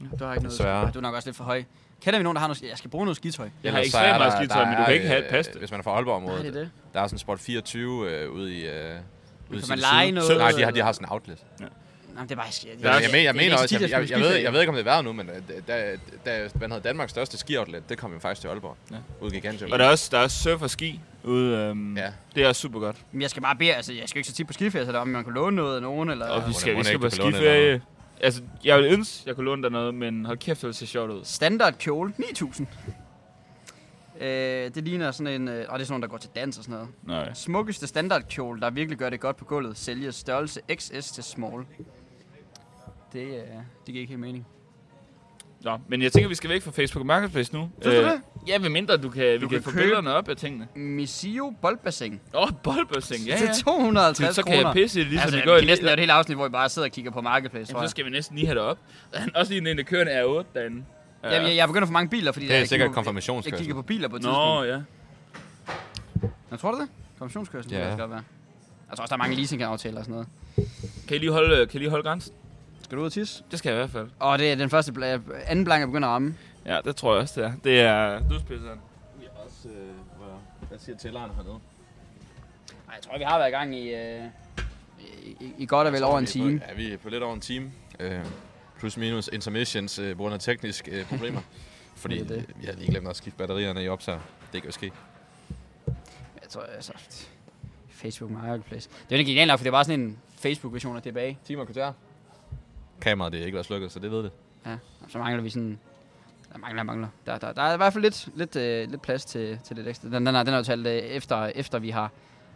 A: Du har ikke noget
B: Desværre.
A: skitøj. Du er nok også lidt for høj. Kender vi nogen, der har noget ski- Jeg skal bruge noget skitøj.
C: Jeg har
B: Ellers så
C: ekstremt
B: er
C: meget
B: der-
C: skitøj,
B: der
C: men du kan
B: er,
C: ikke have et
B: øh,
C: pas.
B: Hvis man er fra Aalborg-området,
A: Nej, det er det.
B: der er sådan Sport 24 øh, ude i... Øh, ude
A: Kan
B: til
A: man
B: det
A: lege
B: syd.
A: noget?
B: Nej, de har, de har sådan en outlet.
A: Nej, det er bare... Jeg,
C: er-
B: Jeg, jeg, mener, jeg
A: det er
B: mener
A: ikke
B: også,
A: ski, der
B: jeg,
A: skal
B: jeg,
A: på
B: jeg, ved,
A: skiferie.
B: jeg ved ikke, om det er været nu, men øh, da, da, da man havde Danmarks største skioutlet, det kom jo faktisk til Aalborg.
C: Ja.
B: Ja. Ude i Gigantio.
C: Og der er også, der er også surf og ski ude. Øhm,
B: Ja.
C: Det er også super godt.
A: Men jeg skal bare bede, altså jeg skal ikke så tit på skiferie, så der, om man kunne låne noget af nogen, eller...
C: Og vi
B: Hvordan-
C: skal, vi
B: hvordan
C: skal
B: ikke
C: på
B: du kan låne
C: skiferie. Altså, jeg ville ønske, jeg kunne låne dig noget, men hold kæft, det ville se sjovt ud.
A: Standard kjole, 9000. Øh, det ligner sådan en... Øh, og det er sådan nogle, der går til dans og sådan noget.
C: Nej.
A: Smukkeste standardkjole, der virkelig gør det godt på gulvet, sælges størrelse XS til small. Det, øh, det giver ikke helt mening.
C: Nå, men jeg tænker, vi skal væk fra Facebook Marketplace nu. Øh,
A: Synes du det?
C: Ja, ved mindre du kan, du vi
A: kan
C: kan, få
A: købe-
C: billederne op af tingene.
A: Missio boldbassin.
C: Åh, oh, boldbøssing, ja,
A: Til
C: ja.
A: 250
C: Så kan
A: kroner.
C: jeg pisse i det, ligesom
A: altså,
C: vi
A: vi
C: gør i
A: kan næsten lave
C: det.
A: et helt afsnit, hvor vi bare sidder og kigger på Marketplace, tror
C: Jamen,
A: jeg.
C: så skal vi næsten lige have det op. Også lige den der kørende R8 derinde. Ja.
A: Jamen, jeg, jeg begynder for mange biler, fordi
B: Det er
A: jeg,
B: sikkert
A: kigger på, jeg
B: konfirmationskørsel.
A: kigger på biler på et tidspunkt.
C: Nå, ja.
A: Nå, tror du det? Konfirmationskørsel,
B: Ja.
A: det kan også godt være. Jeg tror også, der er mange leasingaftaler og sådan noget.
C: Kan I lige holde, øh, kan I lige holde grænsen?
A: Skal du ud og tisse?
C: Det skal jeg i hvert fald.
A: Og det er den første, bla- anden blank, jeg begynder at ramme.
C: Ja, det tror jeg også, det er. Det er dødspidseren.
B: også, øh, hvad siger tælleren hernede?
A: Ej, jeg tror, vi har været i gang i, øh, i, i- i godt og vel over en time.
B: Ja, vi er på lidt over en time. Øh, plus minus intermissions øh, på grund af tekniske øh, problemer. Fordi
A: Det er
B: det
A: det.
B: det. jeg har lige glemt at skifte batterierne i optager. Det kan jo ske.
A: Jeg tror, altså... Facebook Marketplace. Det er jo ikke genialt nok, for det er bare sådan en Facebook-version af DBA.
B: Timer og kvarter. Kameraet det er ikke været slukket, så det ved det.
A: Ja, og så mangler vi sådan... Der mangler, mangler. Der, der, der er i hvert fald lidt, lidt, øh, lidt plads til, til lidt ekstra. Den, den, er, den er jo talt øh, efter, efter vi har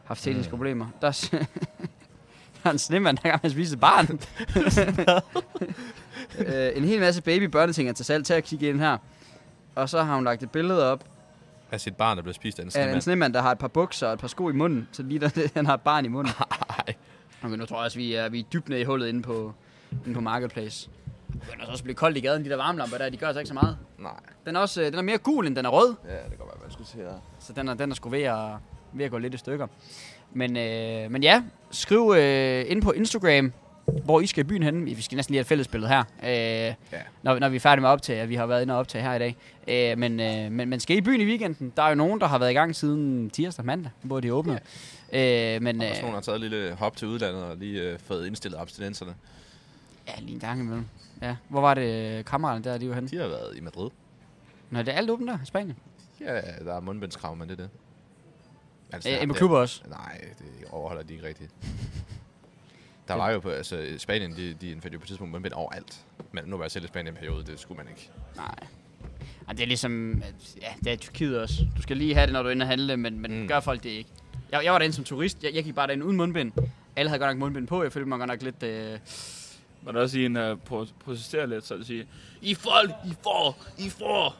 A: haft tekniske mm. problemer. Der er, s- der er en snemand, der er i gang med at spise et barn. øh, en hel masse baby børneting er til salg til at kigge ind her. Og så har hun lagt et billede op
B: Af sit barn, der blev spist af
A: af
B: en
A: en
B: snemand.
A: snemand, der har et par bukser og et par sko i munden. Så lige der, han har et barn i munden. Okay, nu tror jeg også, vi er, vi er dybt nede i hullet inde på, inde på Marketplace. Det begynder så også at blive koldt i gaden, de der varmelamper der, de gør altså ikke så meget.
B: Nej.
A: Den er, også, øh, den er mere gul, end den er rød,
B: Ja, det kan godt være, man skulle se her.
A: så den er, den er sgu ved at, ved at gå lidt i stykker. Men, øh, men ja, skriv øh, ind på Instagram, hvor I skal i byen henne. Vi skal næsten lige have et fællesbillede her, øh,
B: Ja.
A: når, når vi er færdige med at optage, at vi har været inde og optage her i dag. Øh, men, øh, men, men skal I i byen i weekenden? Der er jo nogen, der har været i gang siden tirsdag og mandag, hvor de åbnede. Øh, men,
B: Og
A: øh,
B: også nogen har taget et lille hop til udlandet og lige øh, fået indstillet abstinenserne.
A: ja, lige en gang imellem. Ja. Hvor var det øh, kammeraterne der, de var henne?
B: De har været i Madrid.
A: Nå, det er alt åbent der i Spanien.
B: Ja, der er mundbindskrav, men det er det. Altså,
A: Øh,
B: der-
A: på
B: der-
A: klubber også.
B: Nej, det overholder de ikke rigtigt. Der var jo på, altså Spanien, de, de indførte jo på et tidspunkt mundbind overalt. Men nu var jeg selv i Spanien i en periode, det skulle man ikke.
A: Nej. Ej, det er ligesom, at- ja, det er Tyrkiet også. Du skal lige have det, når du er inde og handle, men, men mm.
B: Mm.
A: gør folk det ikke. Jeg, jeg var derinde som turist, jeg, jeg gik bare derinde uden mundbind. Alle havde godt nok mundbind på, jeg følte mig godt nok lidt, øh,
C: var der også en, der pro- protesterer lidt, så at sige, I folk, I får, I får,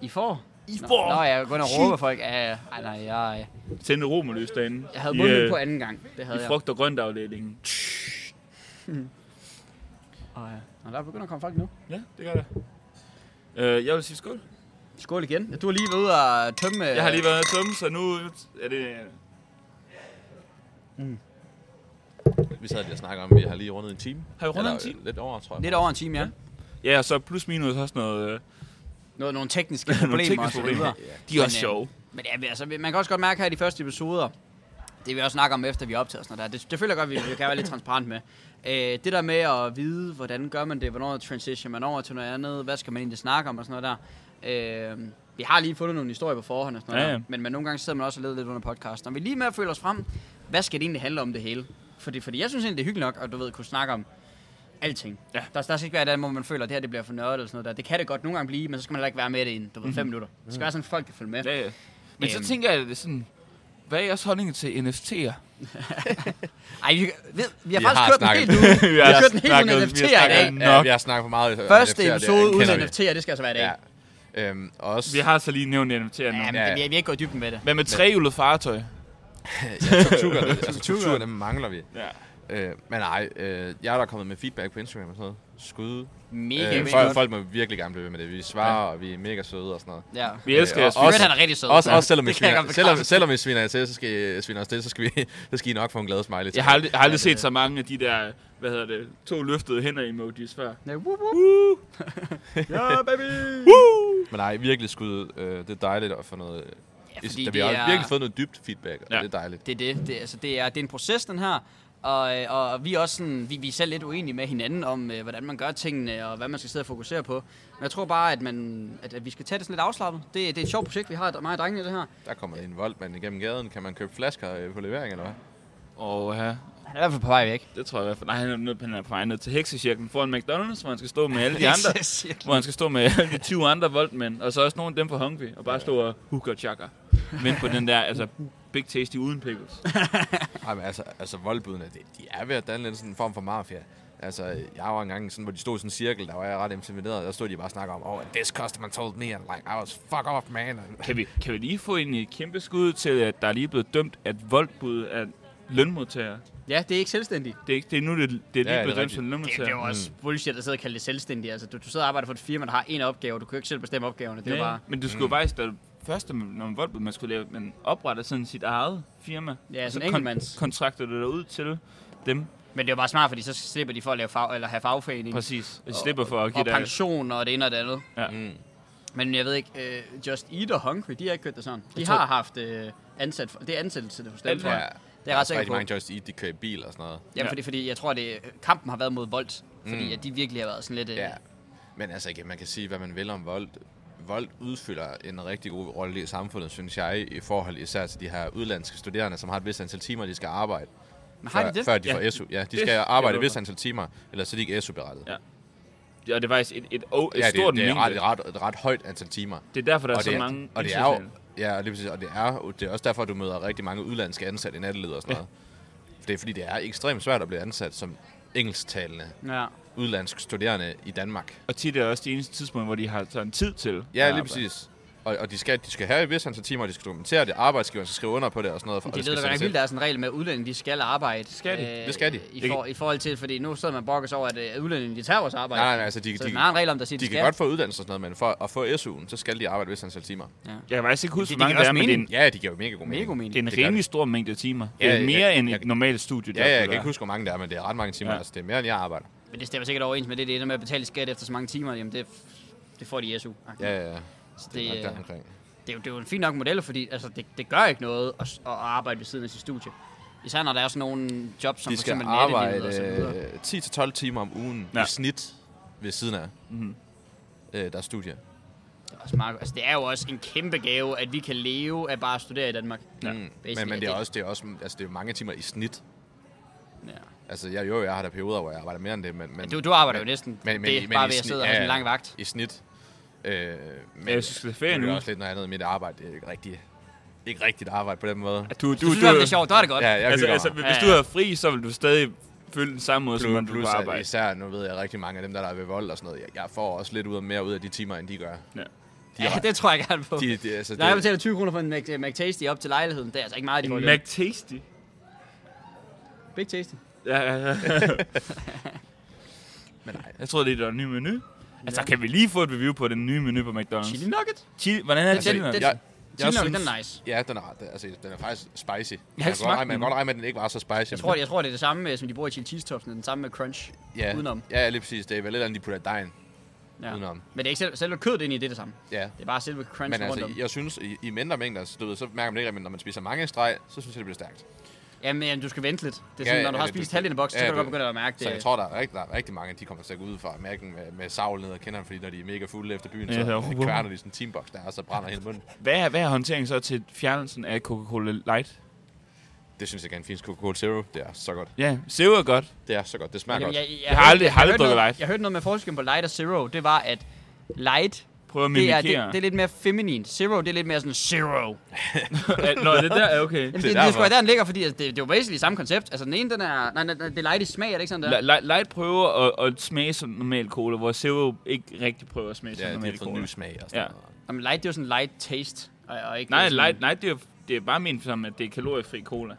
A: I får?
C: I
A: Nå,
C: får.
A: Nå, jeg går ind og råber folk. Ja, ja. Ej, nej, jeg,
C: Tændte romerlys derinde.
A: jeg havde
C: I,
A: mundvind
C: øh,
A: på anden gang. Det havde
C: I
A: jeg.
C: frugt- og grøntafdelingen.
A: Og, ja. Nå, der begynder at komme folk nu.
C: Ja, det gør det. Øh, jeg vil sige skål.
A: Skål igen. Du har lige været ude og tømme... øh,
C: Jeg har lige været tomme, så nu er det...
B: Vi sad lige og snakkede om, at vi har lige rundet en time.
C: Har vi rundet
B: Eller,
C: en time?
B: øh, Lidt over, tror jeg.
A: Lidt over en time, ja.
C: Ja, og så plus minus også noget... Øh,
A: Noget, nogle tekniske problemer nogle tekniske og
C: tekniske
A: så
C: problemer.
A: videre.
C: de er også
A: øh,
C: sjove.
A: Men ja, altså, man kan også godt mærke her i de første episoder, det vi også snakker om efter vi optager og sådan noget der, det, det føler jeg godt, vi, vi kan være lidt transparent med. Øh, det der med at vide, hvordan gør man det, hvornår transition man over til noget andet, hvad skal man egentlig snakke om og sådan noget der. Øh, vi har lige fundet nogle historier på forhånd og sådan noget ja,
C: Ja, ja.
A: ja. Der, men, men nogle gange sidder man også og leder lidt under podcasten. Og vi er lige med at føle os frem, hvad skal det egentlig handle om det hele? Fordi, fordi jeg synes egentlig, det er hyggeligt nok at du ved, kunne snakke om alting.
C: Ja.
A: Der, der skal ikke være den, hvor man føler, at det her det bliver for nørdet eller sådan noget der. Det kan det godt nogle gange blive, men så skal man heller ikke være med det i du ved, fem minutter. Det skal være sådan, folk kan følge med.
C: Ja, ja. Men så
A: Øhm.
C: tænker jeg, at det er sådan... Hvad er jeres holdning til NFT'er?
A: Ej, vi, vi, vi har
B: Vi
A: faktisk
B: har
A: kørt
B: snakket.
A: den helt ude.
C: Vi
A: vi
C: har
A: har kørt den helt
C: snakket-
A: uden
C: vi
A: NFT'er
C: har
A: i
C: snakket
A: dag.
C: om
B: Ja,
C: Nok.
B: vi har snakket for meget. øh, om
A: Første
B: NFT'er, det
A: episode uden
B: kender vi.
A: NFT'er, det skal altså være i dag.
B: Ja. Øhm, også,
C: Vi har så lige nævnt NFT'er nu.
A: Ja, men
B: Ja, ja.
A: det- vi har vi har ikke gået i dybden med det.
C: Hvad med trehjulet fartøj?
B: ja, torturen, altså, torturen, dem mangler vi.
C: Ja.
B: Øh, men nej, øh, jeg er der kommet med feedback på Instagram og sådan noget. Skud.
A: Mega,
B: Øh,
A: mega
B: folk,
A: godt.
B: folk må virkelig gerne blive ved med det. Vi svarer, og vi er mega søde og sådan noget.
A: Ja.
C: Vi elsker
B: Øh,
C: jeres
B: og-
A: Også,
B: Også-
A: han er rigtig sød.
B: Også, også selvom, I
A: Det kan jeg
B: sviner,
A: godt
B: selvom,
A: bekræfte.
B: selvom I sviner jer til, så skal I, sviner os til, så skal, vi, så skal I nok få en glad smiley. til.
C: Jeg har aldrig, jeg har aldrig set så mange af de der, hvad hedder det, to løftede hænder emojis før.
A: Ja, wup, wup.
C: Ja, baby!
B: Men nej, virkelig skud. Øh, det er dejligt at få noget...
A: Ja,
B: Ja,
A: fordi
B: vi
A: det
B: har
A: er-
B: virkelig fået noget dybt feedback, og
C: Ja.
B: det er dejligt.
A: Det er det. Det, er- altså, det, er, det er en proces, den her. Og, øh, og vi, er også sådan, vi, vi er selv lidt uenige med hinanden om, øh, hvordan man gør tingene, og hvad man skal sidde og fokusere på. Men jeg tror bare, at, man, at, at vi skal tage det sådan lidt afslappet. Det, det er et sjovt projekt, vi har, mig og drengene i det her.
B: Der kommer en voldmand igennem gaden. Kan man købe flasker øh, på levering, eller hvad?
C: Åh, ja.
A: Han er i hvert fald på vej væk.
C: Det tror jeg i hvert fald. Nej, han er nødt han er på vej ned til heksecirklen foran McDonald's, hvor han skal stå med alle de andre. Hvor han skal stå med alle de 20 andre voldmænd, og så også nogle af dem fra Hungry, og bare stå og hook og chaka. Vent på den der, altså, Big Tasty uden pickles.
B: Ej, men altså, altså voldbudene, de, de er ved at danne lidt sådan en form for mafia. Altså, jeg var engang sådan, hvor de stod i sådan en cirkel, der var jeg ret intimideret, der stod de bare og snakkede om, oh, this customer told me, and like, I was fuck off, man.
C: Kan vi, kan vi lige få en øh, kæmpe skud til, at der er lige blevet dømt, at voldbud er lønmodtagere?
A: Ja, det er ikke selvstændigt.
C: Det er, ikke, det er nu, det, det er lige
B: det er
C: ja, blevet dømt
B: rigtigt.
C: som
A: Det, det er
C: lønmodtagere.
A: jo også bullshit at sidde og kalde det selvstændigt. Altså, du, du sidder og arbejder for et firma, der har en opgave, og du kan jo ikke selv bestemme opgaverne. Det er jo
C: Ja,
A: bare...
C: Men du skulle mm. faktisk, da første, når man voldbud, man skulle lave, man opretter sådan sit eget firma.
A: Ja,
C: og
A: sådan en enkeltmands.
C: kontrakter du det ud til dem.
A: Men det er jo bare smart, fordi så slipper de for at lave fag, eller have fagforening
C: Præcis. Jeg slipper for at give
A: og
C: dig...
A: pension og det ene og det andet.
C: Ja.
B: Mm.
A: Men jeg ved ikke, uh, Just Eat og Hungry, de har ikke kørt det sådan. De
C: tror-
A: har haft uh, ansat, det er ansættelse hos dem,
C: Alt
A: tror jeg. Det er jeg ret sikker
B: rigtig
A: på.
B: mange Just Eat, de kører i bil og sådan noget.
A: Jamen,
C: Ja.
A: fordi, fordi jeg tror, det kampen har været mod Volt, fordi at de virkelig har været sådan lidt... Uh,
B: Mm. Ja. Men altså, igen, man kan sige, hvad man vil om vold. Vold udfylder en rigtig god rolle i samfundet, synes jeg, i forhold især til de her udlandske studerende, som har et vist antal timer, de skal arbejde.
A: men har de
B: før,
A: det?
B: før de
C: Ja.
B: får SU. Ja, de
C: Det skal
B: skal
C: jeg
B: arbejde
C: love
B: et vist
C: dig.
B: antal timer, ellers så er de ikke SU-berettet.
C: Ja. Ja, og det er faktisk et, et, et, et
B: Ja,
C: stort
B: det, det er ret,
C: mængde.
B: et, ret, et ret højt antal timer.
C: Det er derfor, der er
B: og
C: så
B: det er,
C: mange
B: og det er jo,
C: internationale.
B: ja, og det, er præcis- og det er, jo- det er også derfor, at du møder rigtig mange udlandske ansatte i nattelivet og sådan noget. Det er fordi, det er ekstremt svært at blive ansat som engelsktalende
A: Ja.
B: udlandsk studerende i Danmark.
C: Og tit er det også det eneste tidspunkt, hvor de har sådan tid til. at
B: Ja, lige
C: arbejde.
B: præcis. Og, og de, skal, de skal have et vist antal timer, og de skal dokumentere det. Arbejdsgiveren skal skrive under på det og sådan noget. og
A: Det
B: skal
A: lyder da godt
B: sendes
A: nok vildt, der er sådan en regel med, at udlændinge de skal arbejde.
C: Skal de?
A: øh,
B: Det skal de.
A: I, for, I forhold til, fordi nu sidder man brokkes over, at øh, udlændinge de tager vores
B: ind.
A: arbejde.
B: Nej, nej, nej, altså de,
A: så
B: de,
A: man har en regel om, der siger,
B: de
A: de,
B: kan godt få uddannelse og sådan noget, men for at få SU'en, så skal de arbejde et vist antal timer.
C: Jeg kan faktisk ikke huske,
A: Det-
C: hvor
A: det
C: mange
A: giver
C: det er,
A: også
C: men det er en,
A: mening.
B: Ja, de giver jo mega god
A: Mega
B: mening.
A: mening.
C: det er en
B: Det gør
C: rimelig stor mængde timer.
B: Ja,
C: det er
B: ja,
C: mere
B: jeg-
C: end
B: jeg-
C: et normalt studie.
B: Ja, ja, jeg kan ikke huske, hvor mange der er, men det er ret mange timer.
C: Ja.
B: Ja. Altså, det er mere, end jeg arbejder.
A: Men det stemmer sikkert overens med det, det ender med at betale skat efter så mange timer. Jamen, det, det får de i SU.
B: Ja, ja, ja.
A: så det,
B: Det er
A: det,
B: nok
A: øh,
B: der omkring.
A: det, er jo, det er jo en fin nok model, fordi altså, det, det gør ikke noget at, s- at arbejde ved siden af sit studie. Især når der er sådan nogle jobs, som
B: De
A: for
B: skal
A: eksempel
B: arbejde
A: nattelivet og så videre.
B: øh, 10-12 timer om ugen
C: Ja.
B: i snit ved siden af
C: Mhm.
B: øh, deres studie.
A: Det er, også meget, altså, det er jo også en kæmpe gave, at vi kan leve af bare at studere i Danmark.
C: Ja.
B: Mm. Men,
A: Basically,
B: men det er
A: det-
B: også, det er også altså, det er jo mange timer i snit.
A: Ja.
B: Altså, jeg, jo, jeg har da perioder, hvor jeg arbejder mere end det, men... men
A: Du, du arbejder
B: men-
A: jo næsten.
B: men- men-
A: det er
B: men
A: bare
B: i
A: ved at
B: snit-
A: sidde og have sådan en
B: ja, ja.
A: lang vagt.
B: i snit. Øh, men
C: Ja, jeg synes, det er
B: det
C: ferie
B: er
C: nu.
B: jo også lidt noget andet. Mit arbejde det er ikke rigtig, ikke rigtig et arbejde på den måde.
C: Du,
A: Du,
C: du,
A: du, synes, du, det er sjovt, der er det godt.
B: Ja, jeg
C: altså,
B: hygger
C: altså,
B: mig.
C: hvis
A: Ja,
C: du
A: ja.
C: havde fri, så ville du stadig føle den samme måde, som
B: Plus,
C: man blev
B: plus
C: på
B: at
C: arbejde.
B: især, nu ved jeg rigtig mange af dem, der er ved vold og sådan noget, jeg, jeg får også lidt ud af, mere ud af de timer, end de gør.
C: Ja.
B: De har-
A: Ja, det tror jeg gerne på.
B: De, de, altså,
A: Når jeg
B: det,
A: betaler 20 kroner for en Mac, Mac Tasty op til lejligheden, det er altså ikke meget, de får
C: En
A: Mac...
C: Mac Tasty.
A: Big Tasty.
C: Ja, ja, ja.
B: men nej,
C: Jeg tror, det er en ny menu. Altså, kan vi lige få et review på den nye menu på McDonald's?
A: Chili nugget?
C: Chili. Hvordan er det?
A: Altså,
C: Chili?
A: det-
C: nuts?
B: jeg,
A: Chili nugget,
C: synes-
A: den er nice.
B: ja, den er, altså, den er faktisk
A: ikke
B: spicy. Jeg man, kan
A: smagt
B: godt, regne- man
A: den.
B: kan godt regne med, at den ikke var så spicy.
A: Jeg tror, det, jeg tror, det er det samme, øh, som de bruger i chili cheese topsene, den samme med crunch
B: ja,
A: udenom.
B: Ja, lige præcis. Det er vel lidt andet, de putter dejen
A: Ja.
B: udenom.
A: Men det er ikke selv, selve kødet ind i det, er det samme.
B: Ja.
A: Det er bare selve crunch
B: Men
A: rundt
B: altså,
A: om.
B: jeg synes, i, i mindre mængder, så, du ved, så mærker man ikke, at når man spiser mange i streg, så synes jeg, det bliver stærkt.
A: Jamen, jamen, du skal vente lidt. Det er
B: Ja,
A: sådan,
B: ja,
A: når du har
B: ja,
A: spist
B: du-
A: halvdelen af boksen, så
B: ja,
A: kan du
B: du-
A: godt begynde at mærke det.
B: Så jeg tror, der er, rigtig, der er rigtig mange, de kommer til at gå ud fra mærken med, med savl ned og kenderne, fordi når de er mega fulde efter byen,
C: Ja,
B: så
C: så-
B: kværner de sådan en teambox der, og så brænder hele munden.
C: Hvad er, hvad er håndteringen så til fjernelsen af Coca-Cola Light?
B: Det synes jeg kan findes Coca-Cola Zero. Det er så godt.
C: Ja, Zero er godt.
B: Det er så godt. Det smager
A: Jamen,
B: godt.
A: jeg, jeg,
C: Jeg har aldrig-
A: jeg,
C: har aldrig
A: hørte
C: drukket
A: noget-
C: light.
A: Jeg hørte noget med forskellen på light og zero. Det var, at light,
C: Prøv at
A: det er,
C: mimikere.
A: det, det er lidt mere feminin. Zero, det er lidt mere sådan zero.
C: Ja, Nå, det der er okay.
A: Jamen,
B: Det er
A: det, det, det
B: derfor.
A: er sgu da der, den ligger, fordi altså, det, det er jo basically samme koncept. Altså, den ene, den er... Nej, nej, nej, det er light i smag, er det ikke sådan, der?
C: La- la- Light prøver at, at smage som normal cola, hvor Zero ikke rigtig prøver at smage som
B: Ja, det
C: normal
B: har fået
C: cola.
B: ny smag og sådan
C: Ja.
B: ja. noget.
A: Jamen, light, det er jo sådan light taste. Og, og ikke
C: Nej,
A: sådan,
C: light, nej, det er, jo- det er bare ment som, at det er kaloriefri cola.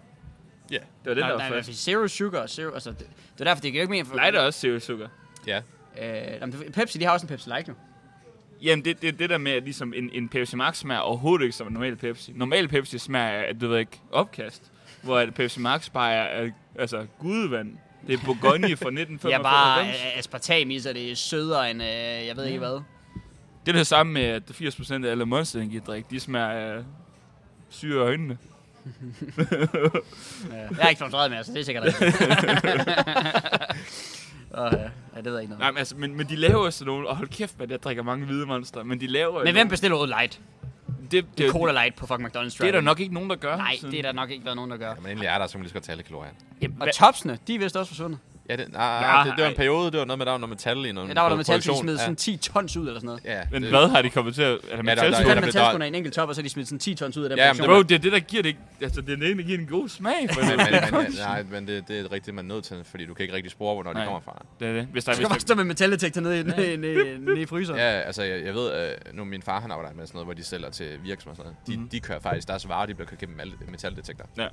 B: Ja.
C: Det var det,
A: Nej,
C: der
A: nej, nej,
C: var først.
A: fordi zero sugar og zero... Altså, det, det er derfor, det giver jo ikke mere... For,
C: Light er også Zero Sugar.
B: Ja.
A: Øh, jamen, det- Pepsi, de har også en Pepsi Light, jo.
C: Jamen, det, det er det der med, at ligesom en, en Pepsi Max smager overhovedet ikke som en normal Pepsi. Normal Pepsi smager af, du ved ikke, opkast. Hvor at Pepsi Max bare er, er altså, gudevand. Det er Bourgogne fra 1995.
A: Jeg bare øh, aspartam i, så det er sødere end... Øh, jeg ved ikke hvad.
C: Det er det samme med, at 80% af alle monsterengidrik, de smager af syre og øjnene.
A: Jeg er ikke koncentreret med, så det er sikkert rigtigt. Åh, ja. ja, det ved jeg ikke noget.
C: Nej, men, altså, men, men de laver sådan nogle, og hold kæft, man, jeg drikker mange hvide monster, men de laver...
A: om. Men hvem bestiller ud light?
C: det, det,
A: Det
C: det,
A: er Cola Light på fucking McDonald's.
C: det er der
A: drive-in.
C: nok ikke nogen, der gør.
A: Nej,
C: siden-
A: det er der nok ikke været nogen, der gør.
B: Når man endelig er der, så kan man lige så godt tage alle kalorierne.
A: Og topsene, de er vist også forsvundet.
B: Ja, det, nej,
C: Nej.
B: nej, det, det, var en periode, det var noget med, der var noget metal i. Noget
A: Ja, der var der metal, de
B: produktion.
A: smed sådan 10 tons ud eller sådan noget.
B: Ja, ja
C: Men
B: det-
C: hvad har de kommet til at... Er der
B: der- der-
C: metal-
A: Så
B: Ja,
A: fandt man
B: blev
A: talskunder i en enkelt top, og så har de smidt sådan 10 tons ud af den
B: Ja, men
A: produktion.
C: Bro, det er det, der giver det ikke... Altså, det er det, der giver en god smag. For
B: Men,
C: det.
B: men, men, nej, men det, det er rigtigt, man er nødt til, fordi du kan ikke rigtig spore, hvornår
C: Nej.
B: de kommer fra.
C: det er det. Hvis der er,
A: Du skal bare
C: hvis
A: stå med metaldetektor nede i, nede, nede, nede i fryseren.
B: Ja, altså jeg, jeg ved, øh, nu min far han arbejder med sådan noget, hvor de sælger til virksomheder og sådan noget. De, mm-hmm. de kører faktisk, deres varer, de bliver kørt gennem alle metaldetektorer.
C: der, Mhm. ja.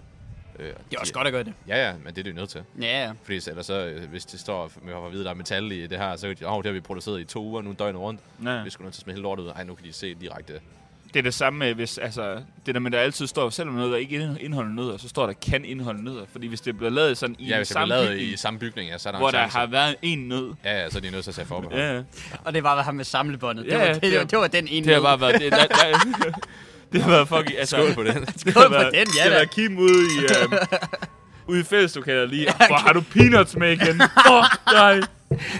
B: Øh,
A: Det er også godt at gøre det.
B: Ja, ja, men det er de jo nødt til.
A: Ja, ja.
B: Fordi ellers så, øh, hvis det står, at vi har vidt, der er metal i det her, så kan de, åh, oh, det har vi produceret i to uger, nu døgnet rundt.
C: Ja.
B: Vi skulle nødt til at smide hele lortet ud. Ej, nu kan de se direkte.
C: Det er det samme med, hvis, altså, det der med, der altid står, selvom noget der ikke ind- indeholder nødder, så står der kan indeholde nødder. Fordi hvis det bliver lavet sådan i
B: Ja,
C: en
B: hvis det bliver
C: samme
B: lavet
C: bygning,
B: i samme bygning, ja, så er der
C: hvor
B: en
C: der
B: chance.
C: har været en nød.
B: Ja, ja, så er de nødt til at tage forbehold.
C: Ja, ja.
A: Og det var ham med samlebåndet. Det,
C: Ja,
A: var,
C: ja,
A: det,
C: det
A: det, var,
C: var-
A: det var den ene.
C: Det har bare været... Det, der, der, det har været fucking... Altså,
B: Skål på det.
C: Det
A: Skål
C: har
A: for
C: været-
A: den, ja
C: Det har
A: da.
C: været Kim ude i... Øh, ude i fælleslokalet lige. Hvor har du peanuts med igen? Fuck dig.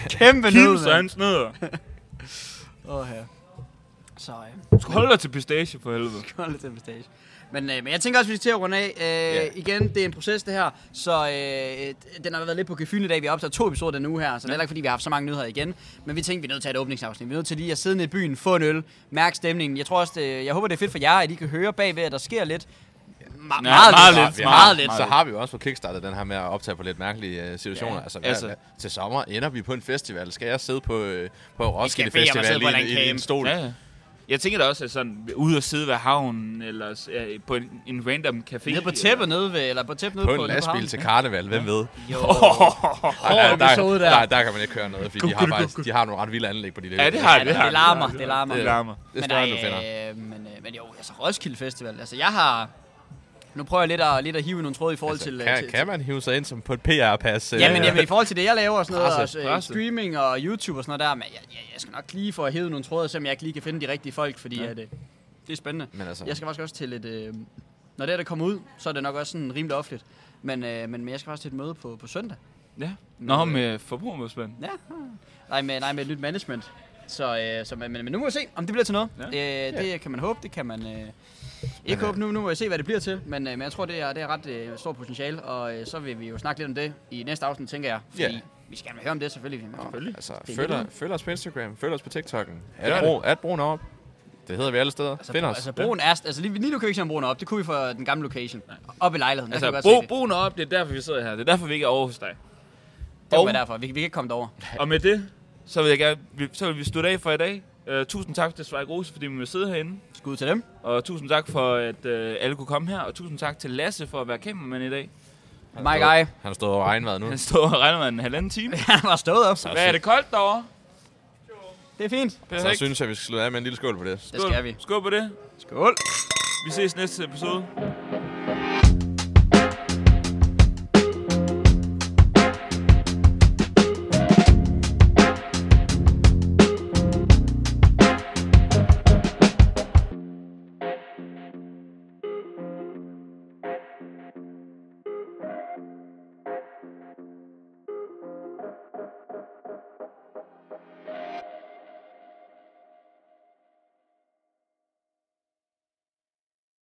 A: kæmpe
C: Kim så hans nødder.
A: Åh, her. Så, ja.
C: Du skal holde dig til pistache for helvede.
A: Hold lidt til pistache. Men, øh, men jeg tænker også, vi skal til at runde af. Øh,
B: Ja.
A: Igen, det er en proces, det her. Så øh, den har været lidt på gefyldende i dag. Vi har optaget to episoder den uge her, så det er heller ikke, fordi vi har haft så mange nyheder igen. Men vi tænkte, vi er nødt til at have et åbningsafsnit. Vi er nødt til lige at sidde ned i byen, få en øl, mærke stemningen. Jeg tror også, det, jeg håber, det er fedt for jer, at I kan høre bagved, at der sker lidt. Ma- meget,
C: meget
A: lidt.
C: lidt,
B: Vi har-
A: meget lidt.
B: Så har vi jo også på Kickstarter den her med at optage på lidt mærkelige øh, situationer.
A: Ja,
B: altså, hvad,
C: altså.
B: altså. Hvad, til sommer ender vi på en festival. Skal jeg sidde på, øh, på Roskilde
A: bede om at sidde
B: Festival
A: på en
B: i, i, i
A: camp.
B: en stol?
C: Ja, ja. Jeg tænker da også, at sådan ude og sidde ved havnen, eller s- øh, på en, en random café.
A: Nede på tæppet nede ved, eller på tæppet nede
B: På
A: på,
B: en
A: nede
B: lastbil
A: havnen.
B: til karneval, hvem ved?
A: Jo.
B: Ej, nej, der,
A: episode der.
B: der, der kan man ikke køre noget, fordi de har, faktisk, de har nogle ret vilde anlæg på de der.
C: Ja, det har
A: Ja, det
C: har
A: larmer,
C: har-
A: det larmer.
C: Det larmer.
B: Det er
A: Men,
B: større, end du finder.
A: ej, øh, men, øh, men jo, altså Roskilde Festival. Altså jeg har... Nu prøver jeg lidt at, lidt at hive i nogle tråde i forhold til...
B: Altså,
A: øh, til,
B: kan,
A: til-
B: kan man hive sig ind som på et PR-pas? øh,
A: Jamen, jamen, i forhold til det, jeg laver og sådan noget,
B: Presse,
A: og, øh,
C: presse.
A: streaming og YouTube og sådan noget der, men jeg, jeg, jeg skal nok lige få hævet nogle tråde, selvom jeg ikke lige kan finde de rigtige folk, fordi ja. at, øh, det er spændende.
B: Men altså,
A: Jeg skal faktisk også til et... Øh, når det er, der kommer ud, så er det nok også sådan rimelig offentligt. Men, øh, men, men jeg skal faktisk til et møde på, på søndag.
C: Ja. Nå, med forbrugermodspand.
A: Ja. Nej, med, nej, med et nyt management. Så, øh, så men, men men nu må vi se, om det bliver til noget.
C: Ja.
A: Ja. Øh, det kan man håbe, det kan man øh, ikke håbe. Nu, nu må jeg se, hvad det bliver til. Men, øh, men jeg tror, det er, det er ret øh, stort potentiale. Og øh, så vil vi jo snakke lidt om det i næste afsnit, tænker jeg. Fordi
B: Ja.
A: vi skal gerne høre om det, selvfølgelig. Ja.
C: Selvfølgelig.
B: altså
A: er
B: følg,
A: lidt
B: os- følg os på Instagram, følg os på TikTok'en.
C: Gør
B: At, bro, at broen op. Det hedder vi alle steder.
A: Altså,
B: Find
A: bro-
B: os.
A: Altså, broen er, altså lige, lige nu kan vi ikke se, om broen er op. Det kunne vi fra den gamle location. Op i lejligheden. der kan vi
C: Altså,
A: godt se
C: brug,
A: det.
C: brug noget op, det er derfor, vi sidder her. Det er derfor, vi ikke er over hos dig.
A: Det
C: Og-
A: var derfor. Vi, vi kan ikke komme derover.
C: Og med det, så vil, jeg gerne, vi- så vil vi slutte af for i dag. Uh, tusind tak til Svejk Rose, fordi vi vil sidde herinde.
A: Skud til dem.
C: Og tusind tak for, at øh, alle kunne komme her. Og tusind tak til Lasse for at være kameramand i dag.
A: Mike Eye.
B: Han stod over regnvejret nu.
C: Han stod og regnede med en halvanden time.
A: Han var stået op.
C: Hvad er det koldt derovre?
A: Det er fint.
B: Så synes jeg, vi skal slutte af med en lille skål på det.
A: Det skal vi.
C: Skål på det.
A: Skål.
C: Vi ses næste episode.